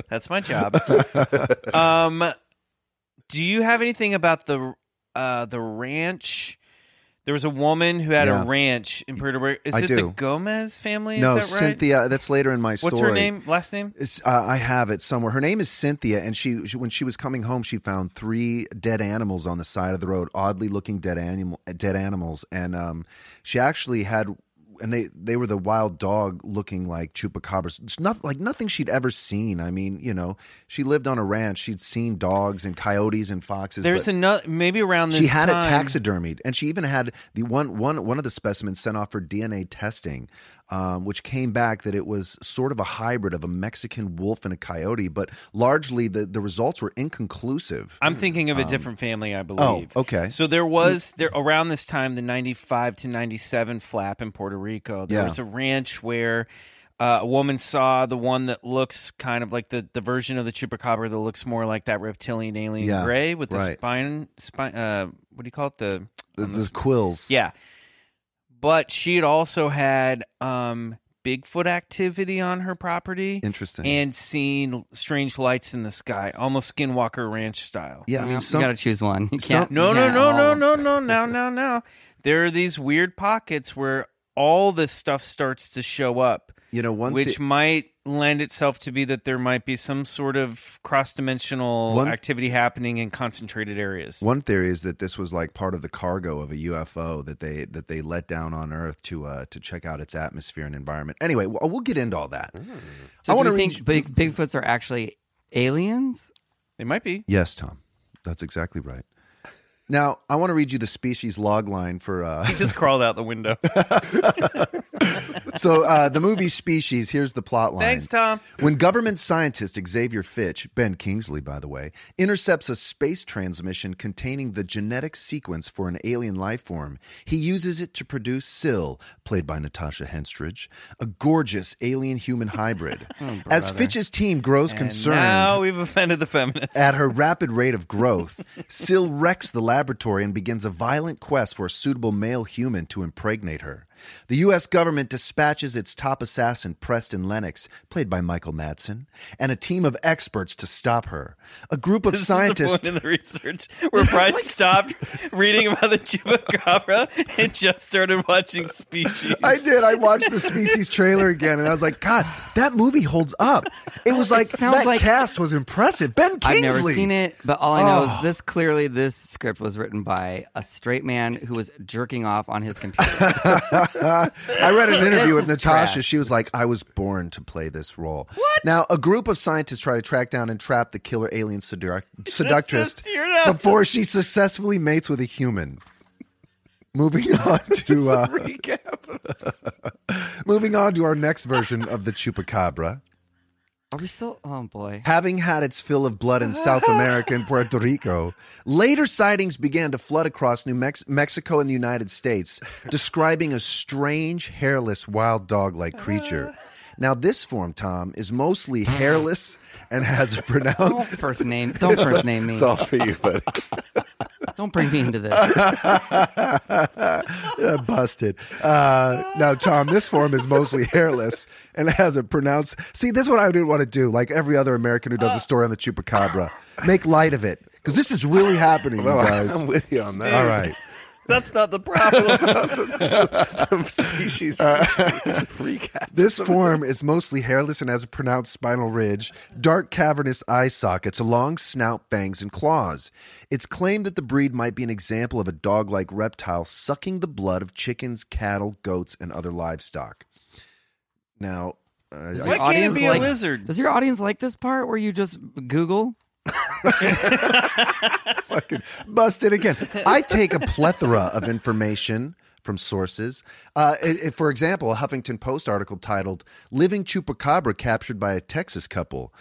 [SPEAKER 2] That's my
[SPEAKER 3] [laughs]
[SPEAKER 2] job. um, do you have anything about the uh, the ranch? There was a woman who had
[SPEAKER 3] Yeah.
[SPEAKER 2] a ranch in Puerto Rico. Is
[SPEAKER 3] I
[SPEAKER 2] it the
[SPEAKER 3] do.
[SPEAKER 2] Gomez family?
[SPEAKER 3] No,
[SPEAKER 2] Is that right?
[SPEAKER 3] Cynthia. That's later in my story.
[SPEAKER 2] What's her name? Last name?
[SPEAKER 3] It's, uh, I have it somewhere. Her name is Cynthia, and she, she when she was coming home, she found three dead animals on the side of the road, oddly looking dead animal, dead animals, and um, she actually had. And they, they were the wild dog looking like chupacabras. It's not like nothing she'd ever seen. I mean, you know, she lived on a ranch. She'd seen dogs and coyotes and foxes.
[SPEAKER 2] There's
[SPEAKER 3] but-
[SPEAKER 2] another. Maybe around this.
[SPEAKER 3] she had
[SPEAKER 2] time,
[SPEAKER 3] it taxidermied, and she even had the one one one of the specimens sent off for DNA testing, um, which came back that it was sort of a hybrid of a Mexican wolf and a coyote, but largely the the results were inconclusive.
[SPEAKER 2] I'm thinking of
[SPEAKER 3] um,
[SPEAKER 2] a different family,
[SPEAKER 3] oh,
[SPEAKER 2] I believe.
[SPEAKER 3] okay.
[SPEAKER 2] So there was there around this time, the 95 to 97 flap in Puerto Rico. There
[SPEAKER 3] Yeah.
[SPEAKER 2] was a ranch where uh, a woman saw the one that looks kind of like the, the version of the chupacabra that looks more like that reptilian alien
[SPEAKER 3] Yeah,
[SPEAKER 2] gray with the
[SPEAKER 3] right.
[SPEAKER 2] spine spine. Uh, what do you call it? The
[SPEAKER 3] the, the quills,
[SPEAKER 2] yeah. But she had also had um, Bigfoot activity on her property.
[SPEAKER 3] interesting.
[SPEAKER 2] And seen strange lights in the sky, almost Skinwalker Ranch style.
[SPEAKER 3] yeah, I mean,
[SPEAKER 5] Well,
[SPEAKER 3] some,
[SPEAKER 5] you got to choose one. You
[SPEAKER 3] some-
[SPEAKER 5] can't.
[SPEAKER 2] No,
[SPEAKER 5] you
[SPEAKER 2] no,
[SPEAKER 5] can't
[SPEAKER 2] no,
[SPEAKER 5] all-
[SPEAKER 2] no, no, no, no, no, no. There are these weird pockets where all this stuff starts to show up,
[SPEAKER 3] you know one
[SPEAKER 2] which
[SPEAKER 3] thi-
[SPEAKER 2] might lend itself to be that there might be some sort of cross-dimensional
[SPEAKER 3] One-
[SPEAKER 2] activity happening in concentrated areas.
[SPEAKER 3] One theory is that this was like part of the cargo of a UFO that they that they let down on Earth to uh, to check out its atmosphere and environment. Anyway, we'll, we'll get into all
[SPEAKER 2] Mm-hmm.
[SPEAKER 3] that. I
[SPEAKER 5] So I
[SPEAKER 3] want to
[SPEAKER 5] think
[SPEAKER 3] read.
[SPEAKER 5] big Bigfoots are actually aliens.
[SPEAKER 2] They might be.
[SPEAKER 3] Yes, Tom. That's exactly right. Now, I want to read you the species log line for uh [laughs]
[SPEAKER 2] He just crawled out the window.
[SPEAKER 3] so uh the movie Species, here's the plot line.
[SPEAKER 2] Thanks, Tom.
[SPEAKER 3] When government scientist Xavier Fitch, Ben Kingsley by the way, intercepts a space transmission containing the genetic sequence for an alien life form, he uses it to produce Syl, played by Natasha Henstridge, a gorgeous alien human
[SPEAKER 2] [laughs]
[SPEAKER 3] hybrid. As Fitch's team grows concerned,
[SPEAKER 2] Oh, Now we've offended the feminists.
[SPEAKER 3] At her rapid rate of growth, Syl wrecks the laboratory and begins a violent quest for a suitable male human to impregnate her. The U.S. government dispatches its top assassin, Preston Lennox, played by Michael Madsen, and a team of experts to stop her. A group
[SPEAKER 2] [laughs]
[SPEAKER 3] of
[SPEAKER 2] This is the
[SPEAKER 3] scientists.
[SPEAKER 2] point in the research where Bryce stopped reading about the chupacabra and just started watching species.
[SPEAKER 3] [laughs] I did. I watched the Species trailer again, and I was like, "God, that movie holds up." It was like
[SPEAKER 5] sounds
[SPEAKER 3] that
[SPEAKER 5] like-
[SPEAKER 3] cast was impressive. Ben Kingsley.
[SPEAKER 5] I've never seen it, but all I know
[SPEAKER 3] Oh.
[SPEAKER 5] is
[SPEAKER 3] [laughs]
[SPEAKER 5] this. Clearly, this script was written by a straight man who was jerking off on his computer.
[SPEAKER 3] I read an interview
[SPEAKER 5] [laughs] This
[SPEAKER 3] with
[SPEAKER 5] is
[SPEAKER 3] Natasha.
[SPEAKER 5] trash.
[SPEAKER 3] She was like, I was born to play this role. What? Now, a group of scientists try to track down and trap the killer alien
[SPEAKER 5] [laughs]
[SPEAKER 3] seduc- seductress
[SPEAKER 2] just- you're not-
[SPEAKER 3] before she successfully mates with a human. Moving on
[SPEAKER 5] [laughs]
[SPEAKER 3] to uh, moving on to our next version of the chupacabra.
[SPEAKER 5] Are we still?
[SPEAKER 3] [laughs]
[SPEAKER 5] Oh boy.
[SPEAKER 3] Having had its fill of blood
[SPEAKER 4] [laughs]
[SPEAKER 3] in South America and Puerto Rico, later sightings began to flood across New Mex- Mexico and the
[SPEAKER 4] [laughs]
[SPEAKER 3] United States, describing a strange, hairless, wild dog like creature. Now, this form, Tom, is
[SPEAKER 4] [laughs]
[SPEAKER 3] mostly hairless and has a
[SPEAKER 5] Don't
[SPEAKER 3] pronounced.
[SPEAKER 5] first
[SPEAKER 3] [laughs]
[SPEAKER 5] name. Don't first name me.
[SPEAKER 4] It's all for you, buddy.
[SPEAKER 5] Don't bring me into
[SPEAKER 3] [laughs]
[SPEAKER 5] this.
[SPEAKER 4] [laughs]
[SPEAKER 3] Uh, busted. Uh, now, Tom, this form is mostly hairless and has a pronounced. See, this is what I didn't want to do, like every other American who
[SPEAKER 4] Uh.
[SPEAKER 3] does a story on the chupacabra. Make light of it, because this is really happening, you
[SPEAKER 4] No,
[SPEAKER 3] guys.
[SPEAKER 4] I'm with you on that.
[SPEAKER 3] All
[SPEAKER 4] [laughs]
[SPEAKER 3] right.
[SPEAKER 2] That's not the problem.
[SPEAKER 4] Species
[SPEAKER 3] Uh,
[SPEAKER 4] [laughs] recap.
[SPEAKER 3] [laughs] This form is mostly hairless and has a pronounced spinal ridge, dark cavernous eye sockets, a long snout, fangs, and claws. It's claimed that the breed might be an example of a dog like reptile sucking the blood of chickens, cattle, goats, and other livestock. Now, uh,
[SPEAKER 5] Does
[SPEAKER 3] I-
[SPEAKER 2] Why
[SPEAKER 5] your
[SPEAKER 2] can't it
[SPEAKER 5] audience
[SPEAKER 2] be a lizard?
[SPEAKER 5] Does your audience like this part where you just Google?
[SPEAKER 3] fucking busted again. I take a plethora of information from sources. Uh, it- it- for example, a Huffington Post article titled "Living Chupacabra Captured by a Texas Couple."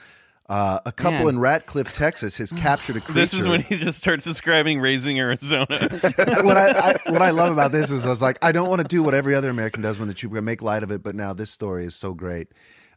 [SPEAKER 3] Uh, a couple
[SPEAKER 5] Man.
[SPEAKER 3] in Ratcliffe, Texas, has captured a creature.
[SPEAKER 2] [laughs] This is when he just starts describing raising Arizona.
[SPEAKER 3] [laughs] what I, I what I love about this is I was like, I don't want to do what every other American does when the chupacabra make light of it, but now this story is so great.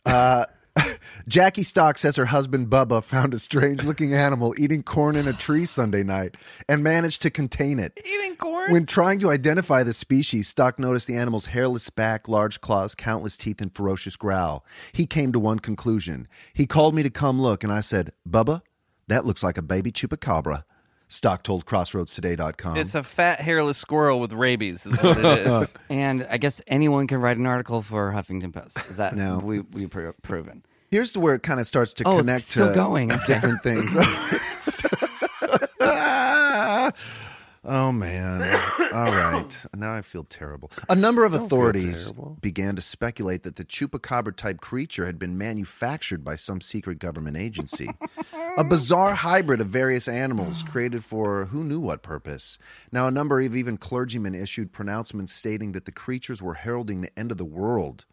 [SPEAKER 3] Uh, [laughs] Jackie Stock says her husband Bubba found a strange looking animal eating corn in a tree Sunday night and managed to contain it.
[SPEAKER 2] [laughs] Eating corn?
[SPEAKER 3] When trying to identify the species, Stock noticed the animal's hairless back, large claws, countless teeth, and ferocious growl. He came to one conclusion. He called me to come look, and I said, Bubba, that looks like a baby chupacabra. Stock told CrossroadsToday.com.
[SPEAKER 2] it's a fat, hairless squirrel with rabies, is
[SPEAKER 3] [laughs]
[SPEAKER 2] what it is.
[SPEAKER 5] And I guess anyone can write an article for Huffington Post. Is that
[SPEAKER 3] No.
[SPEAKER 5] we we pro- proven?
[SPEAKER 3] Here's where it kind of starts to
[SPEAKER 5] Oh, it's
[SPEAKER 3] connect
[SPEAKER 5] still
[SPEAKER 3] to
[SPEAKER 5] going. Okay.
[SPEAKER 3] different things.
[SPEAKER 5] [laughs]
[SPEAKER 3] [laughs] oh man. All right. Now I feel terrible. A number of authorities began to speculate that the chupacabra type creature had been manufactured by some secret government agency. a bizarre hybrid of various
[SPEAKER 5] [sighs]
[SPEAKER 3] animals created for who knew what purpose. Now a number of even clergymen issued pronouncements stating that the creatures were heralding the end of the world.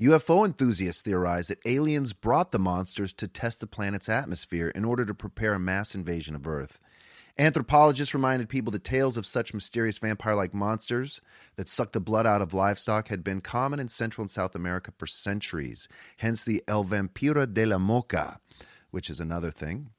[SPEAKER 3] UFO enthusiasts theorize that aliens brought the monsters to test the planet's atmosphere in order to prepare a mass invasion of Earth. Anthropologists reminded people that tales of such mysterious vampire like monsters that sucked the blood out of livestock had been common in Central and South America for centuries, hence the El Vampiro de la Moca, which is another thing.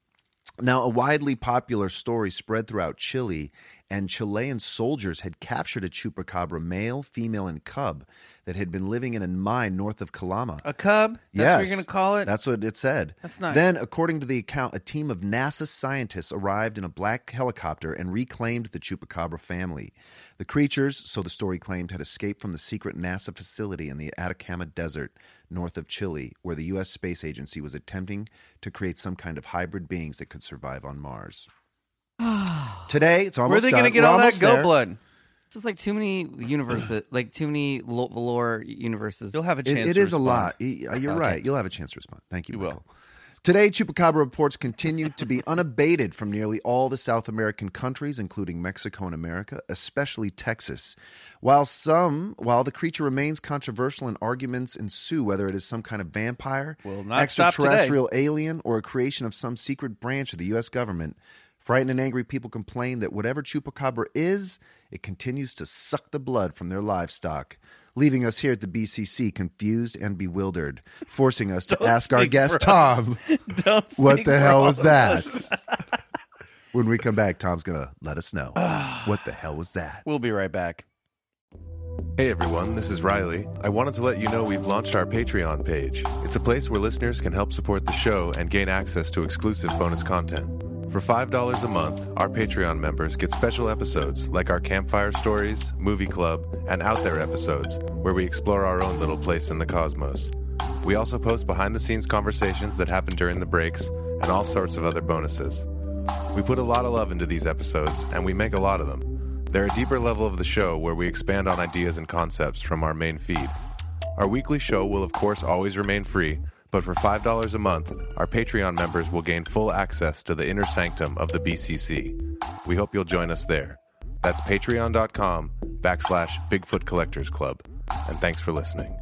[SPEAKER 3] Now, a widely popular story spread throughout Chile, and Chilean soldiers had captured a chupacabra male, female, and cub that had been living in a mine north of Calama.
[SPEAKER 2] A cub? That's what
[SPEAKER 3] Yes.
[SPEAKER 2] you're going to call it?
[SPEAKER 3] That's what it said.
[SPEAKER 2] That's nice.
[SPEAKER 3] Then, according to the account, a team of NASA scientists arrived in a black helicopter and reclaimed the chupacabra family. The creatures, so the story claimed, had escaped from the secret NASA facility in the Atacama Desert, north of Chile, where the U.S. Space Agency was attempting to create some kind of hybrid beings that could survive on
[SPEAKER 2] [sighs]
[SPEAKER 3] Mars. Today, it's almost
[SPEAKER 2] Where are they going to
[SPEAKER 3] done.
[SPEAKER 2] get
[SPEAKER 3] We're
[SPEAKER 2] all that
[SPEAKER 3] almost
[SPEAKER 2] go
[SPEAKER 3] there.
[SPEAKER 2] blood?
[SPEAKER 5] It's just like too many universes, like too many lo- lore universes.
[SPEAKER 2] You'll have a
[SPEAKER 3] It-
[SPEAKER 2] chance.
[SPEAKER 3] it
[SPEAKER 2] to
[SPEAKER 3] is a
[SPEAKER 2] respond.
[SPEAKER 3] lot. Y- uh, You're
[SPEAKER 5] Okay.
[SPEAKER 3] right. You'll have a chance to respond. Thank you.
[SPEAKER 2] You will.
[SPEAKER 3] Michael. Today, chupacabra reports continue to be [laughs] unabated from nearly all the South American countries, including Mexico and America, especially Texas. While some, while the creature remains controversial and arguments ensue whether it is some kind of vampire,
[SPEAKER 2] Will not stop today.
[SPEAKER 3] extraterrestrial alien, or a creation of some secret branch of the U.S. government, frightened and angry people complain that whatever chupacabra is, it continues to suck the blood from their livestock. Leaving us here at the BCC confused and bewildered, forcing us to
[SPEAKER 2] Don't
[SPEAKER 3] ask our
[SPEAKER 2] speak
[SPEAKER 3] guest
[SPEAKER 2] for us.
[SPEAKER 3] Tom
[SPEAKER 2] [laughs] Don't
[SPEAKER 3] [laughs] what
[SPEAKER 2] speak
[SPEAKER 3] the
[SPEAKER 2] for
[SPEAKER 3] hell
[SPEAKER 2] all
[SPEAKER 3] was
[SPEAKER 2] of us.
[SPEAKER 3] that? [laughs] when we come back, Tom's going to let
[SPEAKER 2] [sighs]
[SPEAKER 3] us know. what the hell was that?
[SPEAKER 2] We'll be right back.
[SPEAKER 4] Hey everyone, this is Riley. I wanted to let you know we've launched our Patreon page. It's a place where listeners can help support the show and gain access to exclusive bonus content. For $5 a month, our Patreon members get special episodes like our Campfire Stories, Movie Club, and Out There episodes, where we explore our own little place in the cosmos. We also post behind the scenes conversations that happen during the breaks and all sorts of other bonuses. We put a lot of love into these episodes, and we make a lot of them. They're a deeper level of the show where we expand on ideas and concepts from our main feed. Our weekly show will, of course, always remain free, but for $5 a month, our Patreon members will gain full access to the inner sanctum of the BCC. We hope you'll join us there. That's patreon.com backslash Bigfoot Collectors Club. And thanks for listening.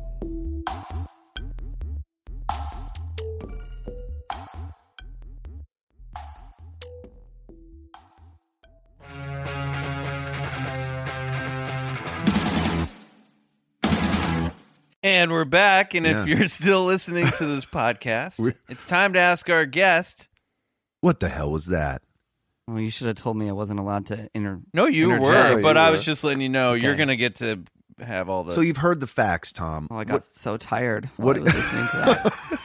[SPEAKER 2] And we're back. And
[SPEAKER 3] Yeah.
[SPEAKER 2] if you're still listening to
[SPEAKER 3] [laughs]
[SPEAKER 2] this podcast, it's time to ask our guest.
[SPEAKER 3] What the hell was that?
[SPEAKER 5] Well, Oh, you should have told me I wasn't allowed to enter.
[SPEAKER 2] No, you
[SPEAKER 5] Interject.
[SPEAKER 2] were,
[SPEAKER 5] Yeah,
[SPEAKER 2] but
[SPEAKER 4] you
[SPEAKER 2] I
[SPEAKER 4] were.
[SPEAKER 2] was just letting you know you're
[SPEAKER 5] Okay.
[SPEAKER 2] going to get to have all the.
[SPEAKER 3] So you've heard the facts, Tom.
[SPEAKER 5] Oh, I got so tired.
[SPEAKER 3] what-
[SPEAKER 5] What I was listening to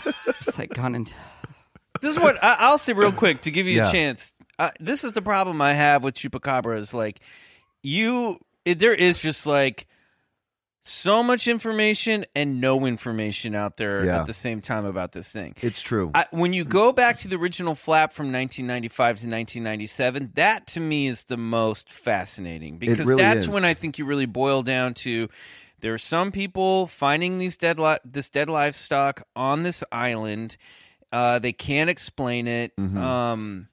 [SPEAKER 5] that? Just like gone into.
[SPEAKER 2] this is what I, I'll say real quick to give you
[SPEAKER 3] Yeah.
[SPEAKER 2] a chance. Uh, this is the problem I have with chupacabra is like you. It, there is just like so much information and no information out there
[SPEAKER 3] Yeah.
[SPEAKER 2] at the same time about this thing.
[SPEAKER 3] It's true.
[SPEAKER 2] I, when you go back to the original flap from 1995 to 1997, that to me is the most fascinating because
[SPEAKER 3] really
[SPEAKER 2] that's
[SPEAKER 3] is.
[SPEAKER 2] when I think you really boil down to there are some people finding these dead li- this dead livestock on this island. Uh, they can't explain it.
[SPEAKER 3] Mm-hmm.
[SPEAKER 2] Um,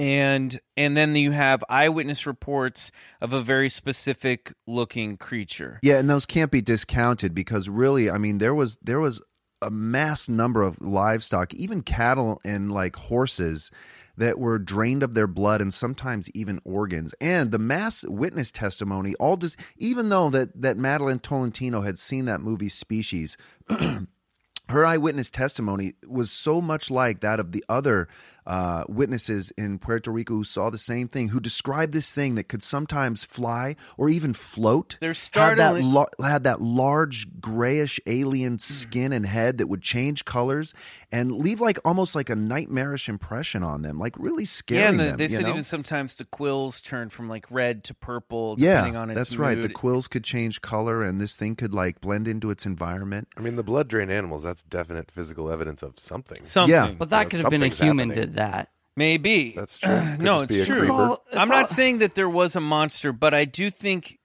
[SPEAKER 2] and and then you have eyewitness reports of a very specific looking creature.
[SPEAKER 3] Yeah, and those can't be discounted because really, I mean, there was there was a mass number of livestock, even cattle and like horses that were drained of their blood and sometimes even organs. And the mass witness testimony all just even though that that Madeline Tolentino had seen that movie Species, her eyewitness testimony was so much like that of the other uh, witnesses in Puerto Rico who saw the same thing, who described this thing that could sometimes fly or even float.
[SPEAKER 2] They're
[SPEAKER 3] Had that,
[SPEAKER 2] startling- Hmm.
[SPEAKER 3] lo- had that large grayish alien skin and head that would change colors and leave like almost like a nightmarish impression on them, like really scaring
[SPEAKER 2] Yeah, and
[SPEAKER 3] them.
[SPEAKER 2] they
[SPEAKER 3] you
[SPEAKER 2] said
[SPEAKER 3] know?
[SPEAKER 2] even sometimes the quills turn from like red to purple
[SPEAKER 3] yeah,
[SPEAKER 2] depending on its
[SPEAKER 3] that's right. The
[SPEAKER 2] mood.
[SPEAKER 3] quills could change color, and this thing could like blend into its environment.
[SPEAKER 4] I mean, the blood drain animals, that's definite physical evidence of something.
[SPEAKER 2] Something.
[SPEAKER 3] Yeah.
[SPEAKER 5] But
[SPEAKER 4] Yeah,
[SPEAKER 5] that could have been a
[SPEAKER 4] something's
[SPEAKER 5] human
[SPEAKER 4] happening.
[SPEAKER 5] did that.
[SPEAKER 2] Maybe. Uh,
[SPEAKER 4] That's true. Could
[SPEAKER 2] no,
[SPEAKER 4] just
[SPEAKER 2] it's
[SPEAKER 4] be a
[SPEAKER 2] true.
[SPEAKER 4] creeper. It's all-
[SPEAKER 5] it's
[SPEAKER 2] I'm not
[SPEAKER 5] all-
[SPEAKER 2] saying that there was a monster, but I do think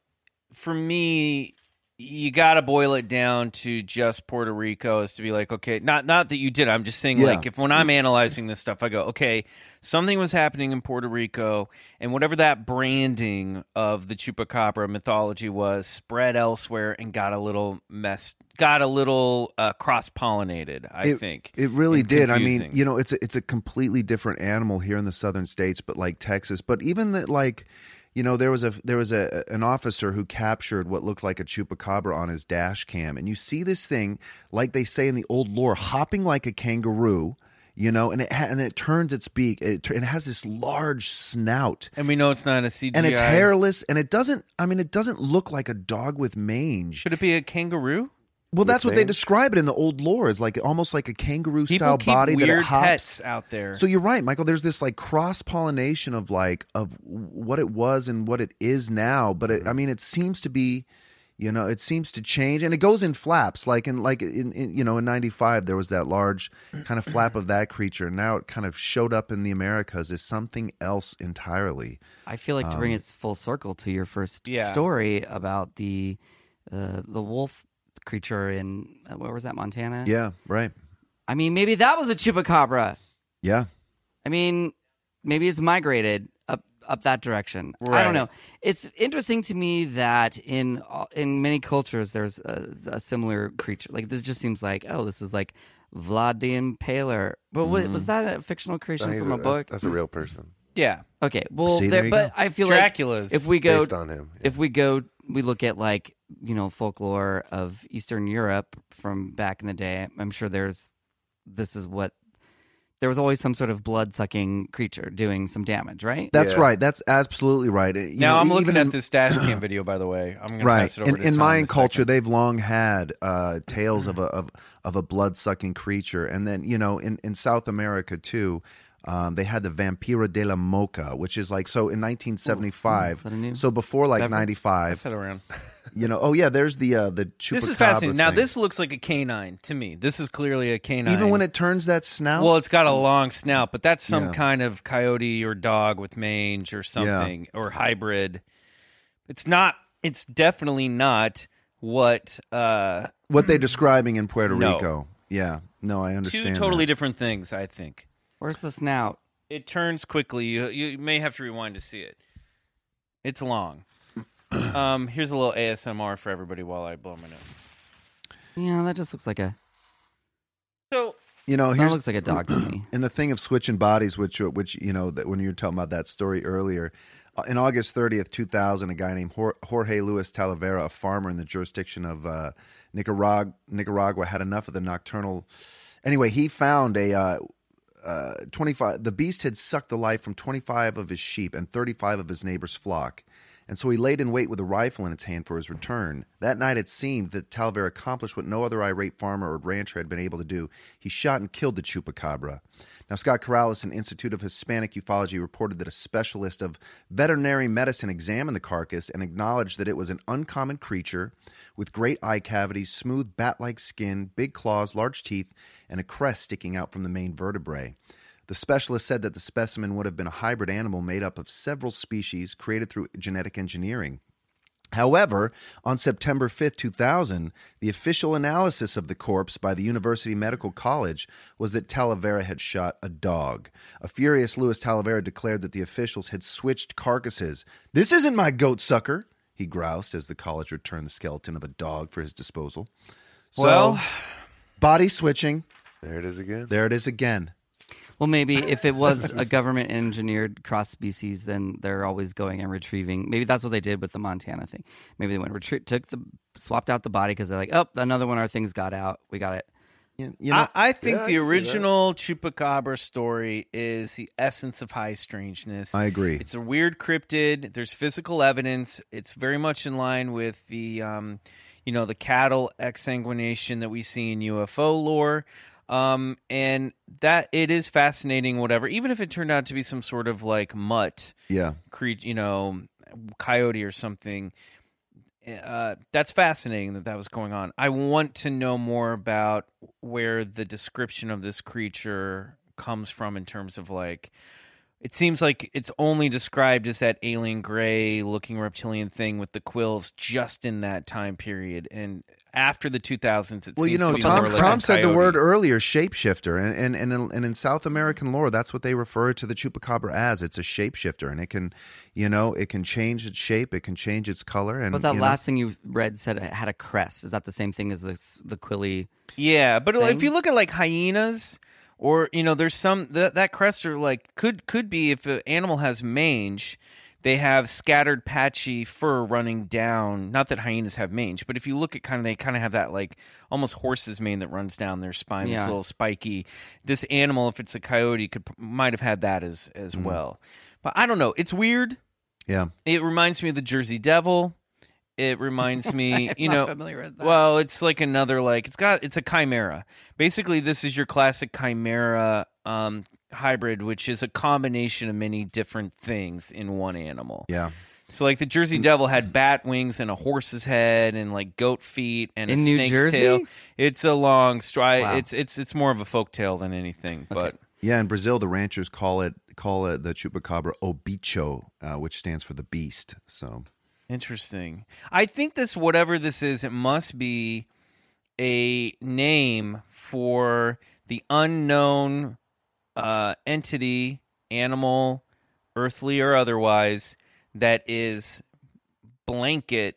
[SPEAKER 2] for me you got to boil it down to just Puerto Rico is to be like, okay, not not that you did. I'm just saying
[SPEAKER 3] Yeah.
[SPEAKER 2] like if when I'm analyzing this stuff, I go, okay, something was happening in Puerto Rico and whatever that branding of the chupacabra mythology was spread elsewhere and got a little messed got a little uh, cross-pollinated, I
[SPEAKER 3] It-
[SPEAKER 2] think.
[SPEAKER 3] It really
[SPEAKER 2] and
[SPEAKER 3] did. I mean,
[SPEAKER 2] confusing.
[SPEAKER 3] you know, it's a, it's a completely different animal here in the southern states, but like Texas, but even that like you know, there was a there was a an officer who captured what looked like a chupacabra on his dash cam, and you see this thing, like they say in the old lore, hopping like a kangaroo, you know, and it ha- and it turns its beak, it, tur- and it has this large snout,
[SPEAKER 2] and we know it's not a CGI.
[SPEAKER 3] and it's hairless, and it doesn't. I mean, it doesn't look like a dog with mange.
[SPEAKER 2] Should it be a kangaroo?
[SPEAKER 3] Well, that's what they
[SPEAKER 4] mange?
[SPEAKER 3] describe it in the old lore is like almost like a kangaroo
[SPEAKER 2] People
[SPEAKER 3] style
[SPEAKER 2] keep
[SPEAKER 3] body
[SPEAKER 2] weird
[SPEAKER 3] that it hops.
[SPEAKER 2] pets out there.
[SPEAKER 3] So you're right, Michael. There's this like cross pollination of like of what it was and what it is now. But it, I mean, it seems to be, you know, it seems to change, and it goes in flaps. Like in like in, in you know in '95 there was that large kind of flap of that creature. Now it kind of showed up in the Americas as something else entirely.
[SPEAKER 5] I feel like to bring it full circle to your first
[SPEAKER 2] Yeah.
[SPEAKER 5] story about the uh, the wolf creature in uh, where was that Montana?
[SPEAKER 3] Yeah, right.
[SPEAKER 5] I mean, maybe that was a chupacabra.
[SPEAKER 3] Yeah,
[SPEAKER 5] I mean, maybe it's migrated up up that direction. I
[SPEAKER 2] Right.
[SPEAKER 5] don't know. It's interesting to me that in all- in many cultures there's a, a similar creature. Like this just seems like oh, this is like Vlad the Impaler. But wa- was that a fictional creation
[SPEAKER 4] He's
[SPEAKER 5] from
[SPEAKER 4] a-
[SPEAKER 5] a book?
[SPEAKER 4] That's, that's a real person
[SPEAKER 2] yeah,
[SPEAKER 5] Okay, well,
[SPEAKER 3] See,
[SPEAKER 5] there,
[SPEAKER 3] there you
[SPEAKER 5] but
[SPEAKER 3] go.
[SPEAKER 5] I feel
[SPEAKER 2] Dracula's
[SPEAKER 5] like if we go
[SPEAKER 4] based on him.
[SPEAKER 5] if we go we look at like you know folklore of eastern europe from back in the day i'm sure there's this is what there was always some sort of blood sucking creature doing some damage right
[SPEAKER 3] that's
[SPEAKER 4] Yeah.
[SPEAKER 3] right. That's absolutely right. You
[SPEAKER 2] now
[SPEAKER 3] know, e-,
[SPEAKER 2] I'm
[SPEAKER 3] even
[SPEAKER 2] looking
[SPEAKER 3] in-
[SPEAKER 2] at this dash
[SPEAKER 3] [coughs]
[SPEAKER 2] cam video, by the way. I'm gonna pass
[SPEAKER 3] right
[SPEAKER 2] it over
[SPEAKER 3] in,
[SPEAKER 2] to
[SPEAKER 3] in
[SPEAKER 2] Tom
[SPEAKER 3] mayan
[SPEAKER 2] a
[SPEAKER 3] culture
[SPEAKER 2] second.
[SPEAKER 3] they've long had uh, tales of a of, of a blood-sucking creature and then you know in, in south america too um, they had the vampira de la moca which is like so in 1975
[SPEAKER 5] Oh, that a new
[SPEAKER 3] so before like
[SPEAKER 5] beverage?
[SPEAKER 3] 95
[SPEAKER 2] Set around.
[SPEAKER 3] you know oh yeah there's the uh, the chupacabra
[SPEAKER 2] This is fascinating. Now
[SPEAKER 3] thing.
[SPEAKER 2] this looks like a canine to me. This is clearly a canine.
[SPEAKER 3] even when it turns that snout
[SPEAKER 2] well, it's got a long snout, but that's some
[SPEAKER 3] Yeah.
[SPEAKER 2] kind of coyote or dog with mange or something or hybrid. It's not. It's definitely not what uh,
[SPEAKER 3] What they're describing in Puerto
[SPEAKER 2] No.
[SPEAKER 3] Rico. Yeah. No, I
[SPEAKER 2] two
[SPEAKER 3] understand.
[SPEAKER 2] totally
[SPEAKER 3] that.
[SPEAKER 2] different things. I think
[SPEAKER 5] Where's the snout?
[SPEAKER 2] it turns quickly. You you may have to rewind to see it.
[SPEAKER 4] [clears throat]
[SPEAKER 2] It's long. um, here's a little ASMR for everybody while I blow my nose.
[SPEAKER 5] Yeah, that just looks like a
[SPEAKER 2] So
[SPEAKER 3] You know,
[SPEAKER 5] that
[SPEAKER 3] Oh, here's
[SPEAKER 5] looks like a dog to
[SPEAKER 3] [clears throat]
[SPEAKER 5] me.
[SPEAKER 3] and the thing of switching bodies, which which you know that when you were talking about that story earlier, uh, in August thirtieth, two thousand, a guy named Jor- Jorge Luis Talavera, a farmer in the jurisdiction of uh, Nicaragua, Nicaragua, had enough of the nocturnal. Anyway, he found a. Uh, uh, 25 the beast had sucked the life from 25 of his sheep and 35 of his neighbor's flock and so he laid in wait with a rifle in its hand for his return that night it seemed that talavera accomplished what no other irate farmer or rancher had been able to do he shot and killed the chupacabra now scott corrales an institute of hispanic ufology reported that a specialist of veterinary medicine examined the carcass and acknowledged that it was an uncommon creature with great eye cavities smooth bat-like skin big claws large teeth and a crest sticking out from the main vertebrae. The specialist said that the specimen would have been a hybrid animal made up of several species created through genetic engineering. However, on September 5th, 2000, the official analysis of the corpse by the University Medical College was that Talavera had shot a dog. A furious Louis Talavera declared that the officials had switched carcasses. This isn't my goat sucker, he groused as the college returned the skeleton of a dog for his disposal. So,
[SPEAKER 2] Well-
[SPEAKER 3] body switching.
[SPEAKER 4] There it is again.
[SPEAKER 3] There it is again.
[SPEAKER 5] Well, maybe if it was a government engineered cross species, then they're always going and retrieving. Maybe that's what they did with the Montana thing. Maybe they went retrie- took the swapped out the body because they're like, oh, another one. Our things got out. We got it.
[SPEAKER 2] I, I think
[SPEAKER 4] Yeah, I
[SPEAKER 2] the
[SPEAKER 4] can see that.
[SPEAKER 2] original Chupacabra story is the essence of high strangeness.
[SPEAKER 3] I agree.
[SPEAKER 2] It's a weird cryptid. There's physical evidence. It's very much in line with the, um, you know, the cattle exsanguination that we see in UFO lore. Um, and that it is fascinating, whatever, even if it turned out to be some sort of like mutt
[SPEAKER 3] Yeah.
[SPEAKER 2] creature, you know, coyote or something. Uh, that's fascinating that that was going on. I want to know more about where the description of this creature comes from in terms of like. It seems like it's only described as that alien gray looking reptilian thing with the quills just in that time period. And after the 2000s, it
[SPEAKER 3] Well,
[SPEAKER 2] seems
[SPEAKER 3] you know,
[SPEAKER 2] to be more
[SPEAKER 3] Tom,
[SPEAKER 2] like a
[SPEAKER 3] Tom said the word
[SPEAKER 2] coyote.
[SPEAKER 3] earlier, shapeshifter, and, and and in- and in South American lore, that's what they refer to the chupacabra as. It's a shapeshifter, and it can, you know, it can change its shape, it can change its color, and
[SPEAKER 5] But that
[SPEAKER 3] you know-
[SPEAKER 5] last thing you read said it had a crest. Is that the same thing as this the quilly?
[SPEAKER 2] Yeah, but like, if
[SPEAKER 5] thing.
[SPEAKER 2] you look at like hyenas, or you know, there's some that that crest are like could could be if an animal has mange, they have scattered patchy fur running down. Not that hyenas have mange, but if you look at kind of they kind of have that like almost horse's mane that runs down their spine. This
[SPEAKER 5] Yeah.
[SPEAKER 2] little spiky. This animal, if it's a coyote, could might have had that as as well. But I don't know. It's weird.
[SPEAKER 3] yeah,
[SPEAKER 2] It reminds me of the Jersey Devil. It reminds me, you
[SPEAKER 5] not
[SPEAKER 2] know,
[SPEAKER 5] familiar with that.
[SPEAKER 2] well, it's like another like it's got it's a chimera. Basically, this is your classic chimera um, hybrid, which is a combination of many different things in one animal.
[SPEAKER 3] yeah.
[SPEAKER 2] So, like the Jersey Devil had bat wings and a horse's head and like goat feet and a
[SPEAKER 5] In New
[SPEAKER 2] snake's
[SPEAKER 5] Jersey?
[SPEAKER 2] tail. It's a long stride.
[SPEAKER 5] Wow.
[SPEAKER 2] It's it's it's more of a folk tale than anything, but.
[SPEAKER 3] Yeah, in Brazil, the ranchers call it call it the chupacabra obicho, uh, which stands for the beast. So
[SPEAKER 2] Interesting. I think this, whatever this is, it must be a name for the unknown uh, entity, animal, earthly or otherwise, that is blanket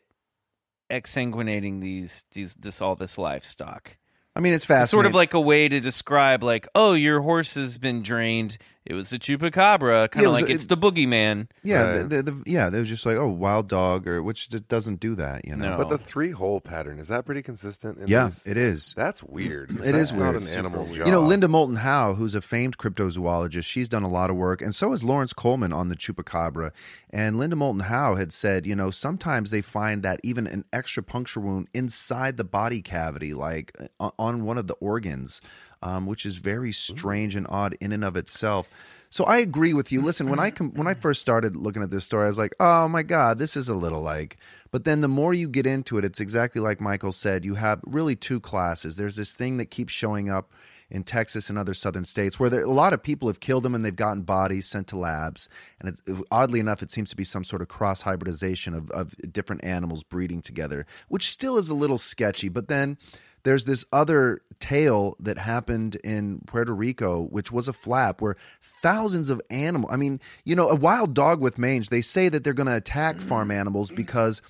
[SPEAKER 2] exsanguinating these these this all this livestock.
[SPEAKER 3] I mean, it's
[SPEAKER 2] It's
[SPEAKER 3] fascinating.
[SPEAKER 2] sort of like a way to describe, like, oh, your horse has been drained. It was a chupacabra, kind
[SPEAKER 3] Yeah, it
[SPEAKER 2] of
[SPEAKER 3] was-
[SPEAKER 2] like it's
[SPEAKER 3] it-
[SPEAKER 2] the boogeyman.
[SPEAKER 3] yeah,
[SPEAKER 4] Right.
[SPEAKER 3] the, the, the, yeah. They were just like, oh, wild dog, or which d- doesn't do that, you know.
[SPEAKER 2] No.
[SPEAKER 4] But the three hole pattern is that pretty consistent? In
[SPEAKER 3] Oh. Yeah,
[SPEAKER 4] these?
[SPEAKER 3] it is.
[SPEAKER 4] That's weird.
[SPEAKER 3] It
[SPEAKER 4] That's
[SPEAKER 3] is weird.
[SPEAKER 4] Not an animal jaw.
[SPEAKER 3] You know, Linda Moulton Howe, who's a famed cryptozoologist, she's done a lot of work, and so has Lawrence Coleman on the chupacabra. And Linda Moulton Howe had said, you know, sometimes they find that even an extra puncture wound inside the body cavity, like uh, on one of the organs, um, which is very strange and odd in and of itself. So I agree with you. Listen, when I com- when I first started looking at this story, I was like, "Oh my god, this is a little like." But then the more you get into it, it's exactly like Michael said. You have really two classes. There's this thing that keeps showing up in Texas and other southern states where there, a lot of people have killed them and they've gotten bodies sent to labs. And it, oddly enough, it seems to be some sort of cross hybridization of, of different animals breeding together, which still is a little sketchy. But then there's this other tale that happened in Puerto Rico, which was a flap where thousands of animals, I mean, you know, a wild dog with mange, they say that they're going to attack farm animals because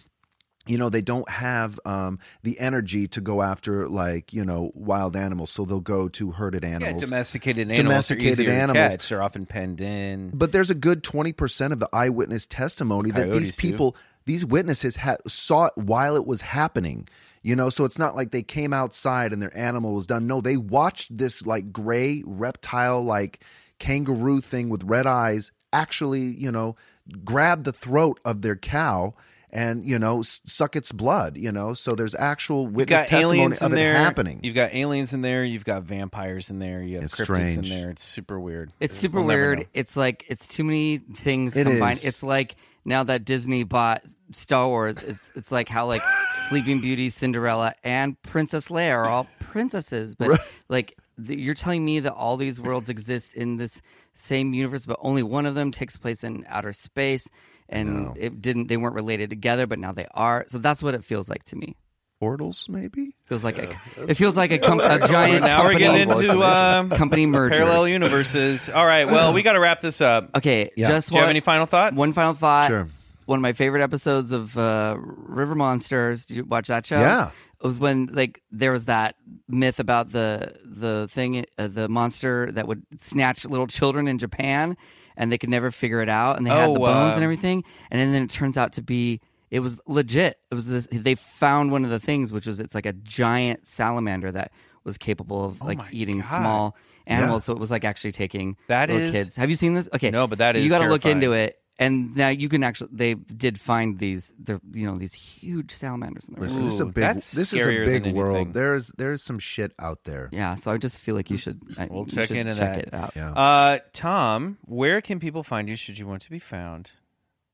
[SPEAKER 3] you know they don't have um, the energy to go after like you know wild animals so they'll go to herded
[SPEAKER 2] Yeah,
[SPEAKER 3] animals
[SPEAKER 2] domesticated animals.
[SPEAKER 3] Domesticated
[SPEAKER 2] are easier to
[SPEAKER 3] animals.
[SPEAKER 2] catch. They're often penned in.
[SPEAKER 3] but there's a good 20% of the eyewitness testimony that
[SPEAKER 2] Coyotes,
[SPEAKER 3] these
[SPEAKER 2] too.
[SPEAKER 3] people these witnesses ha- saw it while it was happening you know so it's not like they came outside and their animal was done no they watched this like gray reptile like kangaroo thing with red eyes actually you know grab the throat of their cow and you know s- suck its blood you know so there's actual witness testimony of it happening
[SPEAKER 2] You've got aliens in there. You've got vampires in there. You have
[SPEAKER 3] It's
[SPEAKER 2] cryptids in
[SPEAKER 3] strange.
[SPEAKER 2] there. It's super weird.
[SPEAKER 5] It's super
[SPEAKER 2] We'll never know.
[SPEAKER 5] weird. It's like it's too many things
[SPEAKER 3] It
[SPEAKER 5] combined.
[SPEAKER 3] is.
[SPEAKER 5] It's like now that Disney bought Star Wars, it's it's like how like Sleeping Beauty, Cinderella, and Princess Leia are all princesses, but like th- you're telling me that all these worlds exist in this same universe, but only one of them takes place in outer space, and it didn't. They weren't related together, but now they are. So that's what it feels like to me.
[SPEAKER 3] portals maybe
[SPEAKER 5] Feels like a, it feels like
[SPEAKER 2] [laughs]
[SPEAKER 5] a, com- a giant
[SPEAKER 2] now we're
[SPEAKER 5] company,
[SPEAKER 2] getting into um,
[SPEAKER 5] company merger.
[SPEAKER 2] parallel universes. All right. Well, we got to wrap this
[SPEAKER 5] [laughs]
[SPEAKER 2] up.
[SPEAKER 5] Okay, just
[SPEAKER 2] Do you have
[SPEAKER 5] one-
[SPEAKER 2] any final thoughts?
[SPEAKER 5] One final thought.
[SPEAKER 3] Sure.
[SPEAKER 5] One of my favorite episodes of uh, River Monsters. Did you watch that show?
[SPEAKER 3] Yeah.
[SPEAKER 5] It was when like there was that myth about the the thing, uh, the monster that would snatch little children in Japan, and they could never figure it out, and they had
[SPEAKER 2] Oh,
[SPEAKER 5] the bones
[SPEAKER 2] uh,
[SPEAKER 5] and everything, and then, it turns out to be it was legit. It was this. They found one of the things, which was it's like a giant salamander that was capable
[SPEAKER 2] Oh
[SPEAKER 5] of like eating small animals. So it was like actually taking
[SPEAKER 2] That
[SPEAKER 5] little
[SPEAKER 2] is-
[SPEAKER 5] kids. Have you seen this? Okay,
[SPEAKER 2] No, but that is
[SPEAKER 5] you gotta look
[SPEAKER 2] terrifying.
[SPEAKER 5] into it. And now you can actually they did find these the you know these huge salamanders in the
[SPEAKER 3] Listen,
[SPEAKER 5] river.
[SPEAKER 3] this is a
[SPEAKER 2] Ooh,
[SPEAKER 3] big.
[SPEAKER 2] that's
[SPEAKER 3] This is
[SPEAKER 2] scarier
[SPEAKER 3] a big
[SPEAKER 2] than anything.
[SPEAKER 3] world. There's there's some shit out there.
[SPEAKER 5] Yeah, so I just feel like you should I,
[SPEAKER 2] We'll
[SPEAKER 5] you
[SPEAKER 2] check
[SPEAKER 5] should
[SPEAKER 2] into
[SPEAKER 5] check
[SPEAKER 2] that.
[SPEAKER 5] it out
[SPEAKER 3] Yeah.
[SPEAKER 2] Uh, Tom, where can people find you should you want to be found?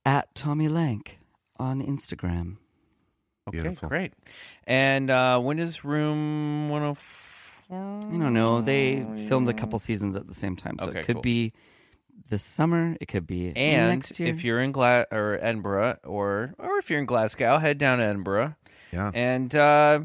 [SPEAKER 5] at Tommy Lank on Instagram.
[SPEAKER 2] Okay,
[SPEAKER 3] Beautiful.
[SPEAKER 2] great. And uh, when is room 104?
[SPEAKER 5] I don't know. They filmed a couple seasons at the same time, so
[SPEAKER 2] Okay,
[SPEAKER 5] it could
[SPEAKER 2] cool.
[SPEAKER 5] be this summer. It could be
[SPEAKER 2] And
[SPEAKER 5] next year.
[SPEAKER 2] if you're in Gla- or Edinburgh or or if you're in Glasgow, head down to Edinburgh.
[SPEAKER 3] Yeah.
[SPEAKER 2] And uh,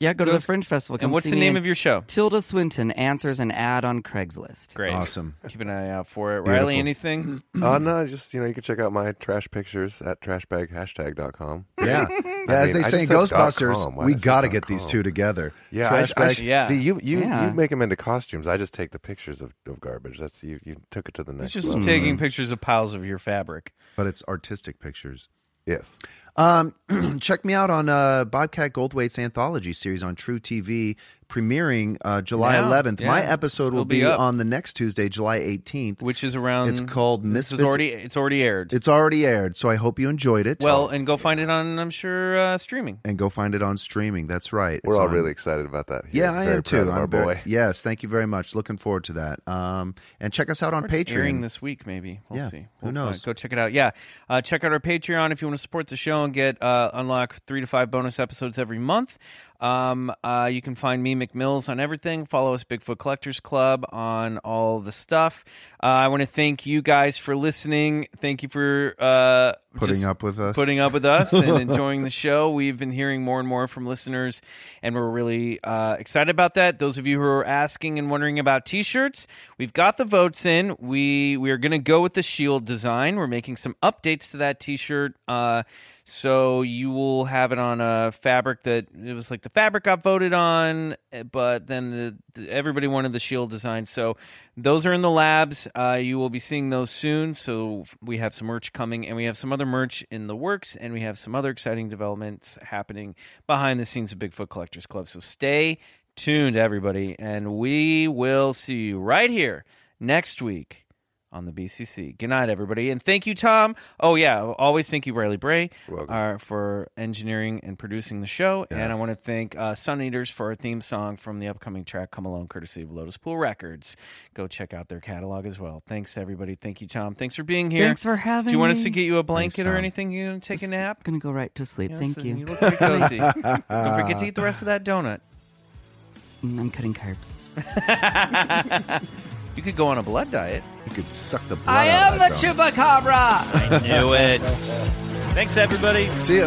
[SPEAKER 5] yeah, go to the
[SPEAKER 2] goes-
[SPEAKER 5] Fringe Festival. Come
[SPEAKER 2] and what's
[SPEAKER 5] see
[SPEAKER 2] the
[SPEAKER 5] me
[SPEAKER 2] name
[SPEAKER 5] in-
[SPEAKER 2] of your show?
[SPEAKER 5] Tilda Swinton answers an ad on Craigslist.
[SPEAKER 2] Great.
[SPEAKER 3] [laughs] Awesome.
[SPEAKER 2] Keep an eye out for it.
[SPEAKER 3] Beautiful.
[SPEAKER 2] Riley,
[SPEAKER 3] [clears throat]
[SPEAKER 2] anything?
[SPEAKER 4] Uh, no, just, you know, you can check out my trash pictures at trashbaghashtag.com.
[SPEAKER 3] Yeah. Yeah, as
[SPEAKER 4] mean,
[SPEAKER 3] they
[SPEAKER 4] I
[SPEAKER 3] say in
[SPEAKER 4] just said dot
[SPEAKER 3] Ghostbusters,
[SPEAKER 4] com. Why
[SPEAKER 3] we
[SPEAKER 4] did I say
[SPEAKER 3] got to
[SPEAKER 4] dot
[SPEAKER 3] get these
[SPEAKER 4] com?
[SPEAKER 3] two together.
[SPEAKER 4] Yeah,
[SPEAKER 3] Trash
[SPEAKER 4] I, I,
[SPEAKER 3] bag-
[SPEAKER 2] yeah.
[SPEAKER 4] See, you you
[SPEAKER 5] Yeah.
[SPEAKER 4] you make them into costumes. I just take the pictures of, of garbage. That's you you took it to the
[SPEAKER 2] It's
[SPEAKER 4] next
[SPEAKER 2] just
[SPEAKER 4] level.
[SPEAKER 2] taking pictures of piles of your fabric.
[SPEAKER 3] but it's artistic pictures.
[SPEAKER 4] Yes.
[SPEAKER 3] Um, [clears throat] check me out on uh, Bobcat Goldthwait's anthology series on True TV, premiering uh, July
[SPEAKER 2] Now,
[SPEAKER 3] 11th. My
[SPEAKER 2] yeah.
[SPEAKER 3] episode
[SPEAKER 2] It'll
[SPEAKER 3] will
[SPEAKER 2] be
[SPEAKER 3] be,
[SPEAKER 2] up.
[SPEAKER 3] on the next Tuesday, July 18th.
[SPEAKER 2] which is around.
[SPEAKER 3] It's called
[SPEAKER 2] this is
[SPEAKER 3] Misfits-
[SPEAKER 2] already it's already aired.
[SPEAKER 3] It's already aired, so I hope you enjoyed it.
[SPEAKER 2] well, and go find it on I'm sure uh, streaming.
[SPEAKER 3] and go find it on streaming. That's right.
[SPEAKER 4] We're
[SPEAKER 3] It's
[SPEAKER 4] all
[SPEAKER 3] on-
[SPEAKER 4] really excited about that. here.
[SPEAKER 3] Yeah, I
[SPEAKER 4] Very
[SPEAKER 3] am
[SPEAKER 4] proud
[SPEAKER 3] too.
[SPEAKER 4] Of
[SPEAKER 3] I'm
[SPEAKER 4] our
[SPEAKER 3] very-
[SPEAKER 4] boy.
[SPEAKER 3] yes, thank you very much. Looking forward to that. Um, and check us out on
[SPEAKER 2] Or it's airing
[SPEAKER 3] Patreon.
[SPEAKER 2] this week, maybe. We'll
[SPEAKER 3] Yeah,
[SPEAKER 2] see.
[SPEAKER 3] who
[SPEAKER 2] We'll find-
[SPEAKER 3] knows?
[SPEAKER 2] Go check it out. Yeah, uh, check out our Patreon if you want to support the show and get uh, unlock three to five bonus episodes every month. Um, uh, you can find me McMills on everything. Follow us Bigfoot Collectors Club on all the stuff. Uh, I want to thank you guys for listening. Thank you for uh,
[SPEAKER 3] putting
[SPEAKER 2] just-
[SPEAKER 3] up with us.
[SPEAKER 2] putting up with us and enjoying the show. We've been hearing more and more from listeners, and we're really uh, excited about that. Those of you who are asking and wondering about T-shirts, we've got the votes in. We we are going to go with the shield design. We're making some updates to that T-shirt, uh, so you will have it on a fabric that it was like the fabric got voted on, eh, but then the, the everybody wanted the shield design. So those are in the labs. Uh, you will be seeing those soon. So we have some merch coming, and we have some other merch in the works, and we have some other exciting developments happening behind the scenes of Bigfoot Collectors Club. So stay tuned, everybody, and we will see you right here next week on the BCC. Good night, everybody, and thank you, Tom. Oh yeah, always thank you, Riley Bray,
[SPEAKER 4] welcome.
[SPEAKER 2] uh, for engineering and producing the show. And I want to thank uh, Sun Eaters for our theme song from the upcoming track "Come Alone," courtesy of Lotus Pool Records. Go check out their catalog as well. Thanks, everybody. Thank you, Tom. Thanks for being here.
[SPEAKER 5] Thanks for having me.
[SPEAKER 2] Do you want us to get you a blanket or
[SPEAKER 3] Tom.
[SPEAKER 2] anything? You gonna take a nap?
[SPEAKER 5] gonna go right to sleep.
[SPEAKER 2] Yes,
[SPEAKER 5] Thank
[SPEAKER 2] and
[SPEAKER 5] you. [laughs]
[SPEAKER 2] You look pretty cozy. Don't forget to eat the rest of that donut.
[SPEAKER 5] Mm, I'm cutting carbs.
[SPEAKER 2] You could go on a blood diet.
[SPEAKER 3] You could suck the blood
[SPEAKER 5] I
[SPEAKER 3] out
[SPEAKER 5] am
[SPEAKER 3] of
[SPEAKER 5] the
[SPEAKER 3] that
[SPEAKER 5] chupacabra.
[SPEAKER 2] I knew it. Thanks, everybody.
[SPEAKER 3] dog. See ya.